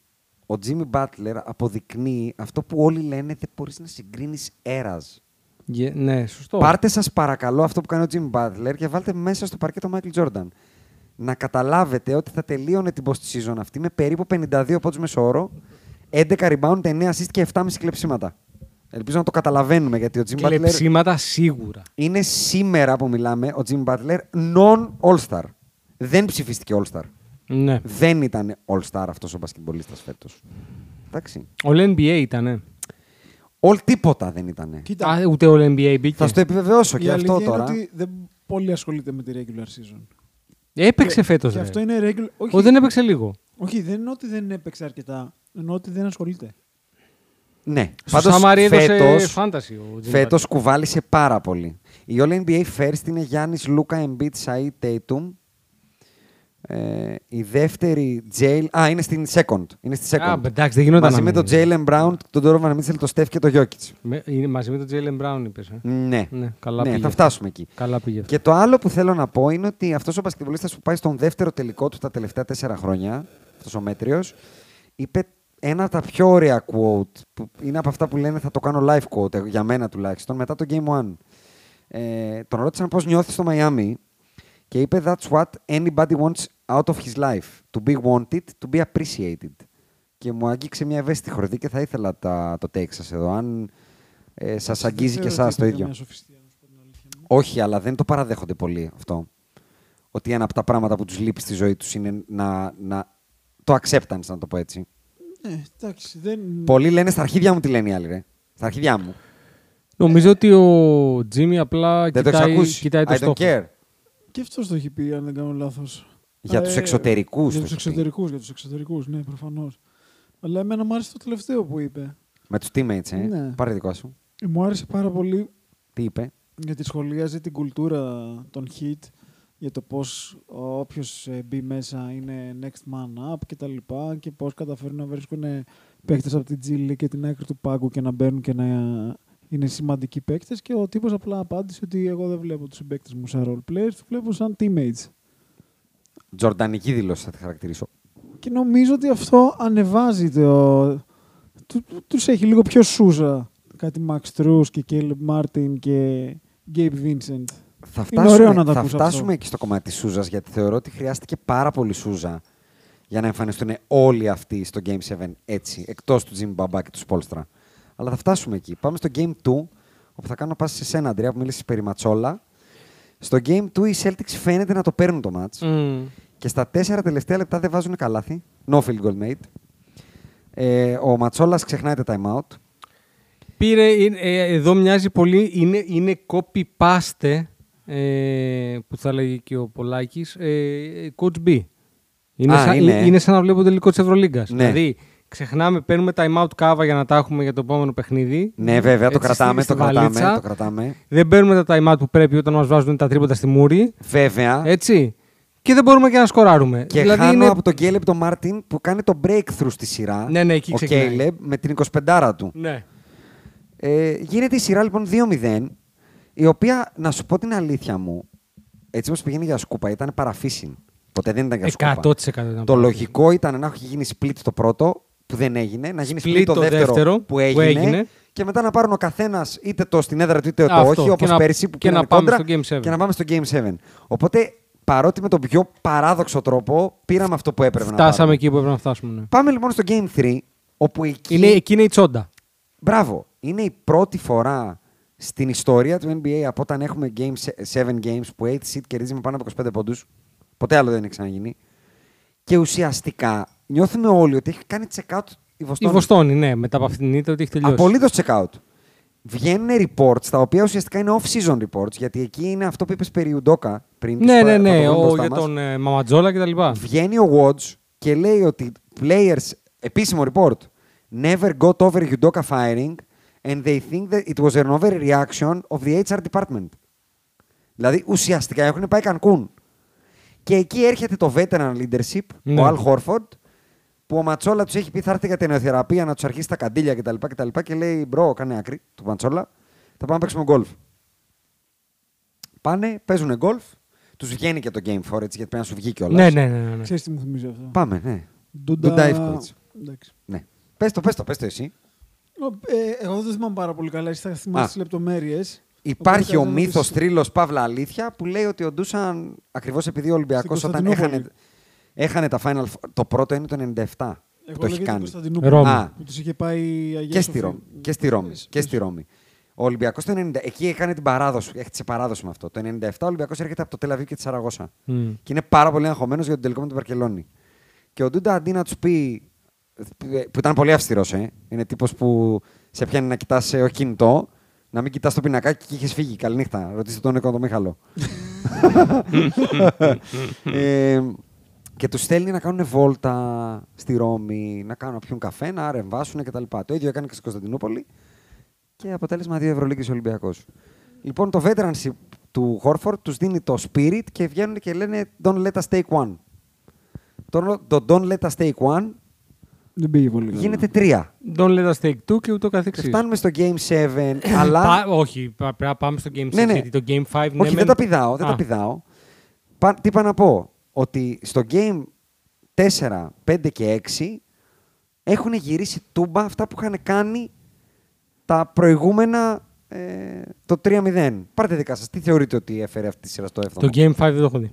S3: ο Jimmy Butler αποδεικνύει αυτό που όλοι λένε δεν μπορείς να συγκρίνεις έρας.
S4: Γε- Ναι, σωστό.
S3: Πάρτε σας παρακαλώ αυτό που κάνει ο Jimmy Butler και βάλτε μέσα στο παρκέ το Michael Jordan. Να καταλάβετε ότι θα τελείωνε την post season αυτή με περίπου 52 πόντους μεσόωρο, 11 rebound, 9 assist και 7,5 κλεψίματα. Ελπίζω να το καταλαβαίνουμε γιατί ο Jimmy Butler
S4: Κλεψίματα σίγουρα.
S3: είναι σήμερα που μιλάμε ο Jimmy Butler non-all-star. Δεν ψηφίστηκε all-star.
S4: Ναι.
S3: Δεν ήταν all-star αυτός ο μπασκετμπολίστας φέτος. Εντάξει.
S4: All NBA ήταν.
S3: All τίποτα δεν ήταν.
S5: Κοίτα,
S4: Α, ούτε All NBA μπήκε.
S3: Θα σου το επιβεβαιώσω
S5: η
S3: και
S5: αλήθεια
S3: αυτό
S5: είναι
S3: τώρα.
S5: ότι δεν πολύ ασχολείται με τη regular season.
S4: Έπαιξε
S5: Και-
S4: φέτος.
S5: Ε, Και αυτό είναι regular. Όχι,
S4: Όχι, δεν έπαιξε λίγο.
S5: όχι, δεν είναι ότι δεν έπαιξε αρκετά. Εννοώ ότι δεν ασχολείται.
S3: Ναι.
S4: Στο
S3: Πάντως
S4: Σαμάρι έδωσε
S3: φέτος,
S4: φάνταση ο Jimmy
S3: φέτος κουβάλισε πάρα πολύ. Η All NBA first είναι Γιάννης Λούκα Embiid Σαΐ Tatum. Ε, η δεύτερη Jail... Α, είναι στην second. Είναι στη
S4: Butler.
S3: second.
S4: Α, εντάξει, δεν γινόταν.
S3: Μαζί με
S4: να
S3: τον
S4: μην είναι.
S3: Jalen Brown, τον Donovan Mitchell, τον Steph και τον Jokic.
S4: Με- είναι Μαζί με τον Jalen Brown είπες. ε.
S3: Ναι.
S4: Ναι, καλά
S3: ναι,
S4: πήγε.
S3: θα φτάσουμε εκεί.
S4: Καλά πήγε. αυτό.
S3: Και το άλλο που θέλω να πω είναι ότι αυτός ο μπασκετμπολίστας που πάει στον δεύτερο τελικό του τα τελευταία τέσσερα χρόνια, αυτός ο μέτριος, είπε ένα από τα πιο ωραία quote. Που είναι από αυτά που λένε θα το κάνω live quote, ε, για μένα τουλάχιστον, μετά το Game 1. Ε, τον ρώτησαν πώς νιώθεις στο Miami και είπε That's what anybody wants out of his life. To be wanted, to be appreciated. Και μου άγγιξε μια ευαίσθητη χρονή και θα ήθελα τα, το take σα εδώ. Αν ε, σα αγγίζει και
S5: Δεν
S3: εσά
S5: θεωρώ
S3: το
S5: ότι
S3: ίδιο.
S5: ήταν μια σοφιστία, να σου πω την αλήθεια.
S3: Όχι, αλλά δεν το παραδέχονται πολύ αυτό. Ότι ένα από τα πράγματα που τους λείπει στη ζωή τους είναι να, να. το acceptance, να το πω έτσι.
S5: Ναι, εντάξει, δεν.
S3: Πολλοί λένε στα αρχίδια μου τι λένε οι άλλοι, ρε. Στα αρχίδια μου.
S4: Νομίζω ότι ο Jimmy απλά
S3: δεν το έχεις
S4: Ε, κοιτάει,
S3: ακούσει.
S4: κοιτάει το
S3: I don't
S4: στόχο.
S3: care.
S5: Και αυτός το έχει πει, αν δεν κάνω λάθος.
S3: Για τους εξωτερικούς
S5: Για
S3: το
S5: τους
S3: έχει πει.
S5: εξωτερικούς, για τους εξωτερικούς, ναι, προφανώς. Αλλά εμένα μου άρεσε το τελευταίο που είπε.
S3: Με τους teammates, ε.
S5: Ναι.
S3: Πάρε δικό σου.
S5: Ε, Μου άρεσε πάρα πολύ
S3: Τι είπε.
S5: γιατί σχολίαζε την κουλτούρα των hit για το πώς όποιος ε, μπει μέσα είναι next man up και τα λοιπά και πώς καταφέρουν να βρίσκουν ε, παίκτες από την Τζίλη και την άκρη του πάγκου και να μπαίνουν και να είναι σημαντικοί παίκτες και ο τύπος απλά απάντησε ότι εγώ δεν βλέπω τους παίκτες μου σαν role players, τους βλέπω σαν teammates.
S3: Τζορντανική δήλωση θα τη χαρακτηρίσω.
S5: Και νομίζω ότι αυτό ανεβάζει το... του- του- Τους έχει λίγο πιο σούζα. Κάτι Max Truss και Caleb Martin και Gabe Vincent.
S3: Θα
S5: Είναι
S3: φτάσουμε,
S5: ωραίο να το
S3: θα
S5: ακούς
S3: φτάσουμε
S5: αυτό.
S3: εκεί στο κομμάτι της Σούζας, γιατί θεωρώ ότι χρειάστηκε πάρα πολύ Σούζα για να εμφανιστούν όλοι αυτοί στο Game 7 έτσι, εκτός του Jimmy Μπαμπά και του Σπόλστρα. Αλλά θα φτάσουμε εκεί. Πάμε στο Game 2, όπου θα κάνω πάση σε σένα, Αντρέα, που μίλησες περί Ματσόλα. Στο Game 2 οι Celtics φαίνεται να το παίρνουν το match.
S4: Μμμ.
S3: Και στα τέσσερα τελευταία λεπτά δεν βάζουν καλάθι. No field goal made. Ε, ο Ματσόλας ξεχνάει τα timeout.
S4: Πήρε, είναι- ε, εδώ μοιάζει πολύ, είναι, είναι copy-paste, ε, που θα λέγει και ο Πολάκης, ε, Coach B. Είναι,
S3: Α,
S4: σαν,
S3: είναι, ε.
S4: είναι σαν να βλέπω το τελικό της Ευρωλίγκας.
S3: Ναι.
S4: Δηλαδή, ξεχνάμε, παίρνουμε time out κάβα για να τα έχουμε για το επόμενο παιχνίδι.
S3: Ναι, βέβαια, το
S4: Έτσι,
S3: κρατάμε,
S4: στη-
S3: το
S4: στη
S3: κρατάμε,
S4: βαλίτσα.
S3: το κρατάμε.
S4: Δεν παίρνουμε τα time out που πρέπει όταν μας βάζουν τα τρίποτα στη μούρη. Ε,
S3: Βέβαια.
S4: Έτσι. Και δεν μπορούμε και να σκοράρουμε. Δηλαδή
S3: Και χάνω από τον Κέλεπ τον Μάρτιν που κάνει το breakthrough στη σειρά.
S4: Ναι, ναι, εκεί
S3: ο
S4: ξεκινάει.
S3: Κέλεπ με την 25 του.
S4: Ναι.
S3: Ε, γίνεται η σειρά λοιπόν 2-0, η οποία να σου πω την αλήθεια μου, έτσι όπως πήγαινε για σκούπα, ήταν παραφύσιν. Ποτέ δεν
S4: Ε,
S3: ήταν για σκούπα.
S4: 100% ήταν
S3: Το
S4: παραφύσιν.
S3: λογικό ήταν να έχει γίνει split το πρώτο, που δεν έγινε, να γίνει split,
S4: Split
S3: το
S4: το
S3: δεύτερο,
S4: δεύτερο,
S3: που, έγινε,
S4: που έγινε.
S3: και μετά να πάρουν ο καθένας είτε το στην έδρα του είτε το
S4: Αυτό.
S3: όχι,
S4: Και
S3: όπω
S4: να-
S3: πέρυσι που
S4: και να
S3: πήραν
S4: πάμε
S3: κόντρα
S4: στο Game 7.
S3: και να πάμε στο Game 7. Οπότε παρότι με τον πιο παράδοξο τρόπο πήραμε αυτό που έπρεπε να
S4: Φτάσαμε
S3: πάρουμε.
S4: εκεί που έπρεπε να φτάσουμε. ναι.
S3: Πάμε λοιπόν στο Game 3, όπου εκεί...
S4: Είναι, εκεί είναι η τσόντα.
S3: Μπράβο, είναι η πρώτη φορά στην ιστορία του NBA από όταν έχουμε game 7 games που 8 seed κερδίζει με πάνω από 25 πόντους. Ποτέ άλλο δεν έχει ξαναγίνει. Και ουσιαστικά νιώθουμε όλοι ότι έχει κάνει check out η
S4: Η
S3: Βοστόνη.
S4: Βοστόνη, ναι, μετά από αυτήν την ήττα ότι έχει τελειώσει.
S3: Απολύτως check out. Βγαίνουν reports, τα οποία ουσιαστικά είναι off-season reports, γιατί εκεί είναι αυτό που είπες περί Ουντόκα πριν. που
S4: Ναι,
S3: θα- θα
S4: ναι,
S3: το
S4: ναι,
S3: βρούμε
S4: ο,
S3: μπροστά
S4: για
S3: μας.
S4: τον ε, Μαματζόλα και τα λοιπά.
S3: Βγαίνει ο Watch και λέει ότι players, επίσημο report, never got over Yudoka firing and they think that it was an overreaction of the HR department. Δηλαδή ουσιαστικά έχουν πάει Κανκούν. Και εκεί έρχεται το veteran leadership,
S4: Ναι.
S3: ο Al Horford, που ο Ματσόλα τους έχει πει θα έρθει για τενεοθεραπεία να τους αρχίσει τα καντήλια κτλ. κτλ και λέει μπρο, κάνε άκρη του Ματσόλα, θα πάμε να παίξουμε γκολφ. Πάνε, παίζουν γκολφ, τους βγαίνει και το Game 4 έτσι, γιατί πρέπει να σου βγει κιόλας.
S4: Ναι, ναι, ναι. ναι, ναι.
S5: Ξέρεις τι μου θυμίζει αυτό.
S3: Πάμε, ναι.
S5: Ντούντα-
S3: Ντούντα Ιβκοβιτς.
S5: Εντάξει.
S3: Ναι. Πες το, πες το, πες το εσύ.
S5: Ο- ε, εγώ δεν το θυμάμαι πάρα πολύ καλά. Εσύ θα θυμάσαι
S3: Α.
S5: τις λεπτομέρειες.
S3: Υπάρχει ο
S5: Οπότε θα
S3: μύθο
S5: ρωτήσεις-
S3: τρίλο Παύλα Αλήθεια που λέει ότι ο Ντούσαν ακριβώς επειδή ο Ολυμπιακός
S5: Στην
S3: όταν
S5: Κωνσταντινούπολη.
S3: έχανε, έχανε τα Final Four- Το πρώτο είναι το 97. που
S5: Εγώ
S3: το έχει
S5: λέγεται
S3: κάνει.
S5: Κωνσταντινούπολη,
S4: Ρώμη.
S3: Α.
S5: Που τους είχε πάει η Αγία
S3: Και στη,
S5: Σοφία.
S3: Ρώμη, και στη Ρώμη.
S5: Πες,
S3: Και στη Ρώμη. Ο Ολυμπιακός το 90. Εκεί έκανε την παράδοση. Έχτισε παράδοση με αυτό. Το 97 ο Ολυμπιακός έρχεται από το Τελαβή και τη Σαραγώσα.
S4: Μμ.
S3: Και είναι πάρα πολύ αγχωμένος για τον τελικό με την Βαρκελόνη. Και ο Ντούντα αντί να τους πει. που ήταν πολύ αυστηρός, ε. Είναι τύπος που σε πιάνει να κοιτάς όχι κινητό, να μην κοιτάς το πινακάκι και είχες φύγει. Καληνύχτα. Ρωτήστε τον Νίκο τον Μίχαλο. ε, και τους στέλνει να κάνουν βόλτα στη Ρώμη, να κάνουν να πιούν καφέ, να ρεμβάσουν κτλ. Το ίδιο έκανε και στην Κωνσταντινούπολη. Και αποτέλεσμα δύο Ευρωλίγκες Ολυμπιακός. Λοιπόν, το veteranship του Χόρφορντ τους δίνει το spirit και βγαίνουν και λένε Don't let us take one. Το, το Don't let us take one
S5: Δεν πήγε πολύ καλά.
S3: γίνεται τρία.
S4: Don't let us take two και
S3: Και
S4: ούτω καθεξής.
S3: φτάνουμε στο Game 7, αλλά.
S4: Πα- όχι, πα- πρέπει να πάμε στο Game 6,
S3: Ναι, ναι.
S4: γιατί το Game 5... ναι,
S3: Όχι,
S4: μεν-
S3: δεν τα πηδάω, δεν
S4: Α,
S3: τα πηδάω. Πα- τι είπα να πω, ότι στο Game 4, 5 και 6 έχουν γυρίσει τούμπα αυτά που είχαν κάνει τα προηγούμενα ε, το 3-0. Πάρτε δικά σας, τι θεωρείτε ότι έφερε αυτή τη σειρά στο 7ο.
S4: Το Game 5 δεν το έχω δει.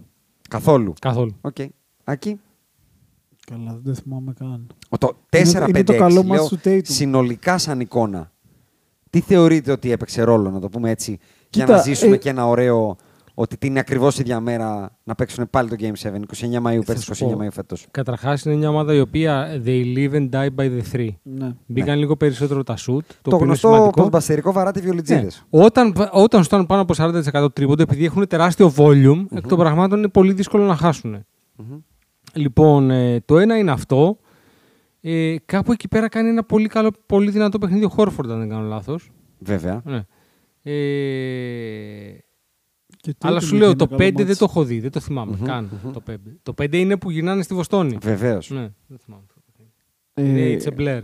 S3: Καθόλου.
S4: Καθόλου.
S3: Οκ. Άκη.
S5: Καλά, δεν θυμάμαι καν.
S3: Ο Το 4-5-6.
S5: Είναι το- είναι το καλό
S3: λέω,
S5: μάτς του Tatum.
S3: Συνολικά σαν εικόνα. Τι θεωρείτε ότι έπαιξε ρόλο, να το πούμε έτσι, για
S5: Κοίτα,
S3: να ζήσουμε
S5: ε,
S3: και ένα ωραίο ότι την ακριβώ ίδια μέρα να παίξουν πάλι το Game 7, 29 Μαου πέρσι,
S4: Θα
S3: 29
S4: σου πω.
S3: Μαου φέτος.
S4: Καταρχάς είναι μια ομάδα η οποία they live and die by the three.
S5: Ναι.
S4: Μπήκαν λίγο περισσότερο τα shoot, το,
S3: Το,
S4: οποίο είναι
S3: γνωστό
S4: σημαντικό.
S3: ποδμπαστερικό βαράτη βιολιτζίδες.
S4: Ναι. Όταν, όταν στάνουν πάνω από 40% τρίποντο, επειδή έχουν τεράστιο volume, εκ των πραγμάτων είναι πολύ δύσκολο να χασουν Λοιπόν, ε, το ένα είναι αυτό. Ε, κάπου εκεί πέρα κάνει ένα πολύ, καλό, πολύ δυνατό παιχνίδι ο Χόρφορντ, αν δεν κάνω λάθος.
S3: Βέβαια.
S4: Ναι. Ε,
S5: Και Tatum
S4: αλλά σου
S5: είχε
S4: λέω
S5: ένα
S4: το
S5: καλό
S4: 5
S5: μάτς.
S4: δεν το έχω δει, δεν το θυμαμαι καν. Το 5. το 5 είναι που γυρνάνε στη Βοστόνη.
S3: Βεβαίως.
S4: Ναι, δεν θυμάμαι.
S5: Ε,
S4: Είναι it's a blur.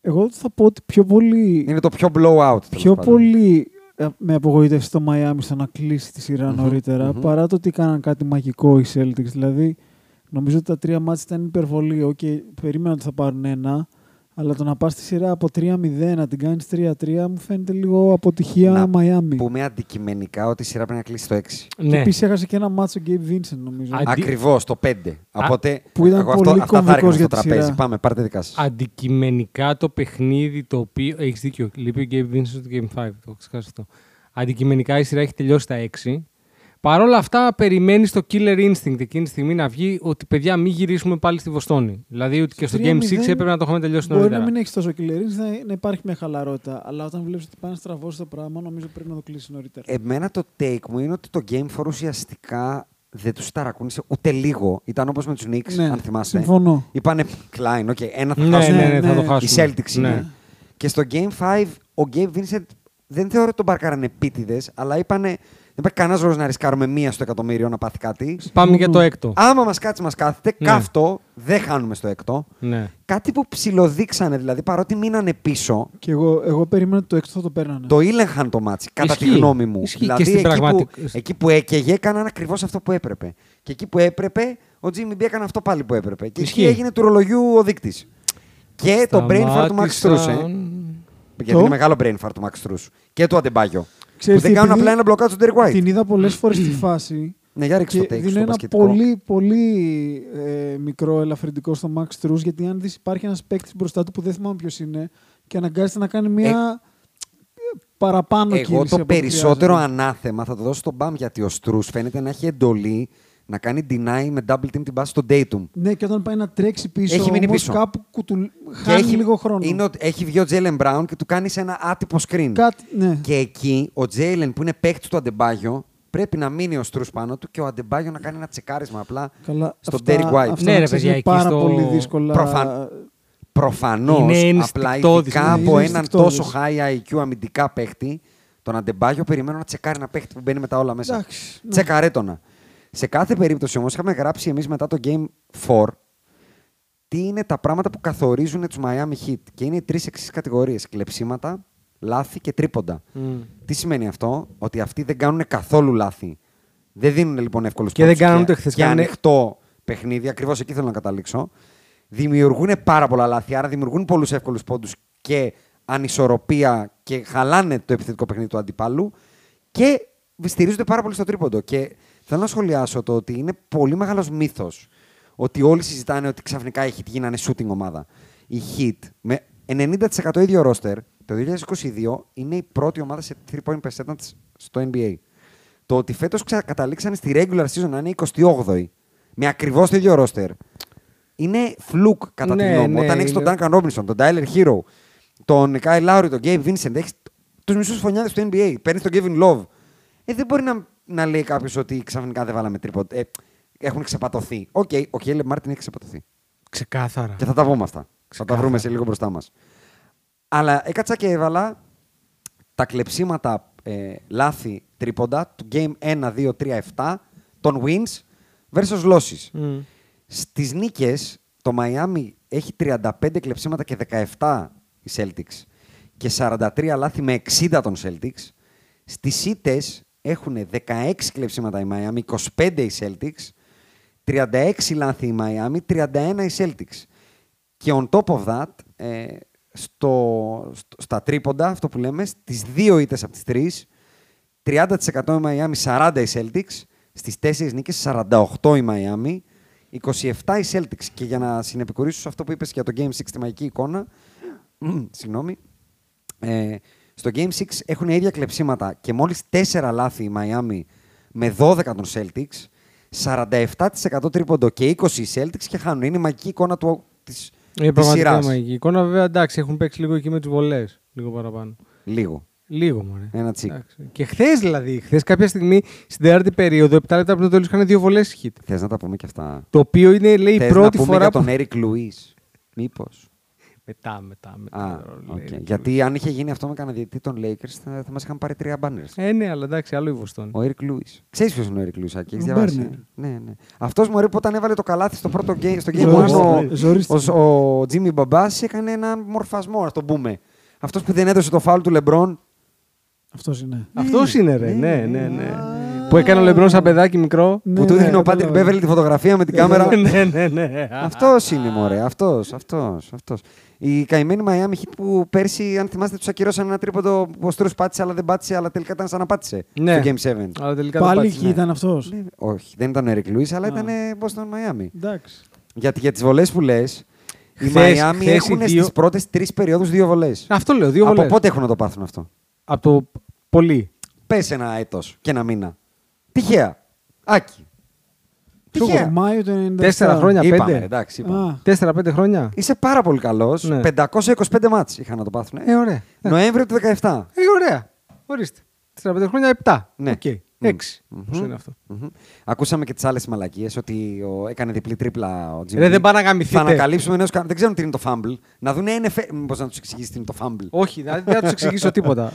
S5: Εγώ θα πω ότι πιο πολύ
S3: Είναι το πιο blowout.
S5: Πιο
S3: τέλος πάντων.
S5: πολύ ε, με απογοήτευσε το Μαϊάμι στο να κλείσει τη σειρά νωρίτερα, παρά το ότι έκαναν κάτι μαγικό οι Celtics. Δηλαδή, νομίζω ότι τα τρία μάτια ήταν υπερβολή. Οκ, περίμενα ότι θα πάρουν ένα, Αλλά το να πας στη σειρά από 3-0 να την κάνεις 3-3 μου φαίνεται λίγο αποτυχία Μαϊάμι.
S3: Πούμε αντικειμενικά ότι η σειρά πρέπει να κλείσει το 6.
S5: Και
S4: Ναι.
S5: επίσης έχασε και ένα μάτσο Γκέιμ Βίνσεν νομίζω.
S4: Α, Αντί-
S3: Ακριβώς το 5. Οπότε
S5: που ήταν
S3: εγώ
S5: πολύ
S3: αυτά θα
S5: κομβικός
S3: ρίχνω
S5: για
S3: στο
S5: τη
S3: τραπέζι.
S5: σειρά.
S3: Πάμε, πάρτε δικά σας.
S4: Αντικειμενικά το παιχνίδι το οποίο. Έχεις δίκιο. Λείπει ο Gabe Vincent στο Game 5. Το έχω ξεχάσει αυτό. Αντικειμενικά η σειρά έχει τελειώσει τα 6. Παρ' όλα αυτά, περιμένεις το killer instinct εκείνη τη στιγμή να βγει ότι παιδιά, μην γυρίσουμε πάλι στη Βοστόνη. Δηλαδή ότι και στο Game 6 έπρεπε να το έχουμε τελειώσει
S5: Μπορεί
S4: νωρίτερα.
S5: να μην έχεις τόσο κυλερίνη, να, να υπάρχει μια χαλαρότητα. Αλλά όταν βλέπεις ότι πάνε στραβό στο πράγμα, νομίζω πρέπει να το κλείσει νωρίτερα.
S3: Εμένα το take μου είναι ότι το Game 4 ουσιαστικά δεν τους ταρακούνησε ούτε λίγο. Ήταν όπως με τους Knicks,
S5: Ναι,
S3: αν θυμάσαι.
S5: συμφωνώ.
S3: Είπανε Klein, οκ, ένα θα
S4: Ναι,
S3: χάσουμε.
S5: ναι, ναι, θα το
S3: Η
S4: χάσουμε.
S3: Celtics
S4: Ναι.
S3: είναι. Και στο Game 5, ο Gabe Vincent δεν θεωρώ ότι τον παρκάρανε επίτηδες, αλλά είπανε. Δεν υπάρχει κανένα λόγο να ρισκάρουμε μία στο εκατομμύριο να πάθει κάτι.
S4: Πάμε για το έκτο.
S3: Άμα μας κάτσει, μας κάθεται.
S4: Ναι.
S3: Καυτό, δεν χάνουμε στο έκτο.
S4: Ναι.
S3: Κάτι που ψηλοδείξανε δηλαδή, παρότι μείνανε πίσω,
S5: Και εγώ, εγώ περίμενα ότι το έξω θα το παίρνανε.
S3: το ήλεγχαν το μάτσι, κατά
S4: Ισχύει.
S3: τη γνώμη μου.
S4: Ισχύει.
S3: Δηλαδή,
S4: Και στην
S3: εκεί, που,
S4: πραγματικ-
S3: εκεί που έκαιγε, έκαναν ακριβώς αυτό που έπρεπε. Και εκεί που έπρεπε, ο Jimmy B έκανε αυτό πάλι που έπρεπε. Και
S4: Ισχύει.
S3: εκεί έγινε του ρολογιού ο δείκτης. Και το brain fart του Max Strus. Ε.
S4: Σταμάτησαν-
S3: Γιατί είναι μεγάλο brain fart του Max Strus. Και του Αντεμπάγιο.
S5: Ξέρεις
S3: που
S5: τι,
S3: δεν κάνουν
S5: επειδή
S3: απλά ένα μπλοκάτ του Derek White.
S5: Την είδα πολλές φορές στη φάση.
S3: Ναι, για ρίξτε
S5: Και
S3: το take
S5: δίνω
S3: στο
S5: ένα
S3: μπασκετικό.
S5: πολύ, πολύ ε, μικρό ελαφρυντικό στο Max Truss, γιατί αν δεις υπάρχει ένας παίκτης μπροστά του που δεν θυμάμαι ποιος είναι και αναγκάζεται να κάνει μια παραπάνω
S3: Ε, Εγώ
S5: κίνηση.
S3: το
S5: από ό,τι
S3: περισσότερο
S5: χρειάζεται.
S3: ανάθεμα θα το δώσω στον Μπαμ γιατί ο Στρούς φαίνεται να έχει εντολή να κάνει deny με double team την πάση στον Dayton.
S5: Ναι, και όταν πάει να τρέξει πίσω,
S3: Έχει μείνει
S5: όμως
S3: πίσω.
S5: κάπου κουτουλ... χάνει λίγο χρόνο.
S3: Είναι, ότι έχει βγει ο Τζέιλεν Μπράουν και του κάνει σε ένα άτυπο screen.
S5: Κάτι, ναι.
S3: Και εκεί ο Τζέιλεν που είναι παίκτης του Αντεμπάγιο πρέπει να μείνει ο Στρούς πάνω του και ο Αντεμπάγιο να κάνει ένα τσεκάρισμα απλά
S5: Καλά,
S3: στον
S5: αυτά-
S3: Derek White.
S5: αυτά
S4: Ναι,
S5: να
S4: ρε,
S5: ξέρεις,
S4: παιδιά,
S5: είναι
S4: εκεί
S5: πάρα
S4: στο-
S5: πολύ δύσκολα.
S3: Προφαν- Προφανώς
S4: Είναι
S3: απλά
S4: ενστικτόδης,
S3: ειδικά
S4: ναι,
S3: από
S5: είναι
S3: έναν
S5: ενστικτόδης.
S3: τόσο high IQ αμυντικά παίχτη, τον Αντεμπάγιο περιμένω να τσεκάρει ένα παίχτη που μπαίνει με τα όλα μέσα.
S5: Εντάξει, ναι.
S3: Τσεκαρέτονα. Σε κάθε περίπτωση όμως, είχαμε γράψει εμείς μετά το Game 4 τι είναι τα πράγματα που καθορίζουν τους Miami Heat. Και είναι οι τρεις εξής κατηγορίες: κλεψίματα, λάθη και τρίποντα.
S4: Mm.
S3: Τι σημαίνει αυτό, Ότι αυτοί δεν κάνουν καθόλου λάθη. Δεν δίνουν λοιπόν εύκολους
S4: Και δεν κάνουν ούτε χθες,
S3: Και
S4: κάνουν-
S3: ανοιχτό παιχνίδι, ακριβώς εκεί θέλω να καταλήξω. Δημιουργούν πάρα πολλά λάθη, άρα δημιουργούν πολλούς εύκολους πόντους και ανισορροπία και χαλάνε το επιθετικό παιχνίδι του αντιπάλου. Και στηρίζονται πάρα πολύ στο τρίποντο. Και θέλω να σχολιάσω το ότι είναι πολύ μεγάλος μύθος ότι όλοι συζητάνε ότι ξαφνικά η Heat γίνανε shooting ομάδα. Η Heat με 90% ίδιο roster το 2022 είναι η πρώτη ομάδα σε 3-point percentage στο NBA. Το ότι φέτος καταλήξανε στη regular season να είναι 28η με ακριβώς το ίδιο roster είναι φλουκ κατά
S4: Ναι,
S3: τη γνώμη μου.
S4: ναι,
S3: Όταν έχεις τον
S4: είναι.
S3: Duncan Robinson, τον Tyler Hero, τον Kyle Lowry, τον Gabe Vincent, έχεις τους μισούς φωνιάδες του NBA. Παίρνεις τον Kevin Love. Ε, δεν μπορεί να, να λέει κάποιος ότι ξαφνικά δεν βάλαμε τρίποντα. Ε, έχουν ξεπατωθεί. Οκ, ο Κέλε Μάρτιν έχει ξεπατωθεί.
S4: Ξεκάθαρα.
S3: Και θα τα πούμε αυτά. Θα τα
S4: Ξεκάθαρα.
S3: βρούμε σε λίγο μπροστά μας. Αλλά έκατσα και έβαλα τα κλεψίματα ε, λάθη τρίποντα του game 1, 2, 3, 7 των wins versus losses.
S4: Μμ.
S3: Στις νίκες, το Miami έχει 35 κλεψίματα και 17 οι Celtics και 43 λάθη με 60 των Celtics. Στις ήττες έχουν 16 κλεψίματα η Miami, 25 οι Celtics, 36 λάθη η Miami, 31 οι Celtics. Και on top of that, ε, στο, στο- στα τρίποντα, αυτό που λέμε, στις δύο ήττες από τις τρεις, 30% η Miami, 40 οι Celtics, στις τέσσερις νίκες 48 η Miami, 27 οι Celtics. Και για να συνεπικουρήσω σε αυτό που είπες για το Game 6, τη μαγική εικόνα, συγγνώμη, ε, στο Game 6 έχουν ίδια κλεψίματα και μόλις 4 λάθη η Miami με 12 των Celtics, 47% τρίποντο και 20 οι Celtics και χάνουν. Είναι η μαγική εικόνα του, της,
S4: Είναι
S3: της
S4: Ε, πραγματικά
S3: σειράς.
S4: μαγική. Η εικόνα βέβαια εντάξει, έχουν παίξει λίγο εκεί με τι βολές. Λίγο παραπάνω.
S3: Λίγο.
S4: Λίγο μωρέ.
S3: Ένα τσίκ.
S4: Εντάξει. Και χθες δηλαδή, χθες κάποια στιγμή στην τέταρτη περίοδο, 7 λεπτά πριν το τέλος, είχαν δύο βολές hit.
S3: Θες να τα πούμε και αυτά.
S4: Το οποίο είναι, λέει, η
S3: Θες
S4: πρώτη
S3: να πούμε
S4: φορά
S3: για τον
S4: που.
S3: Eric Lewis. Μήπως.
S4: Μετά, μετά, μετά.
S3: Α,
S4: τώρα,
S3: οκ.
S4: λέει.
S3: Γιατί αν είχε γίνει αυτό με καναδιαιτή των Lakers θα, θα μας είχαν πάρει τρία banners.
S4: Ε, ναι, αλλά εντάξει, άλλο η Βοστόνη.
S3: Ο Eric Lewis. Ξέρεις ποιος είναι ο Eric Lewis, Άκη, έχεις
S5: Ο
S3: διαβάσει.
S5: Μπέρνερ.
S3: Ναι, ναι. Αυτός μου που όταν έβαλε το καλάθι στο πρώτο γκέ, στο game
S5: Ζωρίστηκε,
S3: one, ο-
S5: ζωρίστηκε.
S3: ο, ο Jimmy Μπαμπάς έκανε ένα μορφασμό, ας το πούμε.
S4: Ναι,
S3: Αυτός που δεν έδωσε το φάουλ του Λεμπρόν.
S5: Αυτός είναι.
S4: Αυτός είναι, ρε. Ναι, ναι, ναι. που έκανε ο Λεμπρόν σαν παιδάκι μικρό.
S5: Ναι,
S3: που του
S5: ναι,
S3: δείχνει ο
S5: κατάλαβα.
S3: Πάτρικ Μπέβελ τη φωτογραφία με την κάμερα.
S4: ναι, ναι, ναι.
S3: Αυτός είναι, μωρέ. Αυτός, αυτός, αυτός. Η καημένη Miami Heat που πέρσι, αν θυμάστε, τους ακυρώσαν ένα τρίποντο που ο Στρού πάτησε, αλλά δεν πάτησε, αλλά τελικά ήταν σαν να πάτησε.
S4: Ναι.
S3: Στο Game 7.
S4: Αλλά τελικά
S5: Πάλι
S4: πάτησε,
S5: εκεί
S4: ναι.
S5: ήταν αυτός.
S3: Ναι, όχι, δεν ήταν ο Eric Lewis, αλλά
S5: Α.
S3: ήταν Boston Miami.
S5: Εντάξει.
S3: Γιατί για τις βολές που λες, οι
S4: Χθες-
S3: Miami
S4: χθες οι
S3: έχουν
S4: δύο-
S3: στις πρώτες τρεις περιόδου δύο βολές.
S4: Αυτό λέω, δύο
S3: Από
S4: βολές.
S3: πότε έχουν να το πάθουν αυτό.
S4: Από το πολύ.
S3: Πες ένα έτος και ένα μήνα. Τυχαία. Άκη.
S5: Σίγουρα,
S3: Τυχαία.
S5: Μάιο του 97.
S4: Τέσσερα χρόνια,
S3: Είπαμε,
S4: πέντε.
S3: εντάξει, είπαμε.
S5: Α.
S4: Τέσσερα-πέντε χρόνια.
S3: Είσαι πάρα πολύ καλός.
S4: Ναι.
S3: 525 μάτς είχαν να το πάθουν.
S4: Ε, ωραία.
S3: Νοέμβριο του 17.
S4: Ε, ωραία. Ορίστε. Τέσσερα-πέντε χρόνια, επτά.
S3: Ναι.
S4: Οκ.
S3: Μμμ.
S4: Έξι. Πόσο είναι αυτό.
S3: Μμμ. Ακούσαμε και τις άλλες μαλακίες ότι ο, έκανε διπλή-τρίπλα ο Jimmy.
S4: Ρε, δεν πάνε να γαμηθείτε.
S3: Θα ανακαλύψουμε νέους Δεν ξέρουν τι είναι το fumble. Να δουν NFL. Μήπως να τους εξηγήσει τι είναι το fumble.
S4: Όχι, δηλαδή δεν θα τους εξηγήσω τίποτα.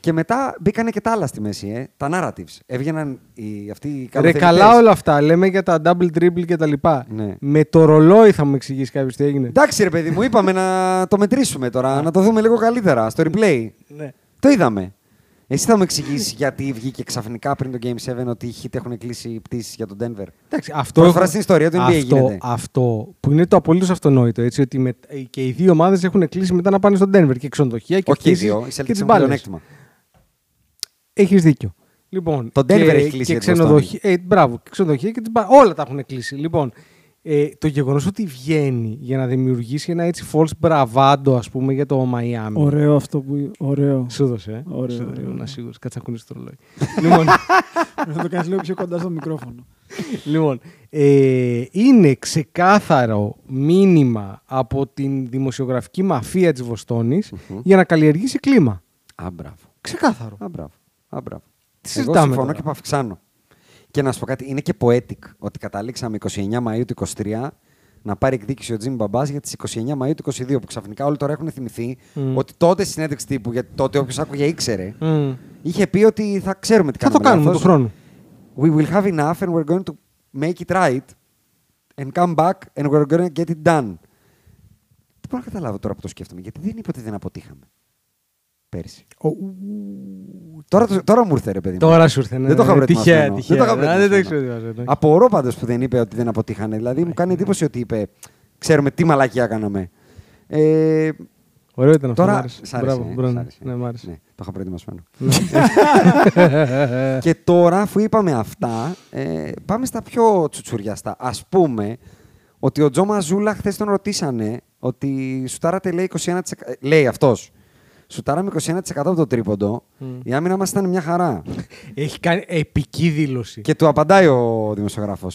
S3: Και μετά μπήκανε και τα άλλα στη μέση, ε, τα narratives. Έβγαιναν οι, αυτοί οι
S4: Ρε,
S3: καλοθελητές.
S4: καλά όλα αυτά. Λέμε για τα double dribble και τα λοιπά.
S3: Ναι.
S4: Με το ρολόι θα μου εξηγήσεις κάποιος τι έγινε.
S3: Εντάξει, ρε παιδί μου, είπαμε να το μετρήσουμε τώρα, να το δούμε λίγο καλύτερα στο replay.
S4: Ναι.
S3: Το είδαμε. Εσύ θα μου εξηγήσεις γιατί βγήκε ξαφνικά πριν το Game 7 ότι οι Heat έχουν κλείσει πτήσεις για τον Denver.
S4: Εντάξει, αυτό
S3: Προσφρά
S4: έχω-
S3: στην ιστορία του NBA γίνεται.
S4: αυτό, αυτό που είναι το απολύτως αυτονόητο. Έτσι, ότι με, και οι δύο ομάδες έχουν κλείσει μετά να πάνε στον Denver και ξενοδοχεία και
S3: Όχι οι
S4: πτήσεις
S3: δύο, οι
S4: και
S3: Celtics
S4: τις
S3: έχουν
S4: μπάλες.
S3: πλεονέκτημα.
S4: Έχεις δίκιο. Λοιπόν,
S3: Το Denver έχει κλείσει
S4: και
S3: για την
S4: ξενοδοχεία. Ε, μπράβο, και ξενοδοχεία και τις μπα- Όλα τα έχουν κλείσει. Λοιπόν, ε, το γεγονός ότι βγαίνει για να δημιουργήσει ένα έτσι false bravado, ας πούμε, για το Miami.
S5: Ωραίο αυτό που. Ωραίο.
S4: Σου δώσε. Ε.
S5: Ωραίο,
S4: Σου δώσε,
S5: ωραίο.
S4: Να σίγουρος. Κάτσε να κουνήσει το ρολόι. λοιπόν,
S5: Θα το κάνεις λίγο πιο κοντά στο μικρόφωνο.
S4: λοιπόν ε, είναι ξεκάθαρο μήνυμα από την δημοσιογραφική μαφία της βοστονη για να καλλιεργήσει κλίμα.
S3: Α, μπράβο.
S4: Ξεκάθαρο.
S3: Α, μπράβο. Α, μπράβο.
S4: Τι
S3: Εγώ
S4: συζητάμε
S3: συμφωνώ
S4: τώρα.
S3: και παυξάνω. Και να σου πω κάτι, είναι και poetic ότι καταλήξαμε 29 Μαΐου του 23 να πάρει εκδίκηση ο Τζιμ Μπαμπάς για τις 29 Μαΐου του 22 που ξαφνικά όλοι τώρα έχουν θυμηθεί
S4: Μμμ.
S3: ότι τότε στη συνέντευξη τύπου, γιατί τότε όποιος άκουγε ήξερε,
S4: Μμμ.
S3: είχε πει ότι θα ξέρουμε τι
S4: Θα το
S3: κάνουμε.
S4: κάνουμε του
S3: λάθος.
S4: χρόνου.
S3: We will have enough and we're going to make it right and come back and we're going to get it done. Δεν μπορώ να καταλάβω τώρα που το σκέφτομαι, γιατί δεν είπε ότι δεν αποτύχαμε. Πέρσι. Τώρα, το- τώρα μου ήρθε ρε παιδί μου.
S4: Τώρα σου ήρθε. ναι,
S3: Δεν το
S4: ναι,
S3: είχα
S4: ναι,
S3: προετοιμασμένο.
S4: Τυχαία, τυχαία.
S3: Δεν το είχα
S4: Α, δεν το έχεις
S3: προετοιμασμένο.
S4: προετοιμασμένο.
S3: Απορώ πάντως που δεν είπε ότι δεν αποτύχανε. Δηλαδή μου κάνει
S4: ναι.
S3: εντύπωση ότι είπε, ξέρουμε τι μαλακία κάναμε. Ε,
S4: Ωραίο ήταν αυτό. μ'
S3: τώρα.
S4: άρεσε.
S3: Σ' άρεσε,
S4: Μπράβο,
S3: ε,
S4: μπράβο.
S3: σ' άρεσε.
S4: Ναι, μ' άρεσε.
S3: Ναι, το είχα προετοιμασμένο. και τώρα, αφού είπαμε αυτά, ε, πάμε στα πιο τσουτσουριαστά. Ας πούμε ότι ο Τζο Μαζούλα χθες τον ρωτήσανε ότι σουτάρατε λέει 21%. ε, Λέει αυτός. Σουτάραμε 21% από το τρίποντο.
S4: Mm.
S3: Η άμυνα μας ήταν μια χαρά.
S4: Έχει κάνει επική δήλωση.
S3: Και του απαντάει ο δημοσιογράφος.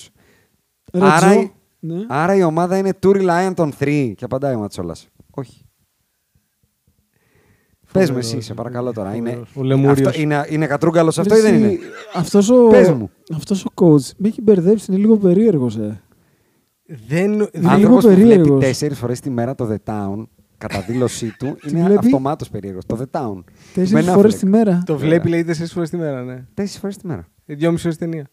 S5: Ρε
S3: Άρα,
S5: Τζο,
S3: η-
S4: Ε?
S5: ναι.
S3: άρα η ομάδα είναι too reliant on 3. Και απαντάει ο Ματσόλας. Όχι. Πε
S4: Φοβερός,
S3: μου εσύ, σε παρακαλώ τώρα. Είναι,
S4: φοβερός. Ο Λεμούριος.
S3: αυτό, είναι, είναι κατρούγκαλος αυτό ή δεν είναι.
S5: Αυτός ο,
S3: Πες μου.
S5: αυτός ο coach με έχει μπερδέψει, είναι λίγο περίεργος. Ε.
S4: Δεν...
S5: λίγο
S3: Άνθρωπος που βλέπει
S5: περίεργος.
S3: τέσσερις φορές τη μέρα το The Town, κατά δήλωσή του,
S5: Τι
S3: είναι
S5: βλέπει?
S3: αυτομάτως περίεργος. Το The Town.
S5: Τέσσερις φορές τη μέρα.
S4: Το βλέπει, λέει, τέσσερις φορές τη μέρα, ναι.
S3: Τέσσερις φορές τη μέρα.
S4: Ε, Δυόμιση ώρες ταινία.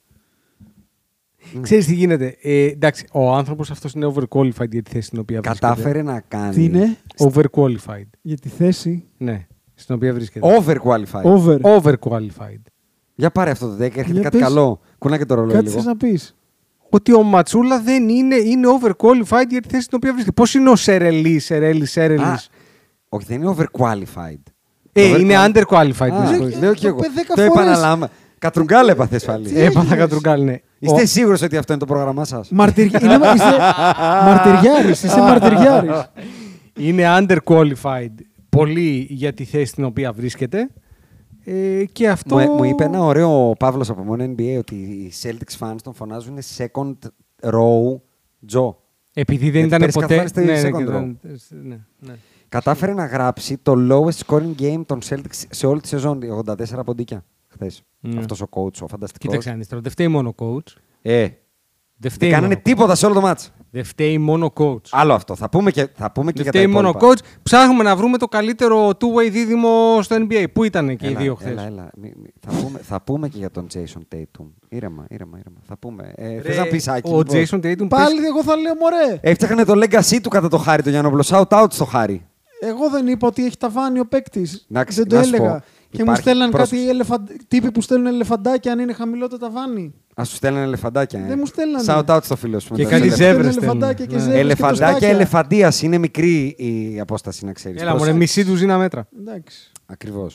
S4: Ξέρεις τι γίνεται. Ε, εντάξει, ο άνθρωπος αυτός είναι overqualified για τη θέση στην οποία βρίσκεται.
S3: Κατάφερε να κάνει.
S5: Τι είναι
S4: Overqualified.
S5: για τη θέση
S4: Ναι, στην οποία βρίσκεται.
S3: Overqualified.
S5: over.
S4: Overqualified.
S3: Για πάρε αυτό το deck, έρχεται
S5: Για
S3: κάτι
S5: πες.
S3: καλό. Κουνά και το ρολόι
S5: Κάτι
S3: λίγο.
S5: θες να πεις.
S4: Ότι ο Ματσούλα δεν είναι, είναι overqualified για τη θέση στην οποία βρίσκεται. Πώς είναι ο Σερελή, Σερελή, Σερελή.
S3: Α, όχι, δεν είναι overqualified.
S4: Ε,
S3: Το
S4: είναι
S3: overqualified-
S4: underqualified.
S3: Α,
S4: με συγχωρείτε.
S3: Λέω και
S5: Το
S3: εγώ.
S5: είπε
S3: Το
S5: δέκα φορές.
S3: επαναλάμβα. Κατρουγκάλε έπαθε πάλι.
S4: Έπαθα κατρουγκάλι, ναι. Ο-
S3: Είστε σίγουροι ότι αυτό είναι το πρόγραμμά σας.
S5: Μαρτυρι... είναι... είσαι μαρτυριάρης, είσαι μαρτυριάρης.
S4: Είναι underqualified πολύ για τη θέση στην οποία βρίσκεται. Ε, και αυτό.
S3: Μου, μου είπε ένα ωραίο Παύλος από μόνο NBA ότι οι Celtics fans τον φωνάζουν second row Joe.
S4: Επειδή
S3: Γιατί
S4: δεν ήταν
S3: πέρυσι
S4: ποτέ.
S3: καθάριστε second
S4: και
S3: row.
S4: ήταν- ναι, ναι.
S3: Κατάφερε να γράψει το lowest scoring game των Celtics σε όλη τη σεζόν. 84 ποντίκια χθες.
S4: Ναι.
S3: Αυτός ο coach, ο φανταστικός.
S4: Κοίταξε να δεις τώρα. Δεν φταίει μόνο ο coach.
S3: Ε,
S4: Δεν
S3: δεν
S4: φταίει,
S3: κάνανε
S4: μόνο,
S3: τίποτα σε όλο το μάτς.
S4: δεν φταίει μόνο coach.
S3: Άλλο αυτό. Θα πούμε και, θα πούμε και
S4: δεν
S3: για τα
S4: φταίει μόνο
S3: υπόλοιπα.
S4: coach. Ψάχνουμε να βρούμε το καλύτερο two-way δίδυμο στο NBA. Πού ήταν και οι
S3: Έλα,
S4: δύο
S3: Έλα,
S4: χθες.
S3: έλα. Μη- μη- θα, πούμε, θα πούμε και για τον Jason Tatum. Ήρεμα, ήρεμα, ήρεμα. Θα πούμε. Ε, θες να πεις, Άκη,
S4: Ο
S3: λοιπόν.
S4: Jason Tatum πες-
S5: Πάλι εγώ θα λέω μωρέ.
S3: Έφτιαχνε το legacy του κατά το χάρι το Γιάννοπλο. Shout out στο χάρι.
S5: Εγώ δεν είπα ότι έχει ταβάνει ο παίκτης.
S3: Εντάξει,
S5: Δεν το
S3: να σου
S5: έλεγα.
S3: πω,
S5: Και μου στέλναν κάτι ελεφαν... τύποι που στέλνουν ελεφαντάκια αν είναι χαμηλό το ταβάνι.
S3: Α σου στέλνανε ελεφαντάκια. ε.
S5: Δεν μου στέλνανε.
S3: Shout out στο φίλο σου.
S4: Και
S3: με τα
S4: κάτι
S3: ελεφαντάκια.
S4: ζε- ζέβρες
S5: Ελεφαντάκια
S4: στέλνουν.
S5: και
S4: Ναι.
S5: ζέβρες και
S3: Ελεφαντάκια
S5: τοστάκια.
S3: ελεφαντίας. Είναι μικρή η απόσταση, να ξέρεις.
S4: Έλα, μωρέ, μισή τους ζήνα μέτρα.
S5: Εντάξει.
S3: Ακριβώς.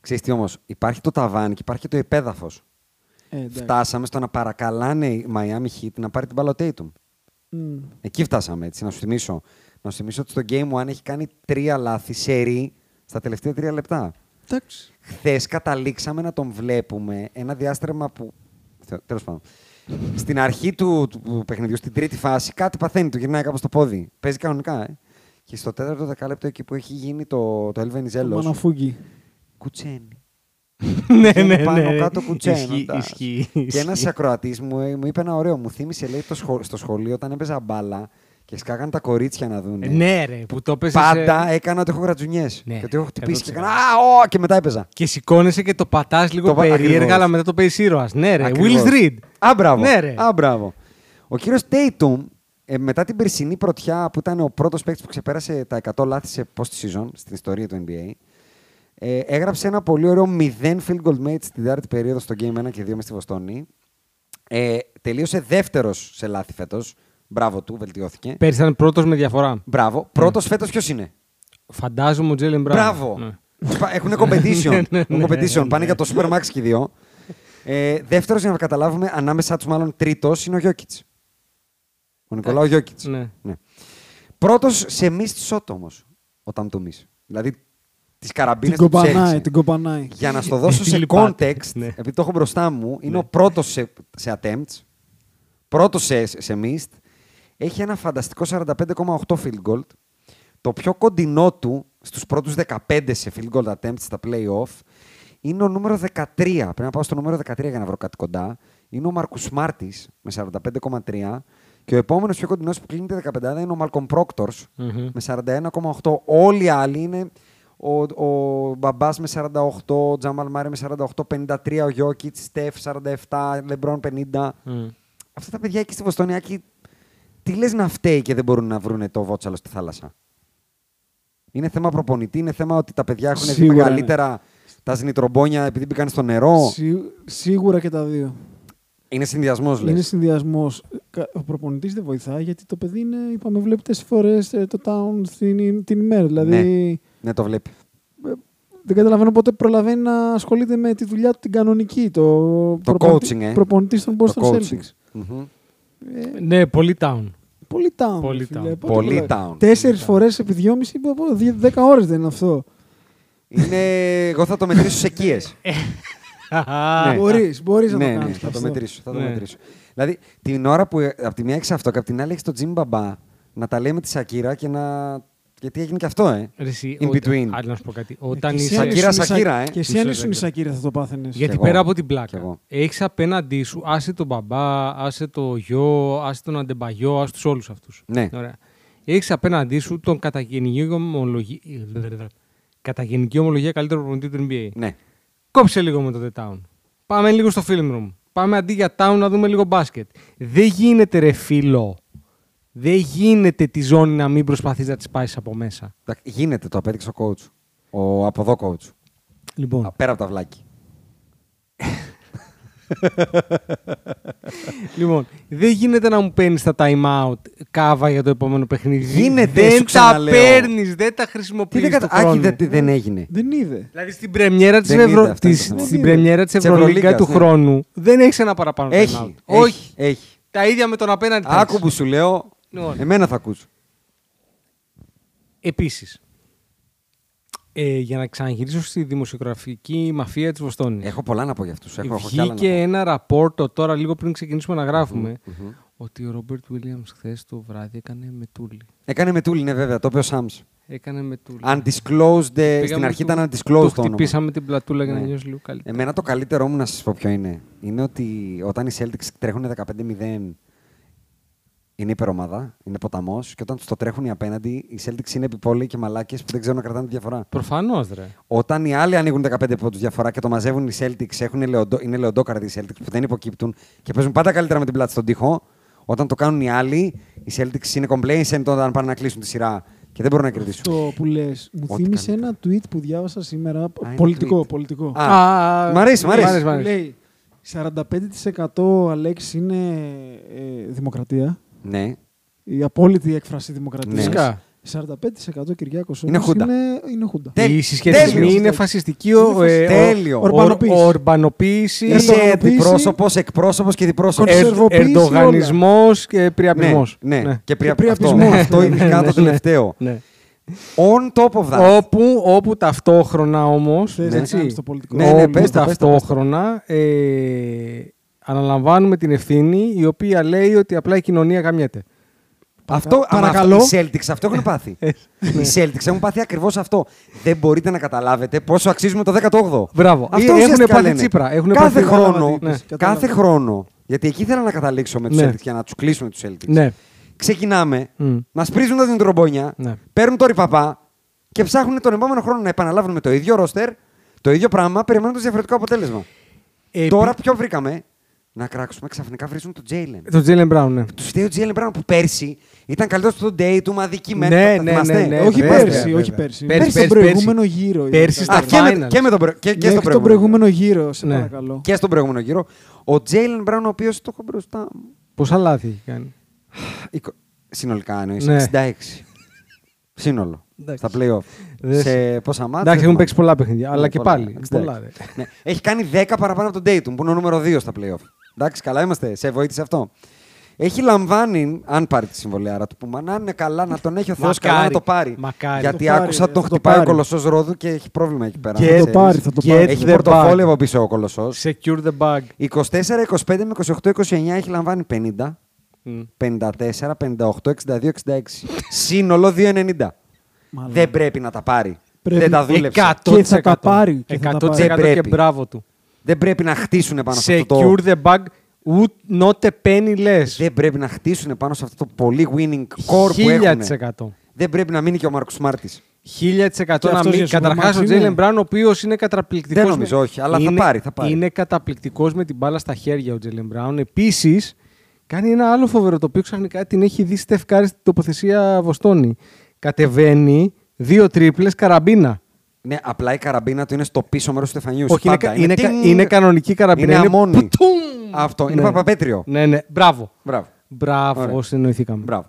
S3: Ξέρεις τι όμως, υπάρχει το ταβάνι και υπάρχει και το επέδαφος.
S5: Ε, εντάξει.
S3: Φτάσαμε στο να παρακαλάνε η Miami Heat να πάρει την Ballotatum.
S5: Μμ.
S3: Εκεί φτάσαμε, έτσι, να σου θυμίσω. Να σου θυμίσω ότι στο game one έχει κάνει τρία λάθη σε ρί στα τελευταία τρία λεπτά.
S5: Εντάξει.
S3: Χθες καταλήξαμε να τον βλέπουμε ένα διάστρεμα που. Τέλος πάντων. Στην αρχή του, του παιχνιδιού, στην τρίτη φάση, κάτι παθαίνει, του γυρνάει κάπου στο πόδι. Παίζει κανονικά, ε. Και στο τέταρτο δεκάλεπτο, εκεί που έχει γίνει το, το El Venizelos,
S5: Μαναφούγκι.
S3: κουτσένει.
S4: Ναι,
S3: Πηγαίνουν
S4: ναι,
S3: πάνω
S4: ναι.
S3: κάτω κουτσένοντα.
S4: Ισχύει, ισχύει,
S3: Και
S4: ισχύει.
S3: ένα ακροατής μου, ε, μου είπε ένα ωραίο, μου θύμισε λέει το σχο- στο σχολείο όταν έπαιζα μπάλα και σκάγαν τα κορίτσια να δουν.
S4: Ναι, ρε, που το έπαιζες.
S3: Πάντα έκανα ότι έχω γρατζουνιές.
S4: Ναι,
S3: και ότι έχω χτυπήσει. Και
S4: 100%.
S3: έκανα. «Α, ω», Και μετά έπαιζα.
S4: Και σηκώνεσαι και το πατάς λίγο
S3: Το πα-
S4: περίεργα,
S3: ακριβώς.
S4: αλλά μετά το παίζεις ήρωας. Ναι, ρε.
S3: Ακριβώς.
S4: Will Reed.
S3: Α, μπράβο.
S4: Ναι, ρε.
S3: Α, μπράβο. Ο κύριος Τέιτουμ, ε, μετά την περσινή πρωτιά που ήταν ο πρώτος παίκτης που ξεπέρασε τα 100 λάθη σε post season στην ιστορία του NBA, ε, έγραψε ένα πολύ ωραίο 0 field goal mate στην τέταρτη περίοδο στο Game 1 και 2 μες στη Βοστόνη. Ε, τελείωσε δεύτερος σε λάθη φέτος. Μπράβο του, βελτιώθηκε.
S4: Πέρυσι ήταν πρώτος με διαφορά.
S3: Μπράβο. Πρώτος φέτος ποιος είναι.
S4: Φαντάζομαι ο Τζέλεν Μπράουν.
S3: Μπράβο.
S4: Ναι.
S3: Έχουν competition.
S4: ναι,
S3: Έχουν
S4: ναι,
S3: competition. Πάνε για το Supermax και οι δύο. Ε, Δεύτερος, για να καταλάβουμε, ανάμεσά τους, μάλλον τρίτος, είναι ο Γιώκητ. Ο Νικολάου Γιώκητ.
S4: Ναι.
S3: Πρώτος σε μισ σότ όμως. Όταν το μισ. Δηλαδή τις καραμπίνες
S5: Την
S3: που τους
S5: κοπανάει,
S3: έριξε.
S5: την κοπανάει.
S3: Για να στο δώσω σε
S4: Λυπάται.
S3: context,
S4: Ναι.
S3: επειδή το έχω μπροστά μου, είναι ο πρώτος σε, σε attempts, πρώτος σε, σε missed. Έχει ένα φανταστικό 45,8 field goal. Το πιο κοντινό του στους πρώτους 15 σε field goal attempts στα playoff είναι ο νούμερο 13. Πρέπει να πάω στο νούμερο 13 για να βρω κάτι κοντά. Είναι ο Μάρκου Μάρτη με 45,3. Και ο επόμενος πιο κοντινός που κλείνει τα 15 είναι ο Μάλκομ Πρόκτορς
S4: Μμμ.
S3: με 41,8. Όλοι οι άλλοι είναι ο, ο Μπαμπάς με 48, ο Τζαμαλ Μάρι με 48, 53, ο Γιώκητ, Στεφ 47, Λεμπρόν 50.
S5: Mm.
S4: Μμ.
S3: Αυτά τα παιδιά εκεί στη Βοστονιακή, τι λες να φταίει και δεν μπορούν να βρουν το βότσαλο στη θάλασσα. Είναι θέμα προπονητή, είναι θέμα ότι τα παιδιά έχουν δει
S5: Σίγουρα, ναι.
S3: μεγαλύτερα τα ζνητρομπόνια επειδή μπήκαν στο νερό.
S5: Σί- σίγουρα και τα δύο.
S3: Είναι συνδυασμός, λες.
S5: Είναι συνδυασμός. Ο προπονητής δεν βοηθάει γιατί το παιδί είναι, είπαμε, βλέπει τέσσερι φορέ το town την, την ημέρα. Δηλαδή
S3: Ναι, το βλέπει.
S5: δεν καταλαβαίνω πότε προλαβαίνει να ασχολείται με τη δουλειά του την κανονική. Το,
S3: Το
S5: προπονητή,
S3: coaching, ε.
S5: προπονητής των
S3: Το
S5: Boston
S3: coaching.
S5: Celtics.
S3: Μμμ.
S4: Ναι, πολύ town.
S5: Πολύ town.
S4: Πολύ
S5: φίλε.
S4: town.
S5: Πότε
S3: Πολύ
S5: προλαβαίνει.
S3: town.
S5: Τέσσερι φορές επί δυόμιση, πω, πω, δι- δέκα ώρες δεν είναι αυτό.
S3: Είναι... Εγώ θα το μετρήσω σε οικίε. Ναι.
S5: Μπορείς, μπορείς να
S3: ναι, ναι,
S5: το κάνεις.
S3: θα το μετρήσω. Θα το
S4: Ναι.
S3: μετρήσω. Δηλαδή, την ώρα που ε, από τη μία έχεις αυτό και από την άλλη έχεις τον Τζιμ Μπαμπά να τα λέει με τη Σακύρα και να. Γιατί έγινε και αυτό, ε.
S4: Ρε, εσύ,
S3: In
S4: όταν-
S3: between. Ε,
S4: Άλλη να σου πω κάτι. Όταν είσαι.
S3: Σακύρα, Σακύρα, ε.
S5: Και εσύ αν
S4: Μισό
S5: ήσουν η Σακύρα θα το πάθαινες.
S3: Κι
S4: Γιατί
S3: εγώ.
S4: πέρα από την
S3: Κι
S4: πλάκα,
S3: εγώ.
S4: έχεις απέναντί σου, άσε τον μπαμπά, άσε το γιο, άσε τον αντεμπαγιό, άσε τους όλους αυτούς.
S3: Ναι.
S4: Έχεις απέναντί σου τον καταγενική ομολογία. Καταγενική ομολογία καλύτερο προπονητή του NBA.
S3: Ναι.
S4: Κόψε λίγο με το The Town. Πάμε λίγο στο film room. Πάμε αντί για town να δούμε λίγο μπάσκετ. Δεν γίνεται ρε φίλο. Δεν γίνεται τη ζώνη να μην προσπαθείς να της πάσεις από μέσα.
S3: Εντάξει, Γίνεται, το απέδειξε ο coach. Ο από εδώ coach.
S4: Λοιπόν,
S3: Α, Πέρα από τα βλάκι.
S4: Λοιπόν, δεν γίνεται να μου παίρνεις τα time out κάβα για το επόμενο παιχνίδι.
S3: Γίνεται, σου
S4: δεν τα
S3: ξαναλέω.
S4: παίρνεις, δεν τα
S3: Τι
S4: χρησιμοποιεί.
S3: δεν κατα... Άκη, δεν, δεν έγινε.
S5: Δεν είδε.
S4: Δηλαδή στην πρεμιέρα της
S3: Δεν είδα
S4: Ευρω...
S3: αυτά τα
S4: της-
S3: θέματα.
S4: στην πρεμιέρα της
S3: Της
S4: Ευρωλίγκας
S3: Ευρωλίγκας,
S4: του
S3: ναι.
S4: χρόνου δεν έχεις ένα παραπάνω time out.
S3: Έχει.
S4: Όχι.
S3: Έχει. έχει.
S4: Τα ίδια με τον απέναντι.
S3: Άκου που σου λέω.
S4: Λοιπόν.
S3: Εμένα θα ακούσω.
S4: Επίσης, ε, για να ξαναγυρίσω στη δημοσιογραφική μαφία της Βοστόνης.
S3: Έχω πολλά να πω για αυτούς. Έχω, έχω κι άλλα να
S4: Βγήκε
S3: πω.
S4: ένα ραπόρτο τώρα, λίγο πριν ξεκινήσουμε να γραφουμε ότι ο Ρόμπερτ Βίλιαμ χθες το βράδυ έκανε μετούλι.
S3: Έκανε με τούλι, ναι, βέβαια. Το είπε ο Σάμ.
S4: Έκανε μετούλι.
S3: Undisclosed. ε, Στην
S4: Πήγαμε
S3: αρχή
S4: του-
S3: ήταν
S4: του
S3: undisclosed το όνομα.
S4: χτυπήσαμε την πλατούλα για να
S3: Ναι.
S4: νιώσει λίγο καλύτερα.
S3: Εμένα το καλύτερό μου να σας πω ποιο είναι. Είναι ότι όταν οι Celtics τρέχουν 15-0 είναι υπερομάδα, είναι ποταμός και όταν του το τρέχουν οι απέναντι, οι Celtics είναι επιπόλαιοι και μαλάκες που δεν ξέρουν να κρατάνε τη διαφορά.
S4: Προφανώς, ρε.
S3: Όταν οι άλλοι ανοίγουν 15 πόντου διαφορά και το μαζεύουν οι Celtics, έχουν λεοντό, είναι λεοντόκαρδοι οι Celtics που δεν υποκύπτουν και παίζουν πάντα καλύτερα με την πλάτη στον τοίχο. Όταν το κάνουν οι άλλοι, οι Celtics είναι complacent όταν πάνε να κλείσουν τη σειρά Και δεν μπορώ να κερδίσω.
S5: Αυτό που λες, μου
S3: Ό,τι
S5: θύμισε
S3: καλύτερα.
S5: ένα tweet που διάβασα σήμερα. π-
S3: είναι
S5: πολιτικό,
S3: tweet.
S5: πολιτικό.
S3: Α, μ' αρέσει, μ'
S5: Λέει-
S3: αρέσει.
S4: μ' αρέσει.
S5: Λέει 45% Αλέξη είναι ε, δημοκρατία.
S3: Ναι,
S5: Η απόλυτη έκφραση δημοκρατίας.
S3: Ναι.
S4: Φυσικά.
S5: 45% Κυριάκος
S3: Είναι
S5: όμως
S3: χούντα.
S5: Είναι, είναι χούντα.
S3: Τέλειο.
S4: Οι συσχετισμοί
S3: Ε, Τέλειος.
S4: είναι φασιστική ο-
S5: Είναι
S4: ε, ο-
S3: τέλειος.
S4: ο-
S5: Ορμπανοποίηση.
S4: ο- Ορμπανοποίηση.
S3: Είναι
S5: Ερντογανοποίηση.
S3: αντιπρόσωπος, εκπρόσωπος και διπρόσωπος.
S5: Κονσερ- Κονσερβοποίηση
S4: Ερντογανισμός και Ναι, πριαπισμό.
S3: Ναι, ναι. Και πρια-
S5: Και
S3: αυτό, Ναι,
S5: πριαπισμό.
S3: αυτό ειδικά το τελευταίο.
S4: Ναι.
S3: On top of that.
S4: Όπου, όπου ταυτόχρονα όμως.
S5: Θες να κάνεις το πολιτικό.
S3: Ναι, ναι, πες τα, πες τα,
S4: ταυτόχρονα ε, αναλαμβάνουμε την ευθύνη η οποία λέει ότι απλά η κοινωνία γαμιέται.
S3: Αυτό,
S5: Παρακαλώ.
S3: Αμα, οι Celtics αυτό έχουν πάθει.
S4: Ε, ναι.
S3: οι Celtics έχουν πάθει ακριβώς αυτό. Δεν μπορείτε να καταλάβετε πόσο αξίζουμε το 18ο.
S4: Μπράβο. Ε,
S3: Αυτό
S4: έχουνε
S3: ουσιαστικά
S4: πάθει
S3: λένε.
S4: Τσίπρα, έχουνε
S3: κάθε
S4: πάθει- Ναι,
S3: χρόνο,
S4: Κατάλαβα τι
S5: είπες,
S3: κάθε
S5: κατάλαβα.
S3: χρόνο, γιατί εκεί ήθελα να καταλήξω με τους
S4: Ναι.
S3: Celtics και να τους κλείσουμε τους Celtics.
S4: Ναι.
S3: Ξεκινάμε
S4: Μμ.
S3: να σπρίζουν τα τρομπόνια,
S4: Ναι.
S3: παίρνουν το ρηπαπά και ψάχνουν τον επόμενο χρόνο να επαναλάβουν με το ίδιο ρόστερ, το ίδιο πράγμα, περιμένοντας διαφορετικό αποτέλεσμα.
S4: Ε,
S3: Τώρα ποιο βρήκαμε. Να κράξουμε, ξαφνικά βρίζουν τον Τζέιλεν.
S4: Το Τζέλεν Μπράουν, ναι.
S3: Τους φταίει ο Τζέιλεν Μπράουν που πέρσι ήταν καλύτερος στο day του, μα αδικημένο.
S4: Ναι,
S3: τα
S4: ναι,
S3: θυμάστε?
S4: ναι, ναι,
S5: όχι
S4: βέβαια,
S5: πέρσι,
S4: βέβαια.
S5: όχι πέρσι.
S4: Πέρσι,
S5: Πέρσι,
S4: πέρσι,
S5: τον προηγούμενο γύρο.
S4: Πέρσι
S5: ήταν.
S3: Α,
S4: στα
S3: και, με,
S4: finals.
S3: και, με τον, προ- και, και
S5: Μέχρι
S3: στον
S5: τον
S3: προηγούμενο.
S5: προηγούμενο γύρο, σε
S4: Ναι.
S5: παρακαλώ.
S3: Και στον προηγούμενο γύρο. Ο Τζέιλεν Μπράουν, ο οποίος το έχω μπροστά μου.
S4: Πόσα λάθη έχει κάνει.
S3: Εικο- Συνολικά εννοείς.
S4: Ναι.
S3: 66. Σύνολο.
S4: Εντάξει.
S3: Στα playoff.
S4: Δεν-
S3: Σε πόσα μάτια.
S4: Εντάξει, έχουν παίξει πολλά παιχνίδια,
S3: Ναι,
S4: αλλά και πάλι. Πολλά, ρε.
S3: Έχει κάνει 10 παραπάνω από τον Dayton, που είναι ο νούμερο 2 στα playoff. Εντάξει, καλά είμαστε. Σε βοήθησε αυτό. Έχει λαμβάνει, αν πάρει τη συμβολιάρα του, που μα να είναι καλά, να τον έχει ο Θεός
S4: Μακάρι.
S3: καλά να το πάρει.
S4: Μακάρι.
S3: Γιατί
S5: Το πάρει,
S3: άκουσα
S5: ε,
S3: ότι τον
S5: θα το
S3: χτυπάει ο
S5: πάρει.
S3: κολοσσός Ρόδου και έχει πρόβλημα εκεί πέρα.
S4: Get-
S3: να
S4: θα
S5: το
S3: ξέρεις.
S5: πάρει, θα το
S4: Get
S5: πάρει.
S4: the
S3: Έχει
S4: bag.
S3: πορτοφόλι από πίσω ο κολοσσός.
S4: Secure the bag.
S3: 24, 25 με 28, 29 έχει λαμβάνει 50.
S4: Μμ.
S3: 54, 58, 62, 66. Σύνολο 2,90.
S5: Μάλλον.
S3: Δεν πρέπει να τα πάρει.
S5: Πρέπει.
S3: Δεν τα δούλεψε.
S4: Εκατό
S5: Και θα
S4: τοις εκατό.
S5: τα πάρει, και θα τα
S4: Εκατό τοις
S3: πάρει.
S4: εκατό
S3: Δεν
S4: και
S3: πρέπει.
S4: μπράβο του.
S3: Δεν πρέπει να χτίσουν πάνω σε αυτό το.
S4: Secure the bag, ούτε not a penny less.
S3: Δεν πρέπει να χτίσουν πάνω σε αυτό το πολύ winning core που έχουν.
S4: 1000%.
S3: Δεν πρέπει να μείνει και ο Μάρκο Μάρτη.
S4: 1000%
S5: Και
S4: να
S5: αυτός
S4: μην.
S5: για
S4: Καταρχάς
S5: Supermax
S4: ο
S5: είναι.
S4: Τζέιλεν Μπράουν, ο οποίος είναι καταπληκτικός.
S3: Δεν νομίζω, όχι, αλλά θα
S4: είναι,
S3: πάρει, θα πάρει.
S4: Είναι καταπληκτικός με την μπάλα στα χέρια ο Τζέιλεν Μπράουν. Επίσης, κάνει ένα άλλο φοβερό το οποίο ξαφνικά την έχει δει στη ευχάριστη τοποθεσία Βοστόνη. Κατεβαίνει δύο τρίπλες καραμπίνα.
S3: Ναι, απλά η καραμπίνα του είναι στο πίσω μέρος του στεφανιού.
S4: Όχι, είναι,
S3: Πάντα.
S4: κα- είναι, κα-
S3: τινγκ.
S4: είναι κανονική καραμπίνα.
S3: Είναι αμόνι.
S4: πουτούμ.
S3: Αυτό, είναι παπαπέτριο.
S4: Ναι, ναι. Μπράβο.
S3: Μπράβο.
S4: Μπράβο,
S3: Ωραία.
S4: συνεννοηθήκαμε.
S3: Μπράβο.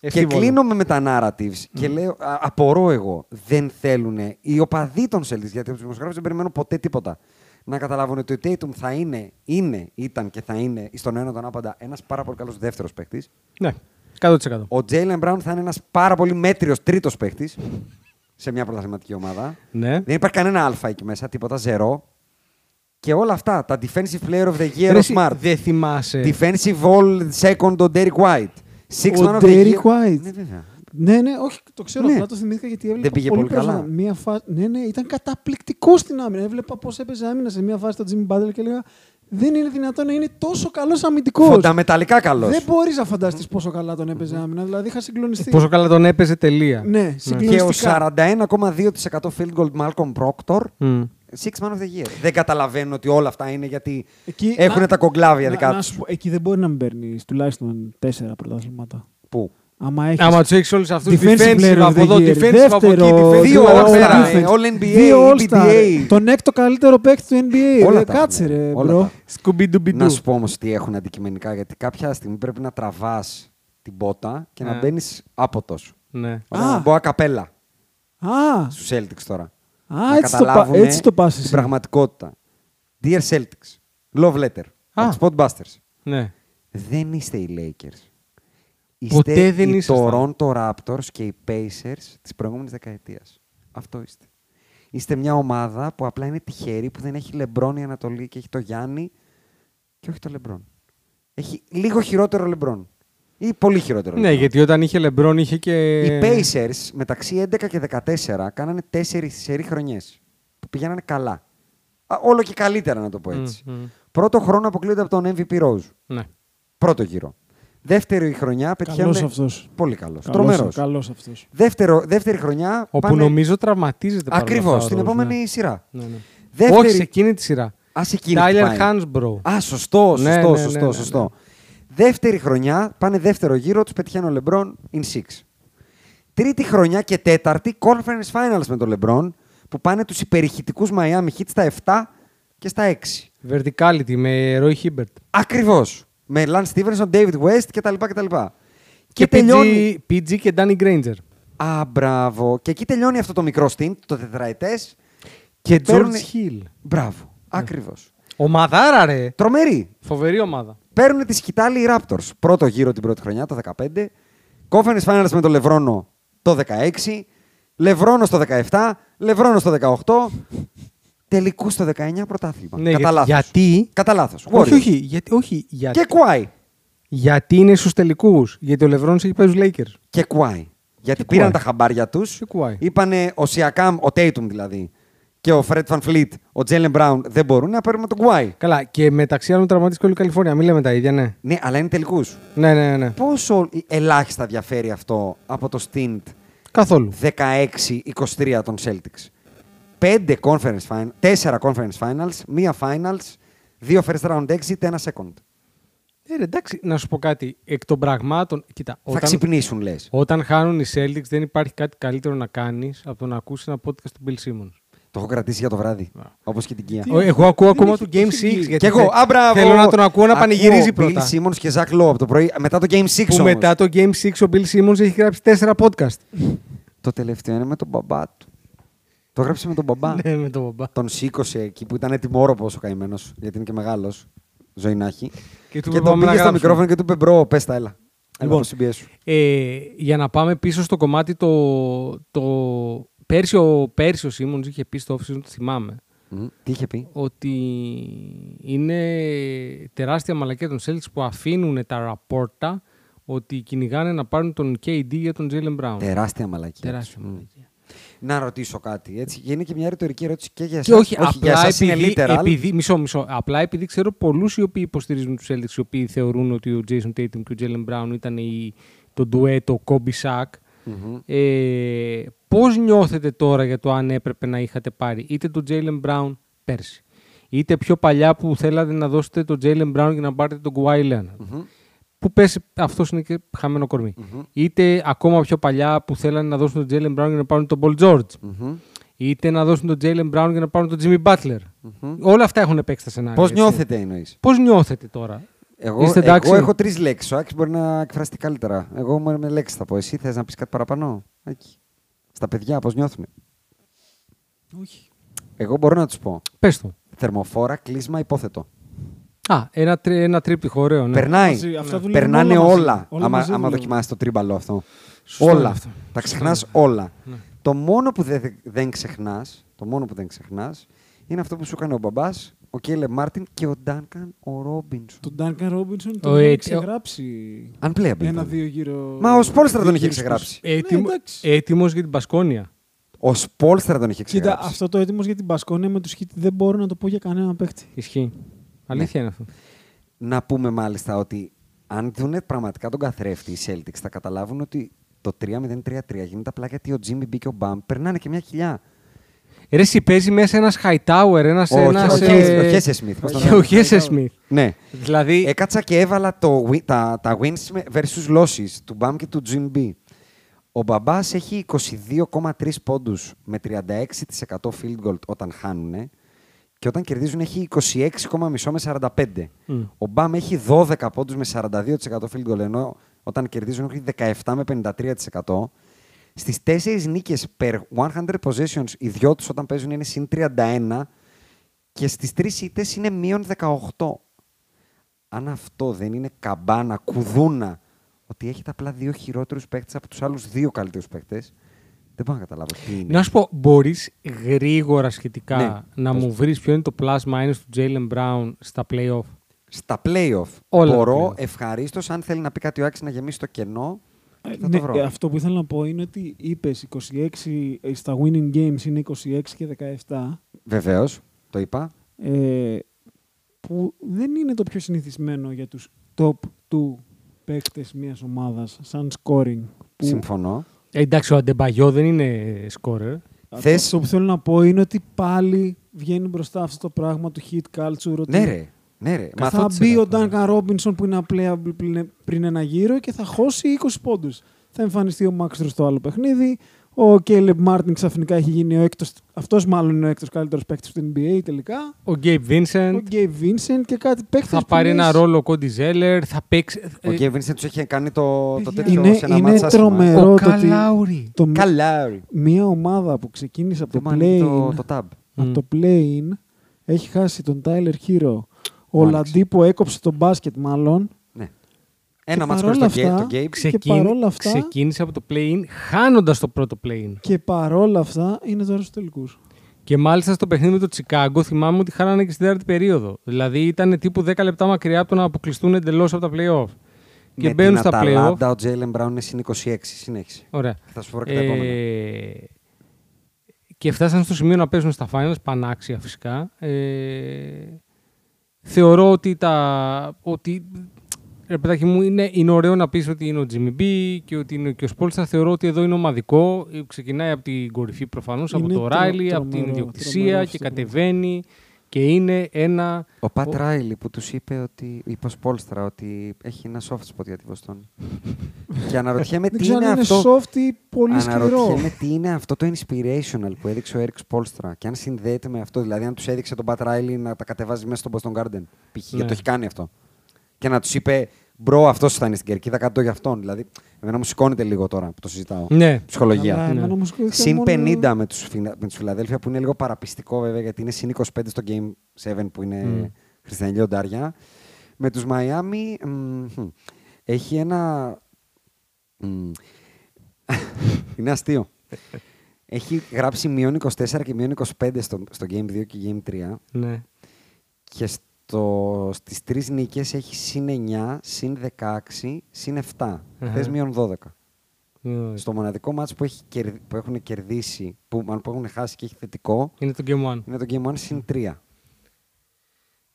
S4: Ευθύβολο.
S3: Και κλείνω με με τα narratives και λέω, α, απορώ εγώ, δεν θέλουν οι οπαδοί των Celtics, γιατί από τους δημοσιογράφους δεν περιμένω ποτέ τίποτα, να καταλάβουν ότι ο Tatum θα είναι, είναι, ήταν και θα είναι στον ένα τον άπαντα ένας πάρα πολύ καλός δεύτερος παίκτης.
S4: Ναι, 100%.
S3: Ο Jalen Brown θα είναι ένας πάρα πολύ μέτριος τρίτος παίκτης σε μια πρωταθληματική ομάδα.
S4: Ναι.
S3: Δεν υπάρχει κανένα αλφα εκεί μέσα, τίποτα, ζερό. Και όλα αυτά, τα defensive player of the
S4: Ρε,
S3: year ο
S4: εσύ,
S3: Smart.
S4: Δεν θυμάσαι.
S3: Defensive all second ο Derek White. Six
S5: Ο
S3: man of the
S5: Derrick
S3: year.
S5: White.
S3: Ναι, βέβαια.
S5: Ναι, ναι, όχι, το ξέρω.
S3: Ναι.
S5: Απλά το θυμήθηκα γιατί έβλεπα.
S3: Δεν πήγε πολύ καλά.
S5: πρόσφατα Μία φα... Ναι, ναι, ήταν καταπληκτικό στην άμυνα. Έβλεπα πώς έπαιζε άμυνα σε μία φάση τον Jimmy Butler και έλεγα Δεν είναι δυνατόν να είναι τόσο καλός αμυντικός.
S3: Φονταμεταλλικά καλός.
S5: Δεν μπορείς να φανταστείς πόσο καλά τον έπαιζε άμυνα. Δηλαδή είχα συγκλονιστεί.
S4: Πόσο καλά τον έπαιζε τελεία.
S5: Ναι,
S3: Και ο
S5: συγκλονιστικά.
S3: 41,2% field goal Malcolm Proctor.
S4: Μμ.
S3: Six man of the year. Δεν καταλαβαίνω ότι όλα αυτά είναι γιατί
S5: Εκεί-
S3: έχουν
S5: να-
S3: τα κογκλάβια
S5: να-
S3: δικά
S5: να
S3: τους.
S5: σου πω, Εκεί δεν μπορεί να μην παίρνεις τουλάχιστον τέσσερα πρωταθλήματα.
S3: Πού.
S5: Άμα έχεις.
S4: Άμα του έχει όλου αυτούς,
S5: Defensive
S4: defensive
S5: player of
S4: από
S5: the
S4: εδώ,
S5: year.
S4: defensive από εκεί,
S5: Δεύτερο,
S4: defensive
S3: Δύο
S4: από
S3: όλα
S4: εδώ.
S3: πέρα,
S5: All-Defense.
S3: ε, All-NBA,
S5: Δύο All-Star.
S3: PBA.
S5: Τον έκτο καλύτερο παίκτη του NBA.
S3: Όλα
S5: ρε,
S3: τα
S5: Ε, Κάτσε
S3: έχουν,
S5: ρε,
S3: όλα
S5: bro.
S3: τα
S4: Σκουμπιντουμπιντού.
S3: Να σου πω όμως τι έχουν αντικειμενικά, γιατί κάποια στιγμή πρέπει να τραβάς την πότα και
S5: Ε.
S4: Ναι.
S3: να μπαίνεις άποτος.
S4: Ναι.
S3: Να μπω ακαπέλα
S5: Α,
S3: στους Celtics τώρα.
S5: Α,
S3: να
S5: έτσι το πα-
S3: καταλάβουνε
S5: έτσι το πας
S3: Την
S5: εσύ.
S3: πραγματικότητα. Dear Celtics, love letter.
S4: Α.
S3: Ah. Spotbusters.
S4: ναι.
S3: Δεν είστε οι Lakers.
S4: Ποτέ δεν
S3: οι
S4: ήσασταν.
S3: Toronto Raptors και οι Pacers της προηγούμενης δεκαετίας. Αυτό είστε. Είστε μια ομάδα που απλά είναι τυχερή που δεν έχει Λεμπρόν η Ανατολή και έχει το Γιάννη και όχι το Λεμπρόν. Έχει λίγο χειρότερο Λεμπρόν. Ή πολύ χειρότερο
S4: Ναι,
S3: LeBron.
S4: γιατί όταν είχε Λεμπρόν είχε και.
S3: Οι Pacers μεταξύ 11 και 14 κάνανε 4 σερή χρονιές που πηγαίνανε καλά. Α, όλο και καλύτερα, να το πω έτσι.
S4: Μμ, μμ.
S3: Πρώτο χρόνο αποκλείονται από τον MVP Rose.
S4: Ναι.
S3: Πρώτο γύρο. Δεύτερη χρονιά πετυχαίνουν.
S5: Καλός αυτός.
S3: Πολύ καλός. Τρομερός.
S5: καλός, καλός αυτός.
S3: Δεύτερο, δεύτερη χρονιά.
S4: Όπου νομίζω τραυματίζεται παρόλα
S3: Ακριβώς.
S4: αυτά ο
S3: Στην
S4: Rose,
S3: επόμενη
S4: ναι.
S3: σειρά.
S4: Ναι, ναι.
S3: Δεύτερη...
S4: Όχι σε εκείνη τη σειρά.
S3: Ας, σε εκείνη
S4: Τάιλερ
S3: χτυπάει.
S4: Χάνσμπρο.
S3: Α, σωστό, σωστό,
S4: Ναι, ναι, ναι,
S3: σωστό.
S4: ναι, ναι.
S3: σωστό. Δεύτερη χρονιά, πάνε δεύτερο γύρο, τους πετυχαίνουν ο Λεμπρόν in six. Τρίτη χρονιά και τέταρτη conference finals με τον LeBron που πάνε τους υπερηχητικούς Miami Heat στα 7 και στα 6.
S4: Verticality με Roy Hibbert.
S3: Ακριβώς. Με Lance Stevenson, David West κτλ. κτλ. Και,
S4: Και, τελειώνει... PG, PG και Danny Granger.
S3: Α, μπράβο. Και εκεί τελειώνει αυτό το μικρό stint, το τετραετές.
S4: Και George Hill.
S3: Μπράβο.
S4: Ναι.
S3: Ακριβώς.
S4: Ομαδάρα, ρε.
S3: Τρομερή.
S4: Φοβερή ομάδα.
S3: Παίρνουν τη σκητάλη οι Raptors. Πρώτο γύρο την πρώτη χρονιά, το 15. Conference Finals με το Λευρόνο το 16. Λευρόνο στο 17. Λευρόνο στο 18. Τελικού στο 19 πρωτάθλημα.
S4: Ναι,
S3: Κατά
S4: για-
S3: λάθος.
S4: γιατί-
S3: Κατά λάθος.
S4: Όχι,
S3: Warriors.
S4: όχι. Γιατί, όχι γιατί,
S3: Και Κουάι.
S4: γιατί είναι στους τελικούς. Γιατί ο Λευρόν έχει πάει στους Lakers.
S3: και Κουάι. Γιατί
S4: Κουάι.
S3: πήραν τα χαμπάρια τους.
S4: Και Κουάι.
S3: Είπανε ο Σιακάμ, ο Τέιτουμ δηλαδή, και ο Φρέτ Φαν Φλίτ, ο Τζέλεν Μπράουν δεν μπορούν να παίρνουμε τον Κουάι.
S4: Καλά, και μεταξύ άλλων τραυματίστηκε όλη η Καλιφόρνια. Μην λέμε τα ίδια, ναι.
S3: Ναι, αλλά είναι τελικούς.
S4: Ναι, ναι, ναι.
S3: Πόσο ελάχιστα διαφέρει αυτό από το stint
S4: Καθόλου.
S3: 16-23 των Celtics. 5 conference finals, 4 conference finals, μία finals, δύο first round exit, ένα second.
S4: Ε, ρε, εντάξει, να σου πω κάτι. Εκ των πραγμάτων. Κοίτα,
S3: Θα
S4: όταν,
S3: ξυπνήσουν, λες.
S4: όταν χάνουν οι Celtics, δεν υπάρχει κάτι καλύτερο να κάνεις από το να ακούσεις ένα podcast του Bill Simmons.
S3: Το έχω κρατήσει για το βράδυ. Όπως και την Kia.
S4: Ο- Εγώ ακούω ακόμα
S5: έχει-
S4: του Game 6.
S5: δεν έχει γίνει.
S4: γιατί
S3: Και εγώ,
S4: θε-
S3: α, μπράβο.
S4: Θέλω να τον ακούω να πανηγυρίζει
S3: Bill
S4: πρώτα.
S3: Simmons και Zach Lowe από το πρωί, μετά το Game 6
S4: Που
S3: όμως.
S4: μετά το Game 6 ο Bill Simmons έχει γράψει τέσσερα podcast.
S3: Το τελευταίο είναι με τον μπαμπά του. Το γράψε με τον μπαμπά.
S4: ναι, με τον μπαμπά.
S3: τον σήκωσε εκεί που ήταν τιμόροπος ο καημένος, γιατί είναι και μεγάλος. Ζωή να έχει.
S4: Και του
S3: τον
S4: είπαμε να
S3: πήγε στο
S4: γράψουμε.
S3: μικρόφωνο και του είπε μπρο, πες τα έλα. Λοιπόν, έλα, σου.
S4: Ε, για να πάμε πίσω στο κομμάτι το... το... Πέρσι ο, πέρσι ο Simmons είχε πει στο office, το θυμάμαι,
S3: Μμ, Τι είχε πει.
S4: ότι είναι τεράστια μαλακία των Celtics που αφήνουν τα ραπόρτα ότι κυνηγάνε να πάρουν τον KD για τον Jalen Brown.
S3: Τεράστια μαλακή.
S4: Τεράστια μαλακία.
S3: Να ρωτήσω κάτι. Έτσι. και Είναι και μια ρητορική ερώτηση και για
S4: Και
S3: εσάς.
S4: όχι,
S3: για
S4: απλά
S3: εσάς είναι
S4: επειδή,
S3: literal.
S4: επειδή, μισό, μισό, απλά επειδή ξέρω πολλούς οι οποίοι υποστηρίζουν τους Celtics, οι οποίοι θεωρούν ότι ο Jason Tatum και ο Jalen Brown ήταν η, το ντουέτο Kobe Shaq, ε, πώς νιώθετε τώρα για το αν έπρεπε να είχατε πάρει είτε τον Jalen Brown πέρσι, είτε πιο παλιά που θέλατε να δώσετε τον Jalen Brown και να πάρετε τον Kawhi Leonard. Που πέσει, αυτός είναι και χαμένο κορμί. Είτε ακόμα πιο παλιά που θέλανε να δώσουν τον Jalen Brown για να πάρουν τον Paul George είτε να δώσουν τον Jalen Brown για να πάρουν τον Jimmy Butler. Όλα αυτά έχουν παίξει τα σενάρια.
S3: Πώς
S4: έτσι.
S3: νιώθετε, εννοείς.
S4: Πώς νιώθετε τώρα.
S3: Εγώ,
S4: Είστε εντάξει?
S3: εγώ έχω τρεις λέξεις. Ο Άκη μπορεί να εκφραστεί καλύτερα. Εγώ μόνο με λέξει θα πω. Εσύ θες να πεις κάτι παραπάνω. Άκη. Στα παιδιά, πώς νιώθουν.
S5: Όχι.
S3: Εγώ μπορώ να τους πω.
S4: Πες το.
S3: Θερμοφόρα, κλείσμα, υπόθετο.
S4: Α, ένα, τρι, ένα τρίπτυχο ωραίο. Ναι.
S3: Περνάει.
S5: Μαζί, αυτά δουλεύουν
S3: Περνάνε
S5: όλα μαζί.
S3: όλα.
S5: Όλα
S3: άμα
S5: μαζί
S3: άμα
S5: δουλεύουν.
S3: δοκιμάσεις το τρίμπαλο αυτό.
S4: Σωστό
S3: όλα.
S4: είναι αυτό.
S3: Τα ξεχνάς όλα.
S5: Ναι.
S3: Το μόνο που δεν, δεν ξεχνάς, το μόνο που δεν ξεχνάς είναι αυτό που σου έκανε ο μπαμπάς, ο Κέλε Μάρτιν και ο Ντάνκαν ο Ρόμπινσον.
S5: Τον Duncan
S4: Ο
S5: Robinson
S4: Ε
S5: τον είχε
S4: Έτ-
S5: ξεγράψει
S3: Unplayable. ήταν.
S5: ένα-δύο γύρω.
S3: Μα ο Σπόλστρα τον
S5: δύο
S3: είχε
S5: γύρους
S3: ξεγράψει.
S5: πίσω.
S4: Ε, Έτοιμο,
S5: Ναι, εντάξει.
S4: έτοιμος για την Πασκόνια.
S3: Ο Σπόλστρα τον είχε ξεγράψει.
S5: Κοίτα, αυτό το έτοιμος για την Πασκόνια με του Χιτ δεν μπορώ να το πω για κανένα παίχτη.
S4: Ισχύει.
S3: Ναι.
S4: Αλήθεια είναι αυτό.
S3: Να πούμε μάλιστα ότι αν δουν πραγματικά τον καθρέφτη οι Celtics θα καταλάβουν ότι το 3-0-3-3 γίνεται απλά γιατί ο Jimmy B και ο Μπαμ περνάνε και μια χιλιά.
S4: Ρε, εσύ παίζει μέσα ένας Hightower, ένας...
S3: Ο-
S4: ένας,
S3: ο- ο-
S4: ε,
S3: ο- ο- ο- Χέσες Smith, πώς τον
S4: Ο
S3: λένε.
S4: Χέσες Smith.
S3: Ναι.
S4: Δηλαδή,
S3: Έκατσα και έβαλα το, win- τα, τα wins με- versus losses του Μπαμ και του Jimmy B. Ο Μπαμπάς έχει 22,3 πόντους με 36% field goal όταν χάνουν και όταν κερδίζουν έχει 26,5 με 45.
S4: Μμ.
S3: Ο Μπαμ έχει 12 πόντους με 42% field goal ενώ όταν κερδίζουν έχει 17 με 53%. Στις 4 νίκες per 100 possessions οι δυο τους όταν παίζουν είναι συν 31 και στις 3 ήττες είναι μείον 18 αν αυτό δεν είναι καμπάνα, κουδούνα, ότι έχετε απλά δύο χειρότερους παίκτες από τους άλλους δύο καλύτερους παίκτες, δεν μπορώ να καταλάβω τι είναι.
S4: Να σου πω, μπορείς γρήγορα σχετικά
S3: Ναι.
S4: να μου βρεις ποιο είναι το plus minus του Jalen Brown στα playoff.
S3: Στα playoff
S4: Όλα τα
S3: μπορώ
S4: playoff.
S3: ευχαρίστως, αν θέλει να πει κάτι ο Άκης, να γεμίσει το κενό.
S5: Ε,
S3: Θα
S5: ναι,
S3: το βρω.
S5: ε, αυτό που ήθελα να πω είναι ότι είπες 26 ε, στα winning games είναι 26 και 17.
S3: Βεβαίως, το είπα.
S5: ε, που δεν είναι το πιο συνηθισμένο για τους top 2 παίκτες μιας ομάδας σαν scoring. Που
S3: Συμφωνώ.
S4: Ε, εντάξει, ο Αντεμπαγιό δεν είναι scorer.
S5: Αυτό
S3: Θες-
S5: Αυτό που θέλω να πω είναι ότι πάλι βγαίνει μπροστά αυτό το πράγμα του hit culture. Ότι
S3: Ναι, ρε. Ναι, ρε. Μα αυτό
S5: θα
S3: τι σε
S5: μπει ο
S3: λέω.
S5: Duncan Robinson που είναι playable πριν, πριν ένα γύρο και θα χώσει 20 πόντους. Θα εμφανιστεί ο Μάξτρο στο άλλο παιχνίδι. Ο Κέλεμ Μάρτιν ξαφνικά έχει γίνει ο έκτος. Αυτός μάλλον είναι ο έκτος καλύτερος παίκτης του NBA τελικά.
S4: Ο Γκέιμ
S5: Ο
S4: Βίνσεντ.
S5: Γκέι Βίνσεντ και κάτι παίκτη.
S4: Θα πάρει ένα ρόλο ο Κόντι Ζέλερ. Θα παίξει.
S3: Ο
S4: ε,
S3: Γκέβιν του είχε κάνει το, το
S5: παιδιά,
S3: τέτοιο
S5: είναι-
S3: σε ένα
S5: είναι
S3: μάτς άσχημα.
S5: τρομερό.
S4: ο
S5: ρόλο το ότι-
S4: Καλάουρη.
S5: Το...
S3: Καλάρι.
S5: Μια ομάδα που ξεκίνησε από
S3: Το,
S5: το
S3: μάνι, το,
S5: play
S3: το tab.
S5: από
S4: Μμ.
S5: το play-in έχει χάσει τον Tyler Hero. Ο
S3: Μάλιστα.
S5: Λαντίπο έκοψε τον μπάσκετ μάλλον.
S3: Ναι. Ένα μάτς χωρίς
S5: παρόλα
S3: το, γκέ-
S5: αυτά,
S3: το Gabe.
S5: Και παρόλα αυτά-
S4: Ξεκίνησε από το play-in χάνοντας το πρώτο play-in.
S5: Και παρόλα αυτά είναι τώρα στους τελικούς.
S3: Ε,
S4: Και μάλιστα στο παιχνίδι με το Τσικάγκο θυμάμαι ότι χάνανε και στην τέταρτη περίοδο. Δηλαδή ήταν τύπου 10 λεπτά μακριά από το να αποκλειστούν εντελώς από τα playoff. Και
S3: Με
S4: μπαίνουν
S3: την
S4: στα playoff.
S3: Αταλάντα, ο Τζέιλεν Μπράουν είναι συν 26. Συνέχισε.
S4: Ωραία.
S3: Θα σου πω και τα επόμενα.
S4: Ε, και φτάσαν στο σημείο να παίζουν στα finals, πανάξια φυσικά. Ε, θεωρώ ότι τα. Ότι, ρε παιδάκι μου, είναι, είναι ωραίο να πεις ότι είναι ο Jimmy B και ότι είναι και ο Σπόλτσα. Θεωρώ ότι εδώ είναι ομαδικό. Ε, Ξεκινάει από την κορυφή προφανώς, από
S5: Είναι
S4: το
S5: τρο-
S4: Ράιλι, από την
S5: τρομερό,
S4: ιδιοκτησία
S5: τρομερό
S4: και
S5: αυτό το
S4: κατεβαίνει και είναι ένα.
S3: Ο Πατ Ράιλι που τους είπε ότι. είπε ως Πόλστρα ότι έχει ένα soft spot για τη Βοστόνη. και αναρωτιέμαι
S5: Δεν
S3: τι
S5: ξέρω
S3: είναι
S5: αν είναι
S3: αυτό.
S5: soft ή πολύ σκληρό.
S3: Αναρωτιέμαι τι είναι αυτό το inspirational που έδειξε ο Έρικ Πόλστρα και αν συνδέεται με αυτό. Δηλαδή, αν τους έδειξε τον Πατ Ράιλι να τα κατεβάζει μέσα στο Boston Garden. Π.χ.
S4: Ναι.
S3: Γιατί το έχει κάνει αυτό. Και να τους είπε, μπρο, αυτός θα είναι στην κερκίδα, κάτι το για αυτόν. Δηλαδή, εμένα μου σηκώνεται λίγο τώρα που το συζητάω.
S4: Ναι.
S3: Ψυχολογία.
S5: Αλλά
S4: Ναι.
S5: εμένα μου σκέφτεται
S3: Συν
S5: μόνο-
S3: 50 με τους, Φιλα- με τους Φιλαδέλφια που είναι λίγο παραπιστικό βέβαια γιατί είναι συν 25 στο Game 7 που είναι mm. χριστιανή λιοντάρια. Με τους Μαϊάμι μ, χμ, έχει ένα... μ, είναι αστείο. έχει γράψει μείον 24 και μείον 25 στο, στο Game 2 και Game 3
S4: Ναι.
S3: και στο, στις τρεις νίκες έχει συν 9, συν 16, συν 7.
S4: Αχα.
S3: Θες μείον 12 στο μοναδικό μάτς που, έχει κερδ- που έχουν κερδίσει, που, μάλλον που έχουν χάσει και έχει θετικό,
S4: Είναι το Game One.
S3: είναι το Game 1 συν 3.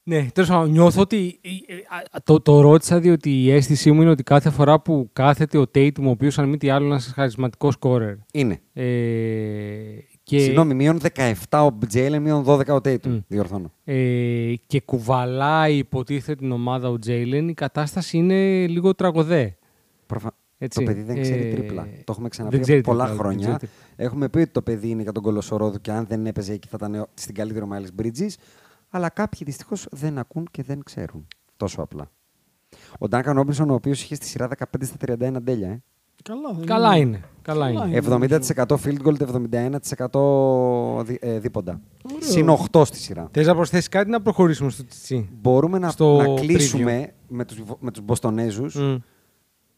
S4: Ναι, τέλος πάντων, νιώθω ότι. ε, ε, α, Το, το ρώτησα διότι η αίσθησή μου είναι ότι κάθε φορά που κάθεται ο Tatum, ο οποίος αν μη τι άλλο είναι ένας χαρισματικός σκόρερ.
S3: Είναι.
S4: Ε, και,
S3: Συγγνώμη, μείον 17 ο Τζέιλεν, μείον 12 ο Τέιτου.
S4: Μμ.
S3: Διορθώνω.
S4: ε, και κουβαλάει, υποτίθεται την ομάδα ο Τζέιλεν, η κατάσταση είναι λίγο τραγωδέ.
S3: Προφα...
S4: Έτσι,
S3: το παιδί δεν ξέρει
S4: ε,
S3: τρίπλα. Το έχουμε ξαναπεί
S4: δεν
S3: από
S4: ξέρει
S3: πολλά
S4: τρίπλα, δεν
S3: χρόνια.
S4: ξέρει
S3: Έχουμε πει ότι το παιδί είναι για τον Κολοσορόδου και αν δεν έπαιζε εκεί θα ήταν ε, στην καλύτερη ο Μάιλ Μπρίτζη. Αλλά κάποιοι δυστυχώς δεν ακούν και δεν ξέρουν. Τόσο απλά. Ο Ντάνκαν Ρόμπινσον, ο οποίος είχε στη σειρά 15 στα 31 τέλεια. Ε.
S5: Καλά, δεν
S4: Καλά είναι. Mm. Καλά
S5: Καλά
S4: είναι.
S5: είναι.
S3: 70% field goal, 71% δι- ε, δίποντα. Συν 8 στη σειρά.
S4: Θες να προσθέσεις κάτι να προχωρήσουμε στο τσιτσί.
S3: Μπορούμε να,
S4: Στο Mm.
S3: να κλείσουμε με τους, βο- με τους Μποστονέζους.
S4: Μμ.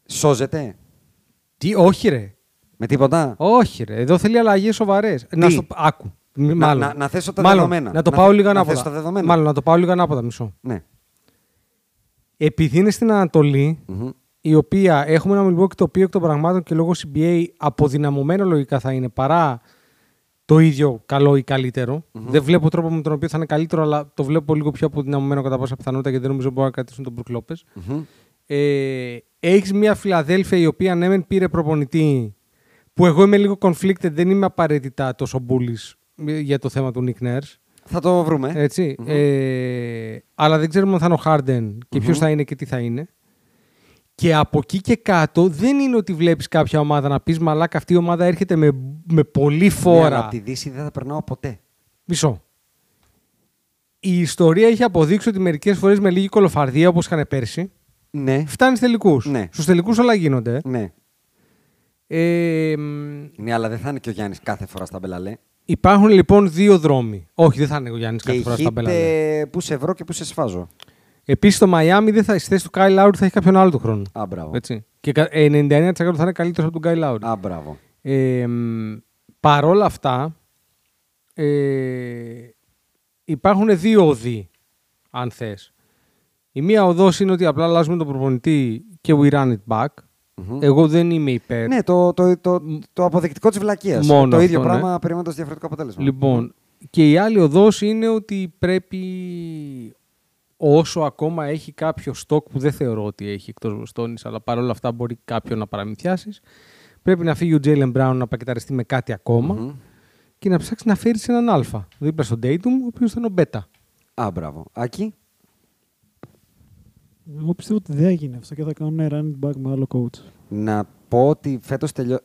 S3: Σώζεται.
S4: Τι, όχι ρε.
S3: Με τίποτα.
S4: Όχι, ρε. Εδώ θέλει αλλαγές σοβαρές. Να
S3: Τι?
S4: στο... Άκου. Μ-
S3: Να-
S4: Μάλλον.
S3: να- να θέσω τα
S4: Μάλλον.
S3: δεδομένα.
S4: Να το
S3: Να
S4: πάω
S3: θε-
S4: λίγο
S3: να θέσω
S4: ανάποδα.
S3: τα δεδομένα.
S4: Μάλλον να το πάω λίγο ανάποδα, μισό.
S3: Ναι.
S4: Επειδή είναι στην ανατολη
S3: Μμμ.
S4: η οποία έχουμε ένα Milwaukee το οποίο εκ των πραγμάτων και λόγω CBA αποδυναμωμένο λογικά θα είναι παρά το ίδιο καλό ή καλύτερο. Δεν βλέπω τρόπο με τον οποίο θα είναι καλύτερο, αλλά το βλέπω λίγο πιο αποδυναμωμένο κατά πάσα πιθανότητα γιατί δεν νομίζω μπορούν να κρατήσουν τον Μπρουκ Λόπες. Ε, Έχεις μια Φιλαδέλφια η οποία ναι, μεν πήρε προπονητή που εγώ είμαι λίγο conflicted, δεν είμαι απαραίτητα τόσο μπουλή για το θέμα του Nick Nurse.
S3: Θα το βρούμε.
S4: Έτσι. Ε, αλλά δεν ξέρουμε αν θα είναι ο Χάρντεν και ποιος θα είναι και τι θα είναι. Και από εκεί και κάτω δεν είναι ότι βλέπεις κάποια ομάδα να πεις Μαλάκα, αυτή η ομάδα έρχεται με, με πολλή
S3: Ναι, αλλά
S4: φόρα.
S3: από τη Δύση δεν θα περνάω ποτέ.
S4: Μισό. Η ιστορία έχει αποδείξει ότι μερικές φορές με λίγη κολοφαρδία όπως είχαν πέρσι,
S3: Ναι.
S4: φτάνεις τελικούς.
S3: Ναι.
S4: Στους τελικούς όλα γίνονται.
S3: ναι.
S4: Ε, μ,
S3: Ναι, αλλά δεν θα είναι και ο Γιάννης κάθε φορά στα μπελαλέ.
S4: υπάρχουν λοιπόν δύο δρόμοι. Όχι, δεν θα είναι ο Γιάννης
S3: Και
S4: κάθε
S3: η
S4: φορά στα μπελάδια.
S3: χείτε που σε βρω και που σε σφάζω.
S4: Επίσης το Μαϊάμι δεν θα, στη θέση του Κάι Λάουρι θα έχει κάποιον άλλο του χρόνου.
S3: Α, μπράβο.
S4: Έτσι. Και κα- ε, 99% θα είναι καλύτερος από τον Κάι Λάουρι.
S3: Α, μπράβο.
S4: Ε, μ, παρόλα αυτά, ε, υπάρχουν δύο οδοί, αν θες. Η μία οδός είναι ότι απλά αλλάζουμε τον προπονητή και we run it back. Εγώ δεν είμαι υπέρ.
S3: Ναι, το, το, το, το αποδεικτικό της βλακείας.
S4: Ε, Μόνο
S3: το ίδιο
S4: αυτό,
S3: πράγμα
S4: ναι.
S3: περιμένοντας διαφορετικό αποτέλεσμα.
S4: Λοιπόν, και η άλλη οδός είναι ότι πρέπει όσο ακόμα έχει κάποιο στόκ που δεν θεωρώ ότι έχει εκτός Βοστόνης, αλλά παρόλα αυτά μπορεί κάποιον να παραμυθιάσεις, πρέπει να φύγει ο Τζέιλεν Μπράουν να πακεταριστεί με κάτι ακόμα και να ψάξει να φέρεις έναν αλφα δίπλα στον Tatum, ο οποίος ήταν ο Μπέτα.
S3: Α, μπράβο. Άκη.
S5: Εγώ πιστεύω ότι δεν έγινε αυτό και θα κάνουν run back με άλλο coach.
S3: Να πω ότι φέτος τελειώ...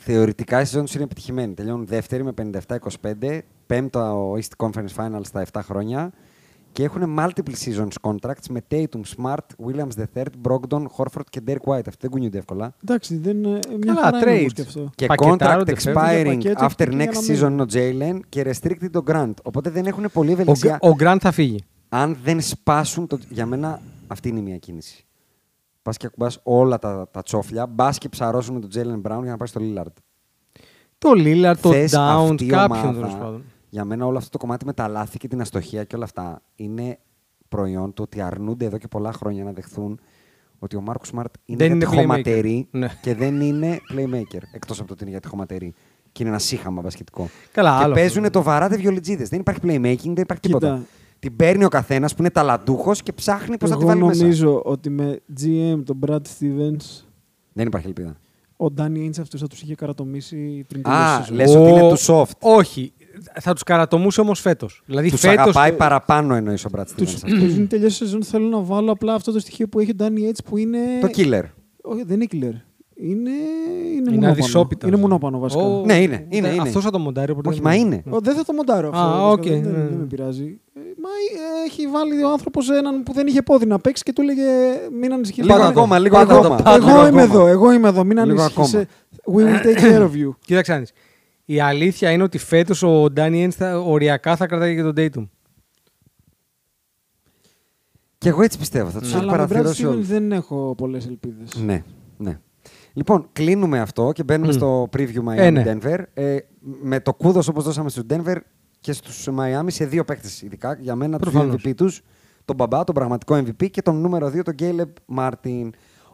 S3: θεωρητικά η σεζόν τους είναι επιτυχημένη. Τελειώνουν δεύτερη με 57-25, πέμπτα ο East Conference Finals στα 7 χρόνια και έχουν multiple seasons contracts με Tatum, Smart, Williams III, Brogdon, Horford και Derek White. Αυτοί δεν κουνιούνται εύκολα.
S5: Εντάξει, δεν είναι ε, μια
S4: Καλά,
S5: χαρά είναι
S4: trade.
S5: όμως και αυτό.
S3: Και contract
S4: Πακετάρονται, φεύγουν για
S3: expiring
S5: πακέτο,
S3: after
S5: και για
S3: next
S5: να μην-
S3: season ο Jalen και restricted ο Grant. Οπότε δεν έχουν πολύ
S4: Ο,
S3: ευελιξία.
S4: Γκ- ο Γκραντ θα φύγει.
S3: Αν δεν σπάσουν. Το... Για μένα αυτή είναι μια κίνηση. Πας και ακουμπάς όλα τα, τα τσόφλια, μπας και ψαρώσουν τον Jalen Brown για να πάει στο Lillard.
S4: Το Λίλαρ, το
S3: Θες
S4: Down,
S3: αυτή η
S4: κάποιον
S3: ομάδα.
S4: τέλο πάντων.
S3: Για μένα όλο αυτό το κομμάτι με τα λάθη και την αστοχία και όλα αυτά είναι προϊόν του ότι αρνούνται εδώ και πολλά χρόνια να δεχθούν ότι ο Μάρκο Σμαρτ είναι για
S4: Δεν είναι
S3: τη
S4: playmaker.
S3: χωματερή
S4: Ναι.
S3: και δεν είναι playmaker. Εκτός από το ότι είναι για τη χωματερή. Και είναι ένα σύγχαμα βασχετικό.
S4: Καλά, άλλο
S3: και
S4: αυτό.
S3: παίζουν το βαρά βιολιτζίδες. Δεν υπάρχει playmaking, δεν υπάρχει τίποτα.
S5: Κοίτα.
S3: Την παίρνει ο καθένας που είναι ταλαντούχος και ψάχνει πώς θα τη
S5: Εγώ
S3: βάλει μέσα.
S5: νομίζω ότι με GM τον Brad Stevens
S3: Δεν υπάρχει ελπίδα.
S5: ο Danny Ainge αυτούς θα τους είχε καρατομήσει πριν την
S3: Α,
S5: season.
S3: λες ότι είναι του soft.
S4: Όχι. Θα τους καρατομούσε όμως φέτος. Δηλαδή
S3: Τους
S4: φέτος-
S3: αγαπάει παραπάνω εννοείς ο Μπρατ
S5: Τους, τους είναι τελειώσει η σεζόν, θέλω να βάλω απλά αυτό το στοιχείο που έχει ο Danny Ainge που είναι...
S3: Το
S4: Ναι.
S3: killer.
S5: Όχι, δεν είναι killer. Είναι, είναι,
S4: Είναι
S5: μονόπανο.
S4: αδυσόπιτα.
S5: Είναι μονόπανο βασικά.
S4: Ο-
S3: Ναι, είναι, είναι, είναι.
S4: Αυτός θα το μοντάρει. οπότε
S3: Όχι,
S4: δεν-
S3: μα είναι.
S5: Ο, Ε, δεν θα το μοντάρω αυτό.
S4: Α,
S5: βασικά,
S4: οκ,
S5: δεν,
S4: ναι.
S5: δεν με πειράζει. Ε, Μα ε, έχει βάλει ο άνθρωπος έναν που δεν είχε πόδι να παίξει και του έλεγε Μην ανησυχείς.
S3: Λίγο ακόμα, λίγο ακόμα.
S5: Εγώ
S3: Λίγο
S5: είμαι
S3: ακόμα.
S5: εδώ, εγώ είμαι εδώ. Μην
S3: Λίγο
S5: ανησυχεί.
S3: ακόμα.
S5: We will take care of you.
S4: Κοίταξε να δεις. Η αλήθεια είναι ότι φέτος ο Ντάνι Έντ οριακά θα κρατάει και τον Dayton.
S3: Και εγώ έτσι πιστεύω. Θα τους έχει
S5: Αλλά με Brad
S3: παραθυρώσει
S5: Stevens
S3: όλου.
S5: δεν έχω πολλές ελπίδες.
S3: Ναι, ναι. Λοιπόν, κλείνουμε αυτό και μπαίνουμε
S4: Μμμ.
S3: στο preview Miami
S4: Ε, ναι.
S3: Denver. Ε, με το κούδος όπως δώσαμε στους Denver και στους Miami σε δύο παίκτες ειδικά. Για μένα τους
S4: Προφανώς.
S3: MVP τους, τον μπαμπά, τον πραγματικό MVP και τον νούμερο 2, τον Caleb Martin.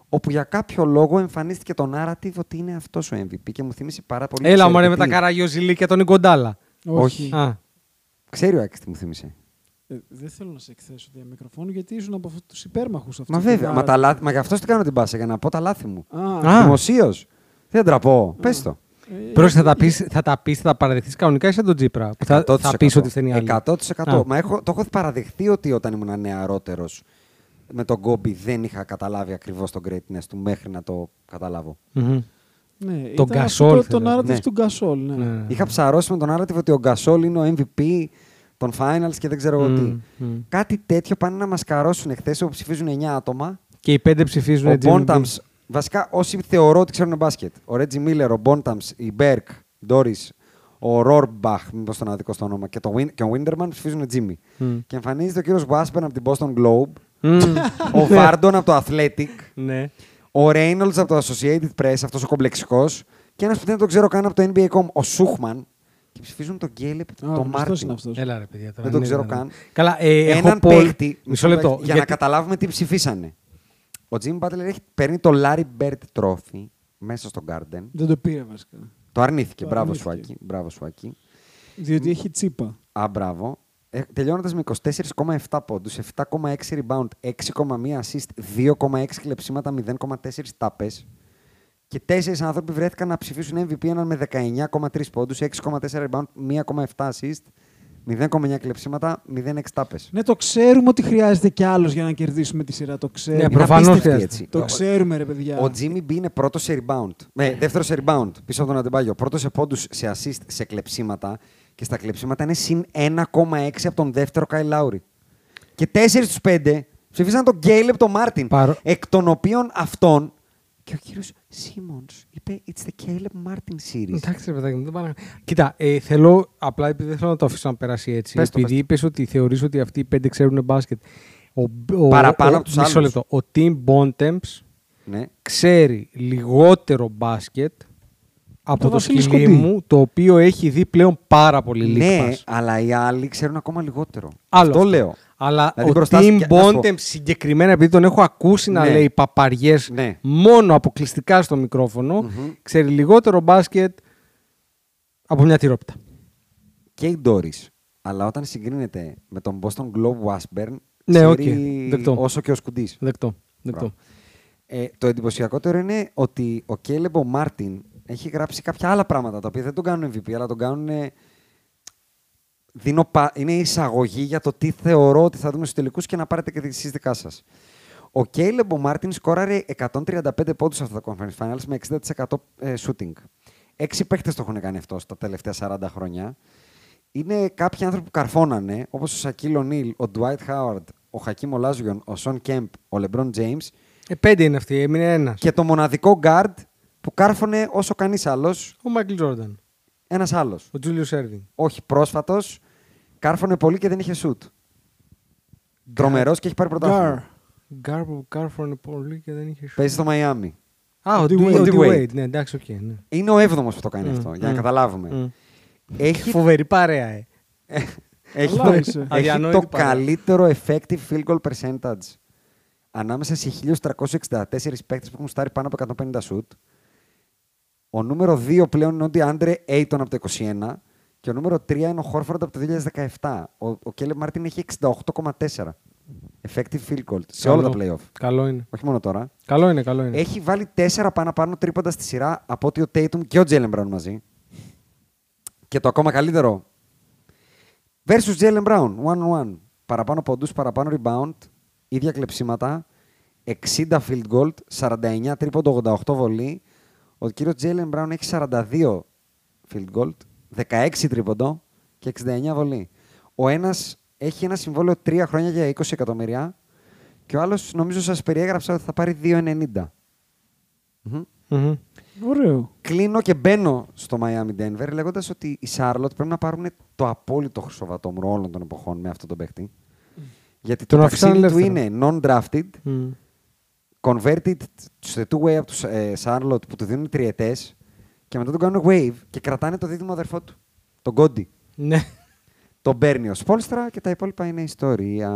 S3: Όπου για κάποιο λόγο εμφανίστηκε το narrative ότι είναι αυτός ο MVP και μου θύμισε πάρα πολύ.
S4: Έλα,
S3: Ξέρετε
S4: μωρέ, με
S3: τι?
S4: τα καραγιοζηλί και τον Ιγκοντάλα.
S3: Όχι.
S4: Α,
S3: Ξέρει ο Άκης τι μου θύμισε.
S5: Ε, δεν θέλω να σε εκθέσω δια μικροφόνου γιατί ήσουν από αυτούς τους υπέρμαχους αυτούς.
S3: Μα
S5: του
S3: βέβαια, μα,
S5: narrative.
S3: τα λάθη, μα γι' αυτό την κάνω την πάσα, για να πω τα λάθη μου.
S5: Α,
S4: Α.
S3: Δημοσίως. Δεν τραπώ. Πες το.
S5: ε,
S4: Πρόσεχε, θα τα πεις, θα, τα πεις, θα τα παραδεχθείς κανονικά ή σαν τον Τζίπρα. που Θα,
S3: 100%.
S4: θα πεις ότι φταίνει άλλη.
S3: 100%.
S4: Α.
S3: Μα έχω, το έχω παραδεχτεί ότι όταν ήμουν νεαρότερος με τον Κόμπι δεν είχα καταλάβει ακριβώς τον greatness του μέχρι να το καταλάβω.
S4: Μμμ.
S5: ναι, ήταν
S4: τον
S5: αυτό
S4: Gasol
S5: Το
S4: θέλω.
S5: narrative
S3: Ναι.
S5: του Γκασόλ. Ναι.
S4: Ναι.
S3: Είχα ψαρώσει με τον narrative ότι ο Γκασόλ είναι ο MVP των finals και δεν ξέρω εγώ τι.
S4: μμ.
S3: Κάτι τέτοιο πάνε να μας καρώσουν εχθέ όπου ψηφίζουν 9 άτομα.
S4: Και οι πέντε ψηφίζουν
S3: Ο
S4: Jimmy B.
S3: Μπόνταμ, βασικά όσοι θεωρώ ότι ξέρουν μπάσκετ. Ο Ρέτζι Μίλλερ, ο Μπόνταμ, η Μπέρκ, η Ντόρι, ο Ρόρμπαχ, μήπως τον αδικό στο όνομα, και, το Win- και ο Βίντερμαν ψηφίζουν Τζίμι.
S4: Μμ.
S3: Και εμφανίζεται ο κύριος Βάσπερν από την Boston Globe,
S4: Μμμ.
S3: ο Βάρντον από το Athletic,
S4: Ναι.
S3: ο Reynolds από το Associated Press, αυτός ο κομπλεξικός, και ένας που δεν τον ξέρω καν από το NBA.com, ο Σούχμαν. Και ψηφίζουν τον Γκέλεπ,
S5: Α,
S3: τον
S5: γνωστός
S3: Μάρτιν.
S5: είναι αυτός.
S4: Έλα ρε παιδιά. Τώρα,
S3: Δεν το
S4: είναι
S3: ξέρω
S4: δυνατόν.
S3: καν.
S4: Καλά, ε, έχω
S3: Έναν
S4: πολύ-
S3: παίχτη.
S4: Μισό λεπτό.
S3: Για να
S4: γιατί-
S3: καταλάβουμε τι ψηφίσανε. Ο Jimmy Butler έχει, παίρνει το Larry Bird Trophy μέσα στο Garden.
S5: Δεν το πήρε βασικά.
S3: Το αρνήθηκε.
S5: Το
S3: μπράβο σου,
S5: αρνήθηκε.
S3: Άκη. Μπράβο σου, Άκη.
S5: Διότι έχει τσίπα.
S3: Α, μπράβο. Ε, Τελειώνοντας με 24,7 πόντου, 7,6 rebound, 6,1 assist, 2,6 κλεψίματα, 0,4 τάπες. Και τέσσερις άνθρωποι βρέθηκαν να ψηφίσουν MVP έναν με 19,3 πόντου, 6,4 rebound, 1,7 assist, 0,9 κλεψίματα, 0,6 τάπες.
S5: Ναι, το ξέρουμε ότι χρειάζεται κι άλλος για να κερδίσουμε τη σειρά. Το
S4: Ναι,
S5: ξέρουμε.
S4: προ- προφανώς χρειάζεται.
S3: έτσι.
S5: το ξέρουμε, ρε παιδιά.
S3: Ο Jimmy B είναι πρώτος σε rebound.
S4: Ναι.
S3: Ε, δεύτερος σε rebound πίσω από τον Αντεμπάγιο. Πρώτος σε πόντους, σε assist, σε κλεψίματα. Και στα κλεψίματα είναι συν 1,6 από τον δεύτερο Κάι Λάουρι. Και 4 στου 5 ψήφισαν τον Γκέιλεπ τον Μάρτιν.
S4: Παρο-
S3: Εκ των οποίων αυτόν. Και ο κύριος Σίμον είπε It's the Caleb Martin series.
S4: Εντάξει, ρε παιδάκι μου, δεν πάνε. Κοίτα, ε, θέλω απλά επειδή δεν θέλω να το αφήσω να περάσει έτσι.
S3: Πες το,
S4: επειδή
S3: πες
S4: είπες ότι θεωρείς ότι αυτοί οι πέντε ξέρουν μπάσκετ. Ο, ο,
S3: Παραπάνω
S4: ο-
S3: από τους
S4: μισό
S3: άλλους.
S4: λεπτό. Ο Tim Bontemps
S3: ναι.
S4: ξέρει λιγότερο μπάσκετ από
S5: Το
S4: το,
S5: Βασίλη
S4: σκυλί
S5: Σκουντή.
S4: μου, το οποίο έχει δει πλέον πάρα πολύ
S3: ναι,
S4: λίπας.
S3: αλλά οι άλλοι ξέρουν ακόμα λιγότερο.
S4: Άλλος
S3: αυτό,
S4: αυτό.
S3: λέω.
S4: Αλλά
S3: Δηλαδή
S4: ο
S3: μπροστά
S4: Tim
S3: σου και- ας πω.
S4: Bontemps συγκεκριμένα, επειδή τον έχω ακούσει να
S3: Ναι.
S4: λέει παπαριές
S3: Ναι.
S4: μόνο αποκλειστικά στο μικροφωνο
S3: Μμμ.
S4: ξέρει λιγότερο μπάσκετ από μια τυρόπιτα.
S3: και η Doris. Αλλά όταν συγκρίνεται με τον Boston Globe Washburn,
S4: Ναι,
S3: ξέρει
S4: οκ, δεκτό.
S3: όσο και ο Σκουντής.
S4: Δεκτό. δεκτό.
S3: Μπράβο. Ε, το εντυπωσιακότερο είναι ότι ο Κέλεμπο Μάρτιν έχει γράψει κάποια άλλα πράγματα τα οποία δεν τον κάνουν MVP, αλλά τον κάνουν. ε, δίνω πα- Είναι εισαγωγή για το τι θεωρώ ότι θα δούμε στους τελικούς και να πάρετε και τη δικά σας. Ο Κέιλεμπο Μάρτιν σκόραρε 135 πόντου αυτά τα conference finals με 60% ε, shooting. Έξι παίχτε το έχουν κάνει αυτό τα τελευταία 40 χρόνια. Είναι κάποιοι άνθρωποι που καρφώνανε, όπως ο Σακίλ Νίλ, ο Ντουάιτ Χάουαρντ, ο Χακίμ Ολάζιον, ο Σον Κέμπ, ο Λεμπρόν Τζέιμ.
S4: Ε, πέντε είναι αυτοί, έμεινε ένας.
S3: Και το μοναδικό guard που κάρφωνε όσο κανείς άλλος.
S4: Ο Μάικλ Τζόρνταν.
S3: Ένας άλλος.
S4: Ο Τζούλιο Σέρβιν.
S3: Όχι πρόσφατος. Κάρφωνε πολύ και δεν είχε σουτ. Τρομερός και έχει πάρει πρωτάθλημα.
S4: Γκάρ που κάρφωνε πολύ και δεν είχε σουτ.
S3: Παίζει στο Μαϊάμι.
S4: Α, ο Dwayne. Ναι, εντάξει, οκ. ναι.
S3: Είναι ο έβδομος που το κάνει αυτό, για να
S4: mm.
S3: καταλάβουμε.
S4: Mm.
S3: Ναι. Έχει,
S4: Φοβερή παρέα, ε.
S3: έχει,
S5: Καλά
S3: το,
S5: είσαι.
S3: έχει
S4: Αδιανόητη
S3: το
S4: παρέα.
S3: καλύτερο effective field goal percentage ανάμεσα σε 1.364 παίκτες που έχουν στάρει πάνω από 150 σουτ. Ο νούμερο 2 πλέον είναι ο Ντιάντρε Ayton από το 21 και ο νούμερο 3 είναι ο Χόρφορντ από το 2017. Ο, ο Κέλεμ Μάρτιν έχει 68,4 effective field goal σε όλα τα
S4: Καλό.
S3: playoff.
S4: Καλό είναι.
S3: Όχι μόνο τώρα.
S4: Καλό είναι, καλό είναι.
S3: Έχει βάλει τέσσερα πάνω πάνω τρίποντα στη σειρά από ότι ο Tatum και ο Jalen Brown μαζί. Και το ακόμα καλύτερο. Versus Jalen Brown, one on one. Παραπάνω ποντούς, παραπάνω rebound, ίδια κλεψίματα, 60 field goal, 49 τρίποντο, 88 βολή. Ο κύριος Jalen Brown έχει 42 field goal, 16 τρίποντο και 69 βολή. Ο ένας έχει ένα συμβόλαιο 3 χρόνια για 20 εκατομμύρια και ο άλλος νομίζω σας περιέγραψα ότι θα πάρει 2,90. Μμμ.
S4: Μμμ.
S5: Ωραίο.
S3: Κλείνω και μπαίνω στο Miami Denver λέγοντας ότι οι Charlotte πρέπει να πάρουν το απόλυτο χρυσοβατόμουρο όλων των εποχών με αυτόν τον παίχτη. Γιατί
S4: Τον
S3: το
S4: αφήσανε
S3: ταξίδι του
S4: ελεύθερο.
S3: είναι non-drafted,
S4: Μμ.
S3: converted σε two-way από τους ε, Charlotte που του δίνουν τριετές και μετά τον κάνουν wave και κρατάνε το δίδυμο αδερφό του. Τον Κόντι.
S4: Ναι.
S3: Τον παίρνει ω Πόλστρα και τα υπόλοιπα είναι ιστορία.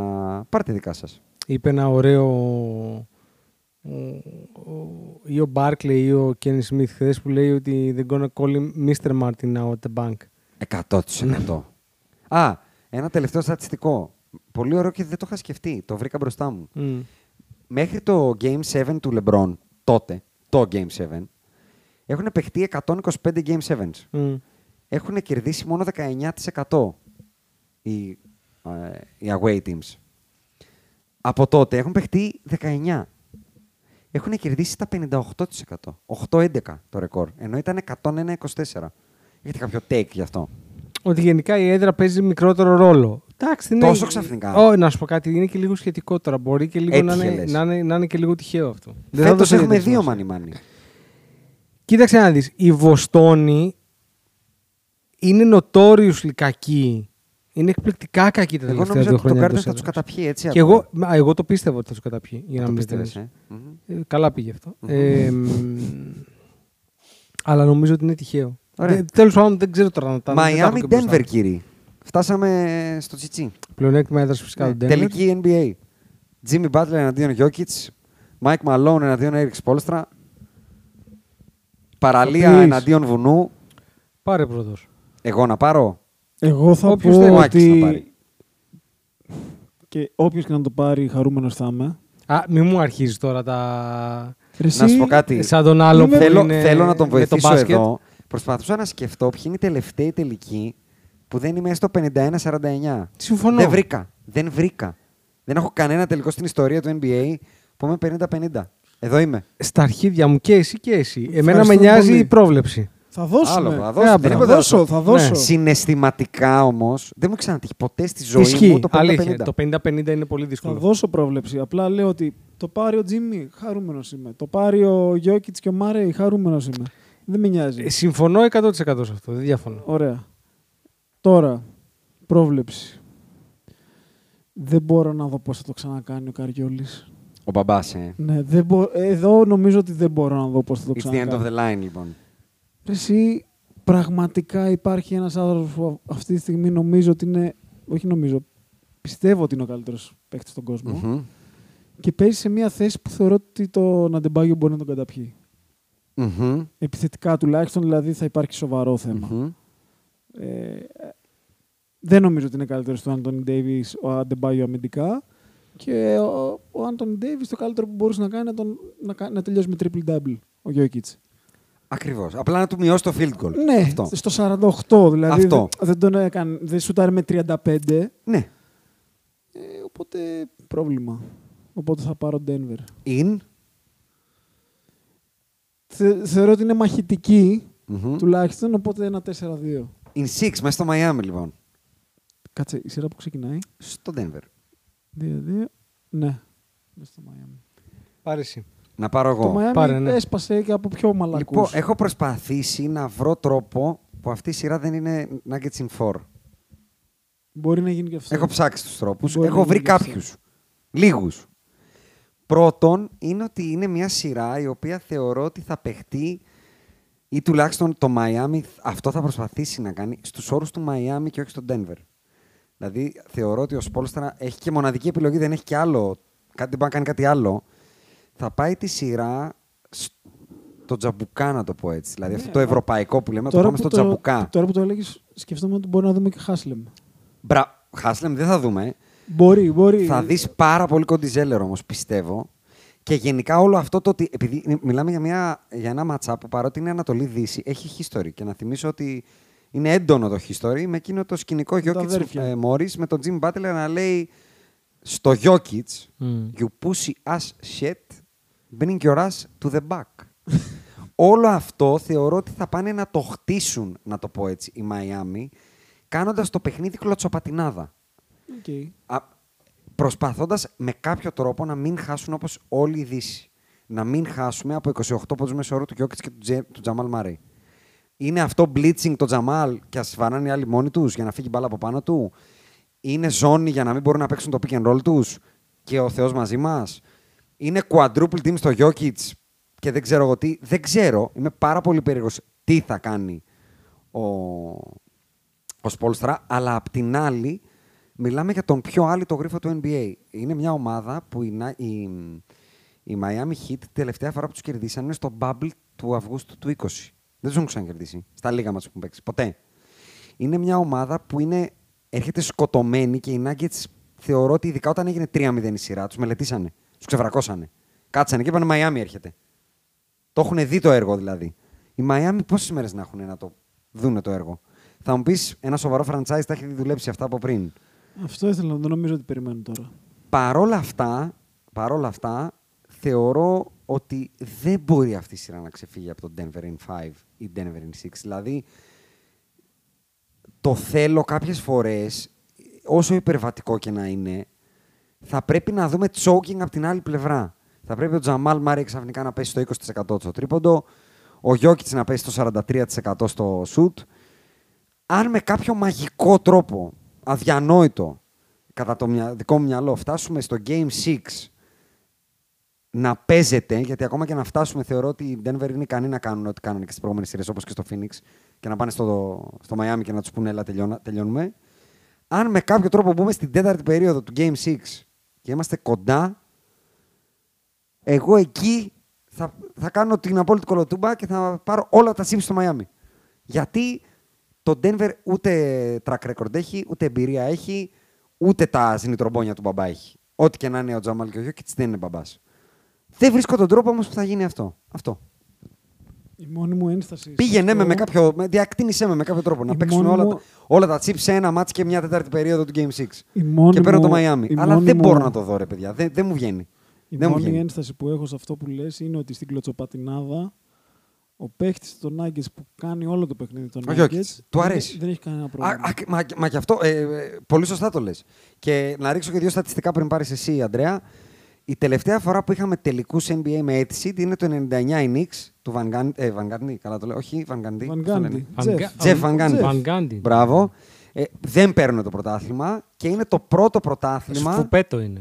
S3: Πάρτε δικά σας.
S4: Είπε ένα ωραίο. ο- ο- ή ο Μπάρκλε ή ο Κένι Σμιθ χθες που λέει ότι they're gonna call him Mr. Martin now at the bank.
S3: 100%. Α, ένα τελευταίο στατιστικό. Πολύ ωραίο και δεν το είχα σκεφτεί. Το βρήκα μπροστά μου.
S4: Μμ.
S3: Μέχρι το Game 7 του LeBron, τότε, το Game 7, έχουν παιχτεί 125 Game 7s.
S4: Μμ.
S3: Έχουν κερδίσει μόνο 19% οι, ε, οι away teams. Από τότε έχουν παιχτεί 19. Έχουν κερδίσει τα 58%. 8-11 το ρεκόρ. Ενώ ήταν 101-24. Έχετε κάποιο take γι' αυτό.
S4: Ότι γενικά η έδρα παίζει μικρότερο ρόλο. Εντάξει, ναι.
S3: Τόσο ξαφνικά.
S4: Ω, να σου πω κάτι, είναι και λίγο σχετικό τώρα. Μπορεί και λίγο να
S3: Έτυχε,
S4: είναι,
S3: λες.
S4: να, είναι, να είναι και λίγο τυχαίο αυτό. Δεν θα
S3: Φέτος
S4: δώσω
S3: έχουμε
S4: ιδιαίτερη
S3: δύο
S4: σημασία.
S3: μάνι μάνι.
S4: Κοίταξε να δεις, η Βοστόνη είναι notoriously κακή. Είναι εκπληκτικά κακή τα
S3: Εγώ
S4: τελευταία
S3: νομίζω
S4: δύο
S3: ότι το
S4: χρόνια.
S3: Garden
S4: εντός
S3: θα τους
S4: έδρας.
S3: καταπιεί έτσι.
S4: Και εγώ, μα, εγώ το πίστευα ότι θα τους καταπιεί. Για
S3: το
S4: να μην
S3: πίστευες,
S4: πιστεύεις.
S3: ε. Μμμ.
S4: Ε, καλά πήγε αυτό. Ε, μ, αλλά νομίζω ότι είναι τυχαίο.
S3: Ωραία.
S4: Τέλος πάντων, δεν ξέρω τώρα να τα δεν τα έχω
S3: Μαϊάμι
S4: και μπροστά
S3: Denver,
S4: μου.
S3: κύριοι. Φτάσαμε στο τσιτσί.
S4: Πλεονέκτημα έδρας φυσικά
S3: Ναι.
S4: του Denver.
S3: Τελική NBA. Jimmy Butler εναντίον Jokic. Mike Malone εναντίον Eric Spolstra. Παραλία
S5: Please.
S3: εναντίον βουνού.
S4: Πάρε πρώτο.
S3: Εγώ να πάρω.
S5: Εγώ θα
S4: Όποιος
S5: πω
S4: θέλει.
S3: Ο Άκης θα
S5: ότι...
S3: πάρει.
S5: Και όποιος και να το πάρει, χαρούμενος θα είμαι.
S4: Α, μη μου αρχίζεις τώρα τα.
S5: Ρε
S3: Να σου
S5: εσύ,
S3: πω κάτι.
S4: Σαν τον άλλο που
S3: Θέλω,
S4: είναι
S3: θέλω να τον
S4: με το
S3: βοηθήσω
S4: μπάσκετ.
S3: εδώ. Προσπαθούσα να σκεφτώ ποιοι είναι οι τελευταίοι τελικοί που δεν είμαι έστω 51-49.
S4: Συμφωνώ.
S3: Δεν βρήκα. Δεν βρήκα. Δεν έχω κανένα τελικό στην ιστορία του NBA που είμαι 50-50. Εδώ είμαι.
S4: Στα αρχίδια μου και εσύ και εσύ. Εμένα με
S5: Ευχαριστούμε
S4: νοιάζει
S5: πολύ.
S4: η πρόβλεψη.
S5: Θα δώσουμε.
S3: Άλλο, Ναι, θα
S4: Ε,
S3: δώσω.
S4: μπράβο.
S3: Δεν
S5: θα
S3: είπα δεν
S5: δώσω, θα δώσω.
S3: Συναισθηματικά όμως, δεν μου ξανατύχει ποτέ στη ζωή μου
S4: Ισχύει.
S3: το 50-50.
S4: Αλήθεια. Το 50-50 είναι πολύ
S5: Θα
S4: δύσκολο.
S5: δώσω πρόβλεψη. Απλά λέω ότι το πάρει ο Τζίμι, χαρούμενος είμαι. Το πάρει ο Γιώκητ και ο Μάρεϊ, χαρούμενος είμαι. Δεν με νοιάζει.
S4: Ε, Συμφωνώ 100% σε αυτό. Δεν διαφωνώ.
S5: Ωραία. Τώρα, πρόβλεψη. Δεν μπορώ να δω πώς θα το ξανακάνει ο Καριόλης.
S3: Ο μπαμπάς, ε.
S5: Ναι, δεν μπο- εδώ νομίζω ότι δεν μπορώ να δω πώς θα το
S3: It's the end of
S5: ξανακάνει.
S3: the line, λοιπόν.
S5: Εσύ πραγματικά υπάρχει ένας άνθρωπος που αυτή τη στιγμή νομίζω ότι είναι. Όχι νομίζω. Πιστεύω ότι είναι ο καλύτερος παίκτης στον κοσμο
S3: Μμμ.
S5: Και παίζει σε μια θέση που θεωρώ ότι το Ναντεμπάγιο μπορεί να τον καταπιεί.
S3: Μμμ.
S5: Επιθετικά τουλάχιστον, δηλαδή θα υπάρχει σοβαρό θέμα.
S3: Μμμ.
S5: Ε, δεν νομίζω ότι είναι καλύτερο του Άντωνι Ντέιβι ο Αντεμπάγιο αμυντικά. Και ο, ο Άντωνι Ντέιβι το καλύτερο που μπορούσε να κάνει να, τον, να, κα- να τελειώσει με triple double ο Γιώκητ.
S3: Ακριβώς. Απλά να του μειώσει το field goal.
S5: Ναι,
S3: Αυτό.
S5: στο 48 δηλαδή.
S3: Αυτό.
S5: Δεν, δεν τον έκανε. Δεν σουτάρει με 35.
S3: Ναι.
S5: Ε, οπότε πρόβλημα. Οπότε θα πάρω Denver.
S3: In.
S5: Θε, θεωρώ ότι είναι μαχητική, τουλάχιστον, οπότε ένα 4-2.
S3: In 6, μέσα στο Miami λοιπόν.
S5: Κάτσε, η σειρά που ξεκινάει.
S3: Στο Denver.
S5: 2-2. Ναι. Μέσα στο Miami.
S4: Πάρε εσύ.
S3: Να πάρω εγώ.
S5: Το Miami
S4: πάρε, ναι.
S5: έσπασε και από πιο μαλακούς.
S3: Λοιπόν, έχω προσπαθήσει να βρω τρόπο που αυτή η σειρά δεν είναι Nuggets in 4.
S5: Μπορεί να γίνει και αυτό.
S3: Έχω ψάξει τους τρόπους.
S5: Μπορεί
S3: έχω
S5: να
S3: βρει
S5: είναι και αυτό.
S3: κάποιους. Λίγους. Πρώτον, είναι ότι είναι μια σειρά η οποία θεωρώ ότι θα παιχτεί ή τουλάχιστον το Miami αυτό θα προσπαθήσει να κάνει στους όρους του Miami και όχι στο Denver. Δηλαδή, θεωρώ ότι ο Σπόλστρα έχει και μοναδική επιλογή, δεν έχει και άλλο. Κάτι, δεν μπορεί να κάνει κάτι άλλο. Θα πάει τη σειρά στο τζαμπουκά, να το πω έτσι. Δηλαδή, αυτό το ευρωπαϊκό που λέμε, το πάμε στο
S5: Ναι, που
S3: τζαμπουκά.
S5: τώρα που το έλεγες, σκεφτόμουν ότι μπορεί να δούμε και Χάσλεμ.
S3: Μπρα... Χάσλεμ δεν θα δούμε. ε.
S5: Μπορεί, μπορεί.
S3: Θα δεις πάρα πολύ κοντιζέλερ όμως, πιστεύω. Και γενικά όλο αυτό το ότι. Επειδή μιλάμε για, μια, για ένα ματσά που παρότι είναι Ανατολή-Δύση, έχει history. Και να θυμίσω ότι είναι έντονο το history με εκείνο το σκηνικό Γιώκητ
S5: αδέρφια.
S3: ε, Μόρι με τον Jim Butler να λέει στο Γιώκητ
S5: Mm.
S4: Μμμ.
S3: You pussy ass shit, bring your ass to the back. Όλο αυτό θεωρώ ότι θα πάνε να το χτίσουν, να το πω έτσι, οι Μαϊάμι, κάνοντας το παιχνίδι κλωτσοπατινάδα
S5: Οκ.
S3: προσπαθώντας με κάποιο τρόπο να μην χάσουν όπως όλη η Δύση. Να μην χάσουμε από 28 πόντους μέσω όρου του Γιώκητ και του, Τζε, του Τζαμάλ Μάρι. Είναι αυτό blitzing το Τζαμάλ και ας βαράνε οι άλλοι μόνοι τους για να φύγει η μπάλα από πάνω του. Είναι ζώνη για να μην μπορούν να παίξουν το pick and roll τους και ο Θεός μαζί μας. Είναι quadruple team στο Γιώκητ και δεν ξέρω εγώ τι. Δεν ξέρω. Είμαι πάρα πολύ περίεργος τι θα κάνει ο, ο Σπόλστρα, αλλά απ' την άλλη μιλάμε για τον πιο άλλη το γρίφο του NBA. Είναι μια ομάδα που η, Να- η, η Miami Heat τελευταία φορά που τους κερδίσαν είναι στο bubble του Αυγούστου του 20. Δεν τους έχουν ξανακερδίσει στα λίγα μας που έχουν παίξει. Ποτέ. Είναι μια ομάδα που είναι, έρχεται σκοτωμένη και οι Nuggets θεωρώ ότι ειδικά όταν έγινε 3-0 η σειρά τους μελετήσανε, τους ξεβρακώσανε. Κάτσανε και είπανε Miami έρχεται. Το έχουν δει το έργο δηλαδή. Οι Μαϊάμι πόσες μέρες να έχουν να το δούνε το έργο. Θα μου πεις ένα σοβαρό franchise τα έχει δουλέψει αυτά από πριν.
S5: Αυτό ήθελα να το νομίζω ότι περιμένω τώρα.
S3: Παρόλα αυτά, παρόλα αυτά, θεωρώ ότι δεν μπορεί αυτή η σειρά να ξεφύγει από το Denver in 5 ή Denver in 6. Δηλαδή, το θέλω κάποιες φορές, όσο υπερβατικό και να είναι, θα πρέπει να δούμε choking από την άλλη πλευρά. Θα πρέπει ο Τζαμάλ Μάρι ξαφνικά να πέσει στο 20% στο τρίποντο, ο Γιώκητς να πέσει στο 43% στο σουτ. Αν με κάποιο μαγικό τρόπο, αδιανόητο, κατά το μυα- δικό μου μυαλό, φτάσουμε στο Game 6 να παίζεται, γιατί ακόμα και να φτάσουμε, θεωρώ ότι οι Denver είναι ικανοί να κάνουν ό,τι κάνανε και στις προηγούμενες σειρές, όπως και στο Phoenix, και να πάνε στο, στο Miami και να τους πούνε, Ελά, τελειώνα- τελειώνουμε. Αν με κάποιο τρόπο μπούμε στην τέταρτη περίοδο του Game 6 και είμαστε κοντά, εγώ εκεί θα, θα κάνω την απόλυτη κολοτούμπα και θα πάρω όλα τα chips στο Miami. Γιατί το Denver ούτε track record έχει, ούτε εμπειρία έχει, ούτε τα συνητρομπόνια του μπαμπά έχει. Ό,τι και να είναι ο Τζαμάλ και ο Γιώκητς δεν είναι μπαμπάς. Δεν βρίσκω τον τρόπο όμως που θα γίνει αυτό. αυτό.
S5: Η μόνη μου ένσταση. σε
S3: Πήγαινε με,
S5: αυτό-
S3: με κάποιο. με- Διακτίνησέ με με κάποιο τρόπο. Να
S5: Η
S3: παίξουν
S5: μόνη
S3: όλα,
S5: μου-
S3: τα, όλα τα chips σε ένα μάτς και μια τετάρτη περίοδο του Game 6.
S5: Η μόνη
S3: Και παίρνω
S5: μου-
S3: το Miami.
S5: η
S3: Αλλά
S5: μόνη
S3: δεν
S5: μου-
S3: μπορώ να το δω, ρε παιδιά. Δεν, δεν μου βγαίνει.
S5: Η
S3: δεν μου
S5: μόνη
S3: βγαίνει.
S5: ένσταση που έχω σε αυτό που λες είναι ότι στην κλωτσοπατινάδα ο παίχτης των Nuggets που κάνει όλο το παιχνίδι των
S3: Ο
S5: Nuggets
S3: Jokic. Του
S5: δεν-
S3: αρέσει.
S5: Δεν έχει κανένα
S3: Α,
S5: πρόβλημα.
S3: α, μα, μα και αυτό, ε, ε, πολύ σωστά το λες. Και να ρίξω και δύο στατιστικά πριν πάρεις εσύ, Αντρέα. Η τελευταία φορά που είχαμε τελικούς NBA με αίτηση είναι το 99 η Knicks του Van Gundy. Ε, Van Gundy, καλά το λέω. Όχι, Van Gundy.
S5: Van
S3: πώς το λένε.
S5: Gundy.
S4: Van
S5: Jeff.
S4: Ga-
S3: Τζεφ Βαγκάντι.
S4: Van Gundy.
S3: Μπράβο. Ε, δεν παίρνουν το πρωτάθλημα και είναι το πρώτο πρωτάθλημα
S4: Σκουπέτο είναι.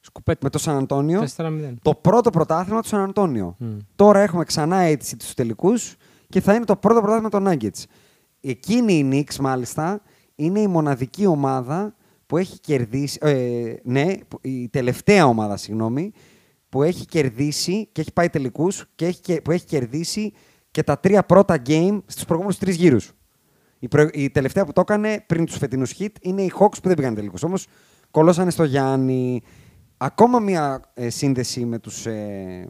S4: Σκουπέτο.
S3: με το Σαν Αντώνιο.
S4: 4-0.
S3: Το πρώτο πρωτάθλημα του Σαν Αντώνιο.
S4: Ναι. Μμ.
S3: Τώρα έχουμε ξανά αίτηση του τελικούς και θα είναι το πρώτο πρωτάθλημα των Nuggets. Εκείνη η Knicks, μάλιστα, είναι η μοναδική ομάδα που έχει κερδίσει. Ε, ναι, που- η τελευταία ομάδα, συγγνώμη, που έχει κερδίσει και έχει πάει τελικούς και έχει, κε- που έχει κερδίσει και τα τρία πρώτα game στους προηγούμενους τρεις γύρους. Η, προ- η τελευταία που το έκανε πριν τους φετινούς hit είναι οι Hawks που δεν πήγαν τελικούς. Όμως κολώσανε στο Γιάννη. Ακόμα μία ε, σύνδεση με τους, ε,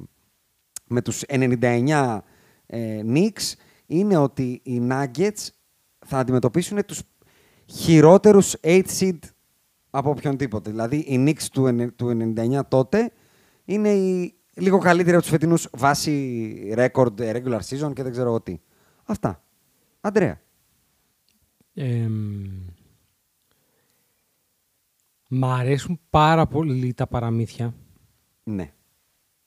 S3: με τους 99 ε, Knicks είναι ότι οι Nuggets θα αντιμετωπίσουν τους χειρότερους 8 seed από οποιονδήποτε. Δηλαδή οι Knicks του, ενε- του 99 τότε είναι η λίγο καλύτερη από τους φετινούς βάσει record ε, regular season και δεν ξέρω εγώ τι. Αυτά. Αντρέα.
S4: Ε, μ' αρέσουν πάρα πολύ τα παραμύθια
S3: Ναι.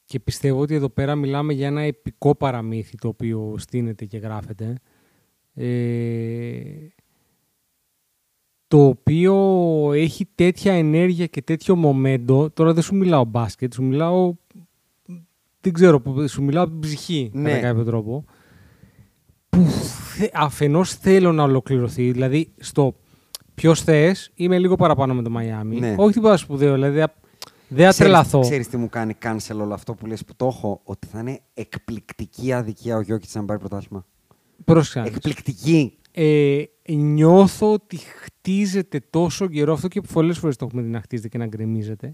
S4: και πιστεύω ότι εδώ πέρα μιλάμε για ένα επικό παραμύθι το οποίο στείνεται και γράφεται. Ε, το οποίο έχει τέτοια ενέργεια και τέτοιο momentum. Τώρα δεν σου μιλάω μπάσκετ, σου μιλάω. Δεν ξέρω, σου μιλάω από την ψυχή
S3: Ναι.
S4: κατά κάποιο τρόπο. Που θε- αφενός θέλω να ολοκληρωθεί. Δηλαδή, στο ποιος θες, είμαι λίγο παραπάνω με το Μαϊάμι.
S3: Ναι.
S4: Όχι τίποτα σπουδαίο, δηλαδή δεν- δεν θα
S3: Ξέρεις-
S4: τρελαθώ.
S3: Ξέρεις τι μου κάνει cancel όλο αυτό που λες που το έχω, ότι θα είναι εκπληκτική αδικία ο Γιώκητς να πάρει πρωτάθλημα.
S4: Πρόσεξε να δεις.
S3: Εκπληκτική.
S4: ε, νιώθω ότι χτίζεται τόσο καιρό αυτό και πολλές φορές το έχουμε δει να χτίζεται και να γκρεμίζεται.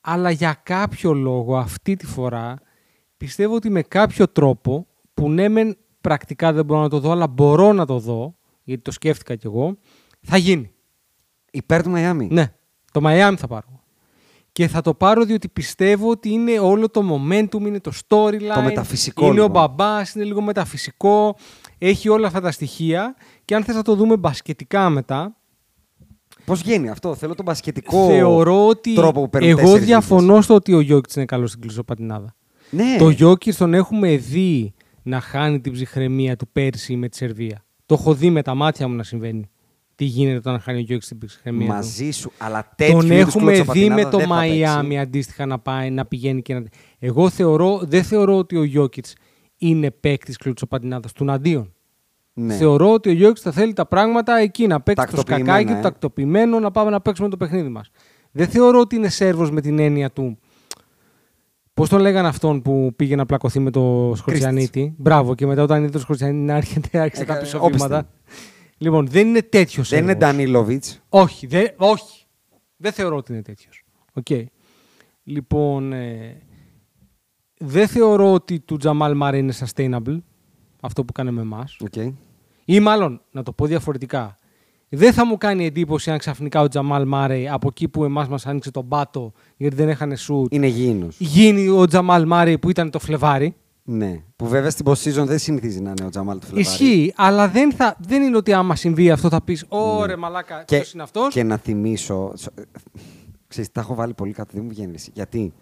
S4: Αλλά για κάποιο λόγο αυτή τη φορά πιστεύω ότι με κάποιο τρόπο που ναι μεν πρακτικά δεν μπορώ να το δω αλλά μπορώ να το δω γιατί το σκέφτηκα κι εγώ θα γίνει.
S3: Υπέρ του Μαϊάμι.
S4: Ναι, το Μαϊάμι θα πάρω. Και θα το πάρω διότι πιστεύω ότι είναι όλο το momentum, είναι το storyline.
S3: Το μεταφυσικό,
S4: Είναι ο
S3: λοιπόν.
S4: μπαμπάς, είναι λίγο μεταφυσικό. Έχει όλα αυτά τα στοιχεία. Και αν θες να το δούμε μπασκετικά μετά,
S3: Πώς γίνει αυτό, θέλω τον μπασκετικό
S4: θεωρώ ότι
S3: τρόπο που παίρνουν
S4: εγώ
S3: τέσσερις
S4: διαφωνώ στο ότι ο Γιώκητ είναι καλός στην κλεισοπατινάδα.
S3: νίκες. Ναι.
S4: Το Γιώκητ τον έχουμε δει να χάνει την ψυχραιμία του πέρσι με τη Σερβία. Το έχω δει με τα μάτια μου να συμβαίνει. Τι γίνεται όταν χάνει ο Γιώκητ την ψυχραιμία. του.
S3: Μαζί σου, αλλά τέτοιου
S4: Τον
S3: είδους
S4: έχουμε δει
S3: κλωτσοπατινάδα
S4: με
S3: δεν
S4: το
S3: θα παίξει.
S4: Μαϊάμι αντίστοιχα να πάει, να πηγαίνει και να. Εγώ θεωρώ, δεν θεωρώ ότι ο Γιώκητ είναι παίκτης κλωτσοπατινάδα του Ναντίον.
S3: Ναι.
S4: Θεωρώ ότι ο Γιώκητ θα θέλει τα πράγματα εκεί να παίξει το
S3: Τακτοποιημένα,
S4: σκακάκι του,
S3: ε.
S4: τακτοποιημένο, να πάμε να παίξουμε το παιχνίδι μας. Δεν θεωρώ ότι είναι Σέρβος με την έννοια του. Πώς τον λέγανε αυτόν που πήγε να πλακωθεί με το Σκορτσιανίτη. Μπράβο, και μετά όταν είδε το Σκορτσιανίτη να έρχεται, άρχισε
S3: Έκανε
S4: τα πισωβήματα.
S3: Ε, όπισθεν.
S4: Λοιπόν, δεν είναι τέτοιος
S3: Δεν είναι Ντανίλοβιτς.
S4: όχι, δεν, όχι. Δεν θεωρώ ότι είναι τέτοιος. Οκ. Λοιπόν, ε, δεν θεωρώ ότι του Τζαμάλ Μάρε είναι sustainable αυτό που κάνει με εμάς.
S3: Οκ.
S4: Ή μάλλον, να το πω διαφορετικά, δεν θα μου κάνει εντύπωση αν ξαφνικά ο Τζαμάλ Μάρε από εκεί που εμάς μας άνοιξε τον πάτο γιατί δεν έχανε σουτ,
S3: Είναι γήινος.
S4: γίνει ο Τζαμάλ Μάρε που ήταν το Φλεβάρι.
S3: Ναι. Που βέβαια στην post-season δεν συνηθίζει να είναι ο Τζαμάλ του Φλεβάρη.
S4: Ισχύει, αλλά δεν, θα, δεν είναι ότι άμα συμβεί αυτό θα πεις Ωρε, μαλάκα,
S3: Και,
S4: ποιος είναι αυτός.
S3: και να θυμίσω. σο- ε, Ξέρεις, τα έχω βάλει πολύ κάτω, δεν μου βγαίνει. εσύ. Γιατί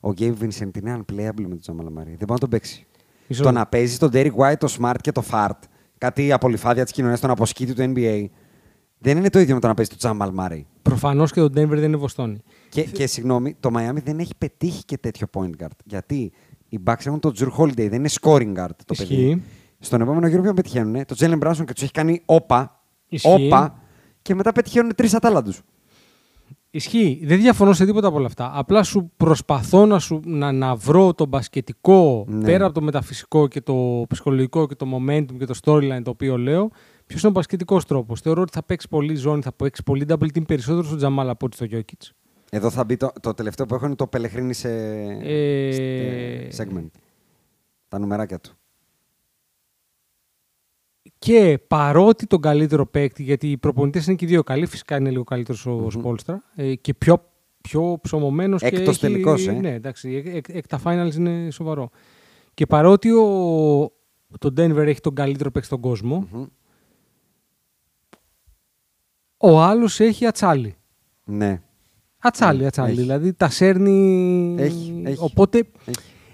S3: ο Γκέιμ Βινσεντ είναι unplayable με τον Τζαμάλα Μαρή. Δεν μπορεί να τον παίξει.
S4: Μισό
S3: Το
S4: λεπτό.
S3: να παίζει τον Derek White, το Smart και το Fart, κάτι απολυφάδια της κοινωνίας, τον αποσκήτη του NBA, δεν είναι το ίδιο με το να παίζει τον Τζαμάλ Μαρή.
S4: Προφανώς και ο Ντένβερ δεν είναι Βοστόνη.
S3: Και, και συγγνώμη, το Miami δεν έχει πετύχει και τέτοιο point guard. Γιατί οι Bucks έχουν τον Τζουρ Holiday, δεν είναι scoring guard το
S4: Ισχύει.
S3: παιδί. Στον επόμενο γύρο ποιον πετυχαίνουν, τον Τζέλεν Μπράνσον και τους έχει κάνει όπα.
S4: Ισχύει.
S3: όπα και μετά πετυχαίνουν τρεις ατάλλαντους.
S4: Ισχύει. Δεν διαφωνώ σε τίποτα από όλα αυτά. Απλά σου προσπαθώ να, σου, να, να βρω το μπασκετικό
S3: Ναι.
S4: πέρα από το μεταφυσικό και το ψυχολογικό και το momentum και το storyline το οποίο λέω. Ποιος είναι ο μπασκετικός τρόπος. Θεωρώ ότι θα παίξει πολύ ζώνη, θα παίξει πολύ double team περισσότερο στον Τζαμάλα από ότι στο Γιώκητ.
S3: Εδώ θα μπει το, το τελευταίο που έχω είναι το Πελεχρίνη σε
S4: Ε,
S3: σε- segment. Τα νομεράκια του.
S4: Και παρότι τον καλύτερο παίκτη, γιατί οι προπονητές είναι και οι δύο καλοί, φυσικά είναι λίγο καλύτερος ο Σπόλστρα ε, και πιο, πιο ψωμωμένος.
S3: Έκτος τελικός, ε.
S4: Ναι, εντάξει, εκ, εκ- εκ τα finals είναι σοβαρό. Και παρότι ο, το Denver έχει τον καλύτερο παίκτη στον κοσμο ο άλλος έχει ατσάλι.
S3: Ναι.
S4: Ατσάλι,
S3: Ναι,
S4: ατσάλι.
S3: έχει.
S4: Δηλαδή τα σέρνει.
S3: Έχει, έχει,
S4: Οπότε
S3: έχει.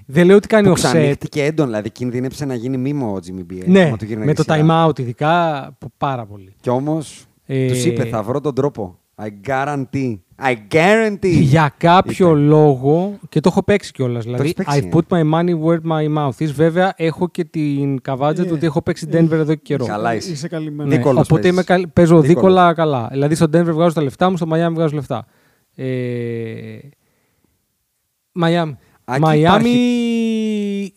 S4: δεν λέω ότι κάνει
S3: Που
S4: ο Σετ.
S3: ξανύχτηκε έντον, δηλαδή κινδύνεψε να γίνει μήμο ο Jimmy B. ε,
S4: Ναι, με το time out ειδικά που πάρα πολύ.
S3: Κι όμως
S4: Ε,
S3: τους είπε, θα βρω τον τρόπο. I guarantee. I guarantee.
S4: Για κάποιο
S3: Είπε.
S4: λόγο, και το έχω παίξει κιόλας. Δηλαδή,
S3: έχεις παίξει,
S4: I put my money where my mouth is. Βέβαια, έχω και την καβάτζα
S5: Ε,
S4: του ότι έχω παίξει Denver εδώ και καιρό.
S3: Καλά είσαι.
S5: Είσαι καλυμμένος.
S4: Ναι,
S3: Νίκολος
S4: Οπότε
S3: παίζεις.
S4: είμαι καλ- παίζω
S3: Νίκολος.
S4: δίκολα καλά. Δηλαδή, στο Denver βγάζω τα λεφτά μου, στο Miami βγάζω λεφτά. Ε, Miami.
S3: Άκη,
S4: Miami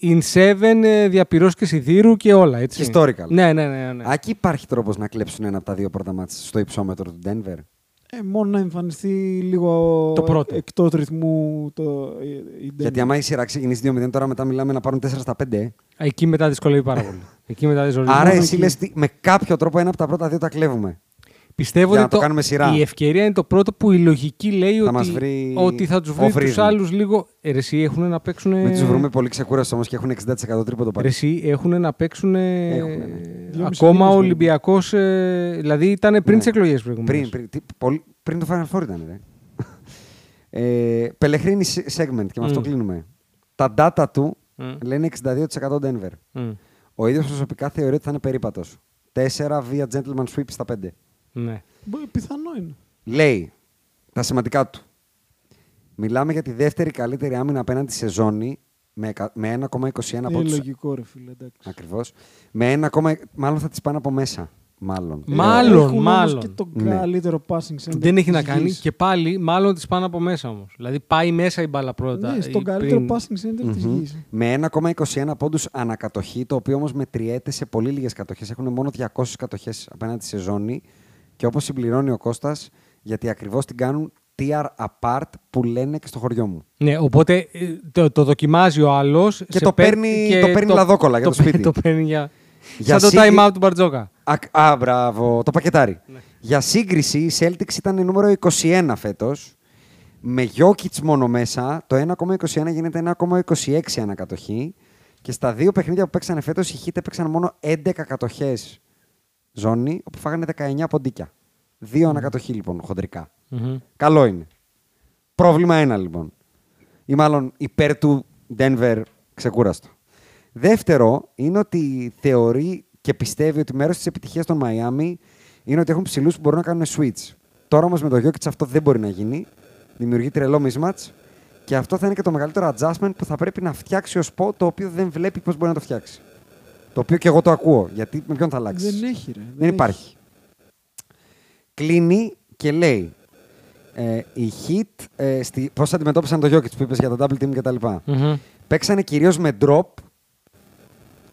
S4: in seven, ε, διαπυρός και σιδήρου και όλα, έτσι.
S3: Historical.
S4: Ναι, ναι, ναι. ναι.
S3: Άκη υπάρχει τρόπος να κλέψουν ένα από τα δύο πρώτα μάτς στο υψόμετρο του Denver.
S5: Ε, μόνο να εμφανιστεί λίγο
S4: Το πρώτο.
S5: εκτός ρυθμού το, η, η
S3: Γιατί
S5: Denver.
S3: άμα η σειρά ξεκινήσει 2-0, τώρα μετά μιλάμε να πάρουν 4 στα 5.
S4: Εκεί μετά δυσκολεύει πάρα πολύ. Εκεί μετά δεν ζορίζει.
S3: Άρα
S4: Μόνο
S3: εσύ
S4: εκεί.
S3: λες ότι με κάποιο τρόπο ένα από τα πρώτα δύο τα κλέβουμε.
S4: Πιστεύω
S3: Για
S4: ότι
S3: να το κάνουμε σειρά.
S4: η ευκαιρία είναι το πρώτο που η λογική λέει
S3: Θα
S4: ότι,
S3: μας βρει
S4: ότι θα τους
S3: ο
S4: βρει
S3: Φρίδης.
S4: τους άλλους λίγο. Ε, ρε, εσύ έχουν να παίξουν.
S3: Μην τους βρούμε πολύ ξεκούραστο όμως και έχουν 60% τρίποντο
S4: Ε. Ρε,
S3: πάλι.
S4: εσύ έχουν να παίξουν.
S3: Έχουνε, ναι.
S5: Δυόμιση
S4: Ακόμα
S5: μήνες
S4: ο
S5: είναι.
S4: Ολυμπιακό. δηλαδή ήταν πριν
S3: Ναι.
S4: τις εκλογές προηγουμένως.
S3: Πριν, πριν, τι, πολύ- πριν το Final Four ήταν, ρε. Ε, Πελεχρίνη σε- segment και με αυτό
S4: Μμ.
S3: κλείνουμε. Τα data του
S4: Μμ.
S3: λένε 62% Denver. Ο ίδιος προσωπικά θεωρεί ότι θα είναι περίπατος. 4 via gentleman sweep στα 5.
S4: Ναι.
S5: Μπο- Πιθανό είναι.
S3: Λέει τα σημαντικά του. Μιλάμε για τη δεύτερη καλύτερη άμυνα απέναντι σε ζώνη με, εκα- με 1,21
S4: Ε,
S3: από
S5: Είναι
S3: τους...
S5: Ε, λογικό, ρε φίλε. Εντάξει.
S3: Ακριβώς. Με 1, μάλλον θα τις πάνε από μέσα. μάλλον.
S4: Μάλλον,
S5: Έχουν όμως
S4: μάλλον.
S5: και τον
S3: Ναι.
S5: καλύτερο passing center
S4: Δεν έχει να
S5: της
S4: κάνει
S5: γης.
S4: και πάλι, μάλλον τις πάνε από μέσα όμως. Δηλαδή πάει μέσα η μπάλα πρώτα.
S5: Ναι,
S4: ή
S5: στον
S4: πριν.
S5: καλύτερο passing center της
S3: Μμμ.
S5: γης.
S3: Με 1,21 πόντους ανακατοχή, το οποίο όμως μετριέται σε πολύ λίγες κατοχές. Έχουν μόνο 200 κατοχές απέναντι σε ζώνη και όπως συμπληρώνει ο Κώστας, γιατί ακριβώς την κάνουν TR apart που λένε και στο χωριό μου.
S4: Ναι, οπότε ε, το, το δοκιμάζει ο άλλος.
S3: Και το παίρνει- το παίρνει λαδόκολλα για το σπίτι.
S4: Το παίρνει για.
S3: Για
S4: σαν το
S3: σύγκρι-
S4: time out του Μπαρτζόκα.
S3: Α, α, μπράβο, το πακετάρι. Για σύγκριση, η Celtics ήταν νούμερο 21 φέτος. Με Γιώκητς μόνο μέσα, το 1,21 γίνεται 1,26 ανακατοχή. Και στα δύο παιχνίδια που παίξανε φέτος, οι Heat έπαιξαν μόνο 11 κατοχές ζώνη, όπου φάγανε 19 ποντίκια. Δύο ανακατοχή λοιπόν, χοντρικά.
S4: Μμμ.
S3: Καλό είναι. Πρόβλημα ένα λοιπόν. Ή μάλλον υπέρ του Denver ξεκούραστο. Δεύτερο είναι ότι θεωρεί και πιστεύει ότι μέρος της επιτυχίας των Μαϊάμι είναι ότι έχουν ψηλούς που μπορούν να κάνουν switch. Τώρα όμως με το Γιώκητ αυτό δεν μπορεί να γίνει. Δημιουργεί τρελό mismatch. Και αυτό θα είναι και το μεγαλύτερο adjustment που θα πρέπει να φτιάξει ο Σπο, το οποίο δεν βλέπει πώς μπορεί να το φτιάξει. Το οποίο και εγώ το ακούω. Γιατί με ποιον θα αλλάξεις.
S5: Δεν έχει, ρε.
S3: Δεν υπάρχει. Κλείνει και λέει ε, οι Heat ε, στη, πώς αντιμετώπισαν το Jokic που είπες για το double team κτλ.
S4: Μμμ.
S3: Παίξανε κυρίως με drop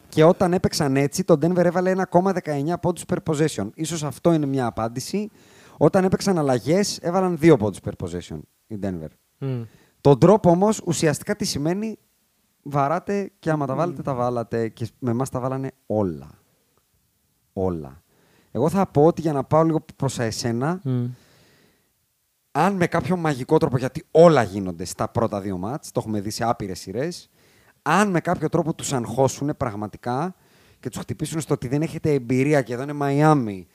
S3: και όταν έπαιξαν έτσι το Denver έβαλε 1,19 πόντους per possession. Ίσως αυτό είναι μια απάντηση. Όταν έπαιξαν αλλαγές έβαλαν 2 πόντους per possession η Denver.
S4: Μμ.
S3: Το drop όμως ουσιαστικά τι σημαίνει βαράτε και άμα τα βάλετε τα βάλατε και με εμάς τα βάλανε όλα. Όλα. Εγώ θα πω ότι για να πάω λίγο προς εσένα,
S4: Μμ.
S3: αν με κάποιο μαγικό τρόπο, γιατί όλα γίνονται στα πρώτα δύο μάτς, το έχουμε δει σε άπειρες σειρές, αν με κάποιο τρόπο τους αγχώσουν πραγματικά και τους χτυπήσουν στο ότι δεν έχετε εμπειρία και εδώ είναι Μαϊάμι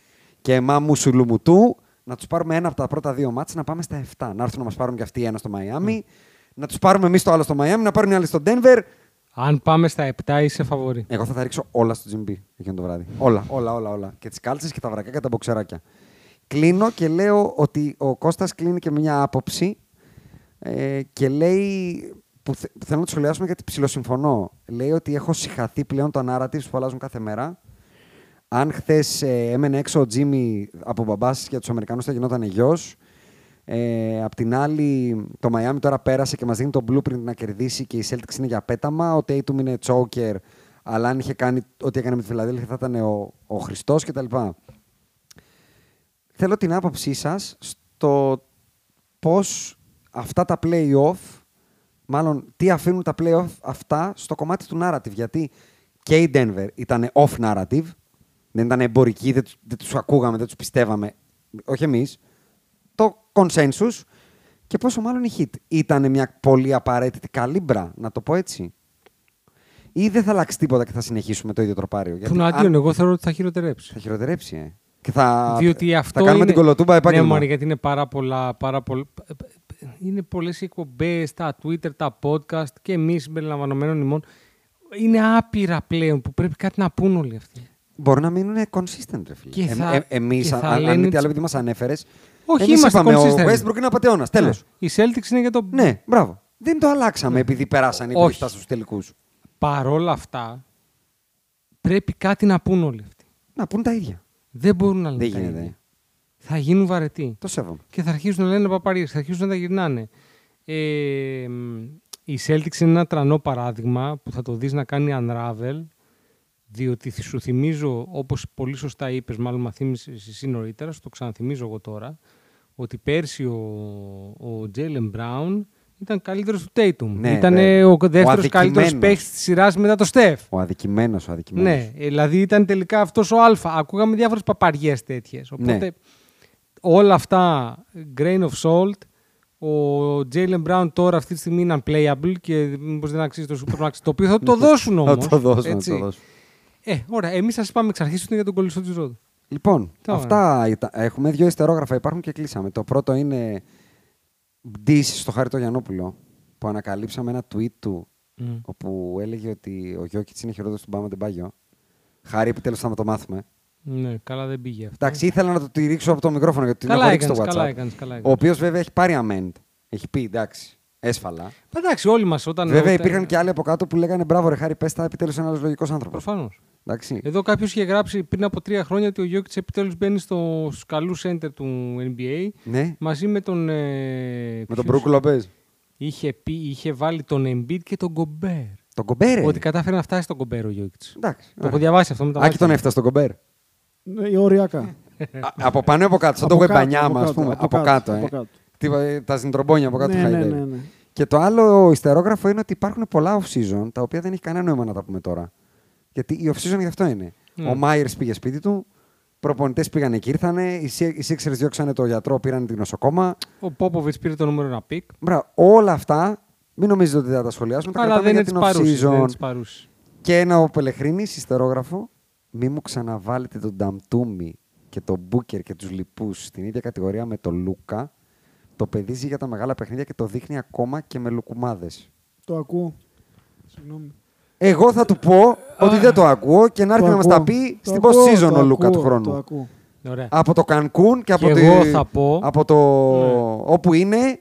S3: και εμά μουσουλουμουτού, να τους πάρουμε ένα από τα πρώτα δύο μάτς, να πάμε στα 7. Να έρθουν να μας πάρουν και αυτοί ένα στο Μαϊάμι, να τους πάρουμε εμείς το άλλο στο Μαϊάμι, να πάρουν οι άλλοι στο Ντένβερ.
S4: Αν πάμε στα 7 είσαι φαβορή.
S3: Εγώ θα τα ρίξω όλα στο Jim B εκείνο το βράδυ. όλα, όλα, όλα, όλα. Και τις κάλτσες και τα βρακά και τα μποξεράκια. Κλείνω και λέω ότι ο Κώστας κλείνει και με μια άποψη ε, και λέει. Που, θε- που θέλω να το σχολιάσουμε γιατί ψηλοσυμφωνώ. Λέει ότι έχω συχαθεί πλέον τα narratives που αλλάζουν κάθε μέρα. Αν χθες έμενε έξω ο Τζίμι από μπαμπάς για τους Αμερικανούς, θα γινόταν γιος. Ε, απ' την άλλη, το Μαϊάμι τώρα πέρασε και μας δίνει το blueprint να κερδίσει και η Celtics είναι για πέταμα. Ο Tatum είναι choker, αλλά αν είχε κάνει ό,τι έκανε με τη Φιλαδέλφια θα ήταν ο, ο Χριστός κτλ. Θέλω την άποψή σας στο πώς αυτά τα play-off, μάλλον τι αφήνουν τα play-off αυτά στο κομμάτι του narrative. Γιατί και η Denver ήταν off narrative, δεν ήταν εμπορική, δεν, τους- δεν τους ακούγαμε, δεν τους πιστεύαμε. Όχι εμείς. Το consensus και πόσο μάλλον η hit. Ήταν μια πολύ απαραίτητη καλύμπρα, να το πω έτσι. Ή δεν θα αλλάξει τίποτα και θα συνεχίσουμε το ίδιο τροπάριο.
S4: Που
S3: Γιατί
S4: να
S3: αν-
S4: εγώ θεωρώ ότι θα χειροτερέψει.
S3: θα χειροτερέψει, ε. Και θα,
S4: Διότι
S3: θα
S4: αυτό
S3: κάνουμε
S4: είναι...
S3: την κολοτούμπα ε, επάγγελμα.
S4: Ναι, μωρέ, γιατί είναι πάρα πολλά. Πάρα πολλ... Είναι πολλές οι εκπομπές, τα Twitter, τα podcast και εμείς συμπεριλαμβανομένων ημών. Είναι άπειρα πλέον που πρέπει κάτι να πούν όλοι αυτοί.
S3: Μπορεί να μείνουν consistent, ρε φίλε.
S4: Και θα-
S3: Εμείς,
S4: και θα
S3: αν, αν
S4: λένε
S3: μη τι
S4: τις-
S3: άλλο, επειδή μας ανέφερες.
S4: Όχι,
S3: εμείς
S4: είμαστε
S3: είπαμε, ο
S4: consistent.
S3: Westbrook είναι απαταιώνας. Τέλο.
S4: Ναι. Η Celtics είναι για το.
S3: Ναι. μπράβο. Δεν το αλλάξαμε επειδή περάσαν οι
S4: Όχι.
S3: επειδή φτάσαν στους τελικούς.
S4: Παρόλα αυτά, πρέπει κάτι να πούν όλοι αυτοί.
S3: Να πούν τα ίδια.
S4: Δεν μπορούν να λένε.
S3: Δεν
S4: τα
S3: γίνεται.
S4: ίδια. Θα γίνουν βαρετοί.
S3: Το σέβομαι.
S4: και θα αρχίσουν να λένε παπαρίες, θα αρχίσουν να τα γυρνάνε. Ε, μ, η Celtics είναι ένα τρανό παράδειγμα που θα το δεις να κάνει unravel, διότι θυ- σου θυμίζω, όπως πολύ σωστά είπες, μάλλον μα θύμισες εσύ νωρίτερα, σου το ξαναθυμίζω εγώ τώρα, ότι πέρσι ο, ο Jalen Brown ήταν καλύτερος του Tatum.
S3: Ναι,
S4: ήταν
S3: βέβαια.
S4: ο
S3: Ο
S4: δεύτερος καλύτερος
S3: αδικημένος.
S4: παίχτης της σειράς μετά το Steph.
S3: Ο αδικημένος, ο αδικημένος.
S4: Ναι, ε, δηλαδή ήταν τελικά αυτός ο Α. Ακούγαμε διάφορες παπαριές τέτοιες. Οπότε
S3: Ναι.
S4: όλα αυτά grain of salt. Ο Jalen Brown τώρα αυτή τη στιγμή είναι unplayable και μήπως δεν αξίζει το Supermax. το οποίο θα το δώσουν όμω.
S3: Θα το δώσουν, θα το δώσουν.
S4: Ε, ωραία. Εμείς σας είπαμε εξ αρχής ότι είναι για τον κολλησό της Ρόδου.
S3: Λοιπόν,
S4: Τώρα.
S3: αυτά ήταν- έχουμε δύο ιστερόγραφα υπάρχουν και κλείσαμε. Το πρώτο είναι ντύση στο Χάρη το Γιαννόπουλο που ανακαλύψαμε ένα tweet του Mm. όπου έλεγε ότι ο Γιώκητς είναι χειρότερος του Μπάμα Ντεμπάγιο. Χάρη, επιτέλους θα το μάθουμε.
S4: Ναι, καλά δεν πήγε αυτό.
S3: Εντάξει, ήθελα να το τηρήξω από το μικρόφωνο γιατί την
S4: Ναι. Καλά
S3: έχω ρίξει στο
S4: έκανες,
S3: WhatsApp.
S4: καλά έκανες, καλά
S3: ο
S4: έκανες.
S3: οποίος βέβαια έχει πάρει amend. Έχει πει εντάξει. Έσφαλα.
S4: Ε, Εντάξει, όλοι μας όταν.
S3: Βέβαια υπήρχαν και άλλοι από κάτω που λέγανε μπράβο, ρε Χάρη, πες τα επιτέλους ένας λογικός άνθρωπος.
S4: Προφανώς.
S3: Εντάξει.
S4: Εδώ κάποιος είχε γράψει πριν από τρία χρόνια ότι ο Γιώκητ επιτέλους μπαίνει στο, στου καλού center του NBA.
S3: Ναι.
S4: Μαζί με τον. Ε,
S3: Με τον
S4: ποιους-
S3: Μπρουκ Λομπέζ.
S4: Είχε, πει, είχε βάλει τον Embiid και τον Gobert.
S3: Τον Κομπέρ.
S4: Ότι κατάφερε να φτάσει στον Gobert ο Γιώκητ.
S3: Ε. Εντάξει.
S4: Το έχω διαβάσει αυτό με τα
S3: Άκη
S4: μάτια
S3: τον
S4: μου.
S3: έφτασε τον Κομπέρ.
S5: Ναι, Οριακά.
S3: Α, από πάνω ή από κάτω, σαν το
S5: ναι. Από κάτω,
S3: γουεμπανιάμα,
S5: από
S3: α πούμε.
S5: κάτω,
S3: Από κάτω.
S5: από
S3: ε.
S5: κάτω.
S3: Τίποτα, ε, Τα ζυντρομπόνια από κάτω.
S5: Ναι,
S3: του
S5: ναι,
S3: Χαϊδέρη.
S5: ναι, ναι.
S3: Και το άλλο ιστερόγραφο είναι ότι υπάρχουν πολλά off-season τα οποία δεν έχει κανένα νόημα να τα πούμε τώρα. Γιατί η off-season γι' αυτό είναι.
S4: Ναι.
S3: Ο Μάιερ πήγε σπίτι του, προπονητές πήγαν και ήρθανε, οι Σι- οι Sixers διώξανε το γιατρό, πήραν την νοσοκόμα.
S4: Ο Πόποβιτ πήρε το νούμερο ένα πικ.
S3: Μπρα, όλα αυτά μην νομίζετε ότι θα τα σχολιάσουμε. Τα
S4: Αλλά
S3: κρατάμε
S4: δεν
S3: για
S4: είναι τη
S3: την
S4: παρούση.
S3: off-season.
S4: παρούσης.
S3: Και ένα ο Πελεχρίνης, ιστερόγραφο. Μη μου ξαναβάλετε τον Νταμτούμι και τον Μπούκερ και τους λοιπούς στην ίδια κατηγορία με τον Λούκα. Το παιδί ζει για τα μεγάλα παιχνίδια και το δείχνει ακόμα και με λουκουμάδες.
S5: Το ακούω. Συγγνώμη.
S3: Εγώ θα του πω ότι δεν το ακούω και να έρθει
S5: Το
S3: να μας
S5: ακούω.
S3: τα πει
S5: Το
S3: στην
S5: ακούω,
S3: post season
S5: το
S3: ο Λούκα
S5: ακούω,
S3: του
S5: Το
S3: χρόνου.
S5: ακούω.
S4: Ωραία.
S3: Από το Κανκούν και από,
S4: Και
S3: τη-
S4: εγώ θα πω-
S3: από το.
S5: Ναι.
S3: όπου είναι.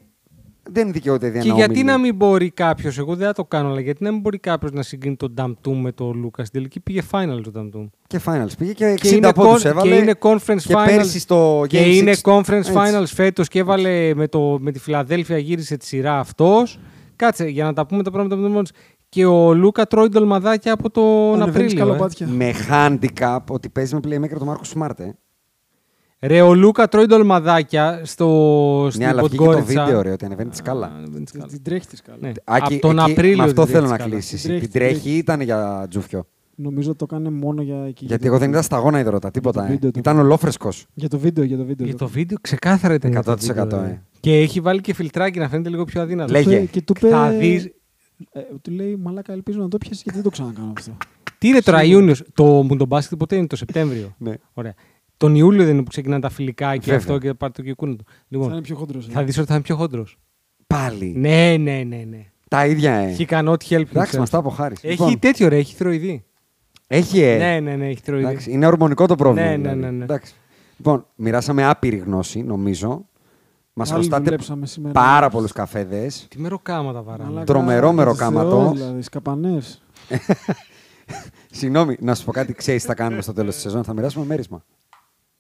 S3: Δεν δικαιούται η
S4: Και
S3: διανομή.
S4: γιατί να μην μπορεί κάποιος, εγώ δεν θα το κάνω, αλλά γιατί να μην μπορεί κάποιος να συγκρίνει τον Νταμπτούμ με τον Λούκα. Στην τελική πήγε final το Νταμπτούμ.
S3: Και finals πήγε και 60
S4: Και είναι,
S3: πόντους
S4: con-
S3: έβαλε.
S4: και είναι conference
S3: και
S4: finals.
S3: πέρσι στο
S4: και
S3: Game
S4: είναι
S3: 6.
S4: conference
S3: Έτσι.
S4: finals φέτος και έβαλε με, το, με τη Φιλαδέλφια γύρισε τη σειρά αυτός. Κάτσε για να τα πούμε τα πράγματα με τον Μόντς. Και ο Λούκα τρώει ντολμαδάκια από τον
S5: Ανεβαίνεις
S4: Απρίλιο. Ε.
S5: καλοπάτια.
S3: με handicap ότι παίζει με playmaker τον Μάρκο Σμάρτε.
S4: Ρε, ο Λούκα τρώει ντολμαδάκια στο, στην
S3: Ναι, αλλά βγήκε το
S4: Podgorica.
S3: βίντεο, ρε, ότι ανεβαίνει τη σκάλα.
S5: Την- Την τρέχεις τη καλά.
S4: Ναι.
S3: Άκη,
S4: Από τον
S3: εκεί-
S4: Απρίλιο.
S3: Με αυτό
S4: δηλαδή,
S3: θέλω
S4: της
S3: να
S4: καλά.
S3: κλείσει.
S5: Την τρέχεις,
S3: Την
S5: την
S3: τρέχη ήταν για τζούφιο.
S5: Νομίζω το κάνει μόνο για εκεί.
S3: Γιατί
S5: το
S3: εγώ δεν
S5: βίντεο.
S3: είδα σταγόνα υδρότα, τίποτα. ε.
S5: βίντεο το
S3: Ήταν ολόφρεσκος.
S5: Για το βίντεο, για το βίντεο.
S4: Για το βίντεο ξεκάθαρα ήταν. για το
S3: 100%,
S4: βίντεο,
S3: ε.
S4: ρε. Και έχει βάλει και φιλτράκι να φαίνεται λίγο πιο αδύνατο.
S3: Λέγε.
S5: Και- Και του πει.
S4: Θα δεις-
S5: Ε, του λέει Μαλάκα, ελπίζω να το πιάσεις γιατί δεν το ξανακάνω αυτό.
S4: Τι είναι τώρα Ιούνιος. Το μουντομπάσκετ ποτέ είναι το Σεπτέμβριο.
S3: Ναι.
S4: Ωραία. Τον Ιούλιο δεν είναι που ξεκινάνε τα φιλικά και
S3: Βέβαια.
S4: αυτό και πάρει το κικούνι του.
S5: Θα είναι
S4: Λοιπόν,
S5: πιο ναι. χοντρό.
S4: θα δεις ότι θα είναι πιο χοντρός.
S3: Πάλι.
S4: Ναι, ναι, ναι. ναι.
S3: Τα ίδια, ε.
S4: He cannot help
S3: Εντάξει,
S4: himself.
S3: μας τα από χάρης.
S4: Έχει
S3: Λοιπόν,
S4: τέτοιο ρε, έχει θροειδή.
S3: Έχει, ε.
S4: Ναι, ναι, ναι, έχει θροειδή.
S3: Εντάξει, είναι ορμονικό το πρόβλημα.
S4: Ναι, ναι,
S3: δηλαδή.
S4: ναι, ναι.
S3: Εντάξει. Λοιπόν, μοιράσαμε άπειρη γνώση, νομίζω. Μας
S5: Πάλι
S3: χρωστάτε
S5: δουλέψαμε σήμερα.
S3: πάρα πολλούς καφέδες.
S4: Τι μεροκάματα βαράμε.
S3: τρομερό μεροκάματο.
S5: Δηλαδή, σκαπανές.
S3: Συγγνώμη, να σου πω κάτι, ξέρεις τι θα κάνουμε στο τέλος της σεζόν. Θα μοιράσουμε μέρισμα.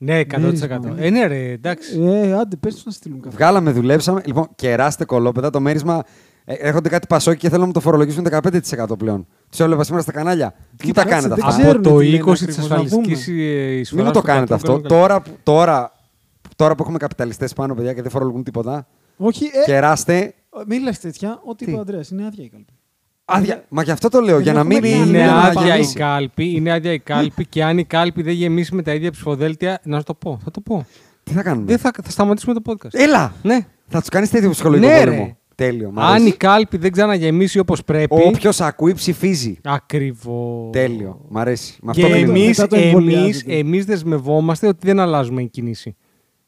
S4: Ναι, 100%.
S5: Μύρισμα.
S4: Ε, ναι, ρε, εντάξει.
S5: Ε, άντε, πες τους να στείλουν καφέ.
S3: Βγάλαμε, δουλέψαμε. Λοιπόν, κεράστε κολόπεδα. Το μέρισμα. ε, Έρχονται κάτι πασόκι και θέλουν να μου το φορολογήσουν 15% πλέον. Του έβλεπα σήμερα στα κανάλια. Τι τα
S5: Κοίταξε,
S3: κάνετε
S5: δεν
S3: αυτά.
S5: ξέρω.
S4: Από το
S5: ξέρουν τι λένε
S4: 20 της
S5: ακριβώς, να
S4: ασφαλιστικής
S5: δούμε.
S4: εισφορά.
S3: Μην μου το κάνετε αυτό. Τώρα, που- τώρα, τώρα που έχουμε καπιταλιστές πάνω, παιδιά, και δεν φορολογούν τίποτα.
S5: Όχι, ε,
S3: Κεράστε.
S5: μην λες τέτοια. Ό,τι
S3: Τι?
S5: είπε ο Αντρέα είναι άδεια η κάλπη.
S3: Άδεια. Μα γι' αυτό το λέω,
S5: δεν
S3: για να
S5: έχουμε
S3: μην
S5: κανένα
S3: για
S4: Είναι
S3: να
S4: Ναι, άδεια η
S3: γεμίσει.
S4: κάλπη, είναι άδεια η κάλπη και αν η κάλπη δεν γεμίσει με τα ίδια ψηφοδέλτια, να σου το πω, θα το πω.
S3: Τι θα κάνουμε.
S4: Δεν θα, θα σταματήσουμε το podcast.
S3: Ναι. Έλα!
S4: Ναι.
S3: Θα τους κάνεις τέτοιο ψυχολογικό
S4: Ναι, ρε.
S3: πόλεμο. Τέλειο. μ'
S4: Αν
S3: αρέσει.
S4: η κάλπη δεν ξαναγεμίσει όπως πρέπει,
S3: Όποιος ακούει ψηφίζει.
S4: ακριβώς.
S3: Τέλειο. Μ' αρέσει. Με
S4: Και
S3: αυτό κλείνουμε.
S4: εμείς,
S5: Μετά το
S4: εμείς,
S5: εμβολιάζεται.
S4: εμείς δεσμευόμαστε ότι δεν αλλάζουμε η κίνηση.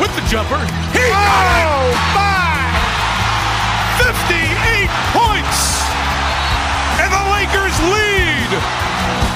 S1: with the jumper. He
S6: Oh,
S1: got it! My! 58 points! And the Lakers lead!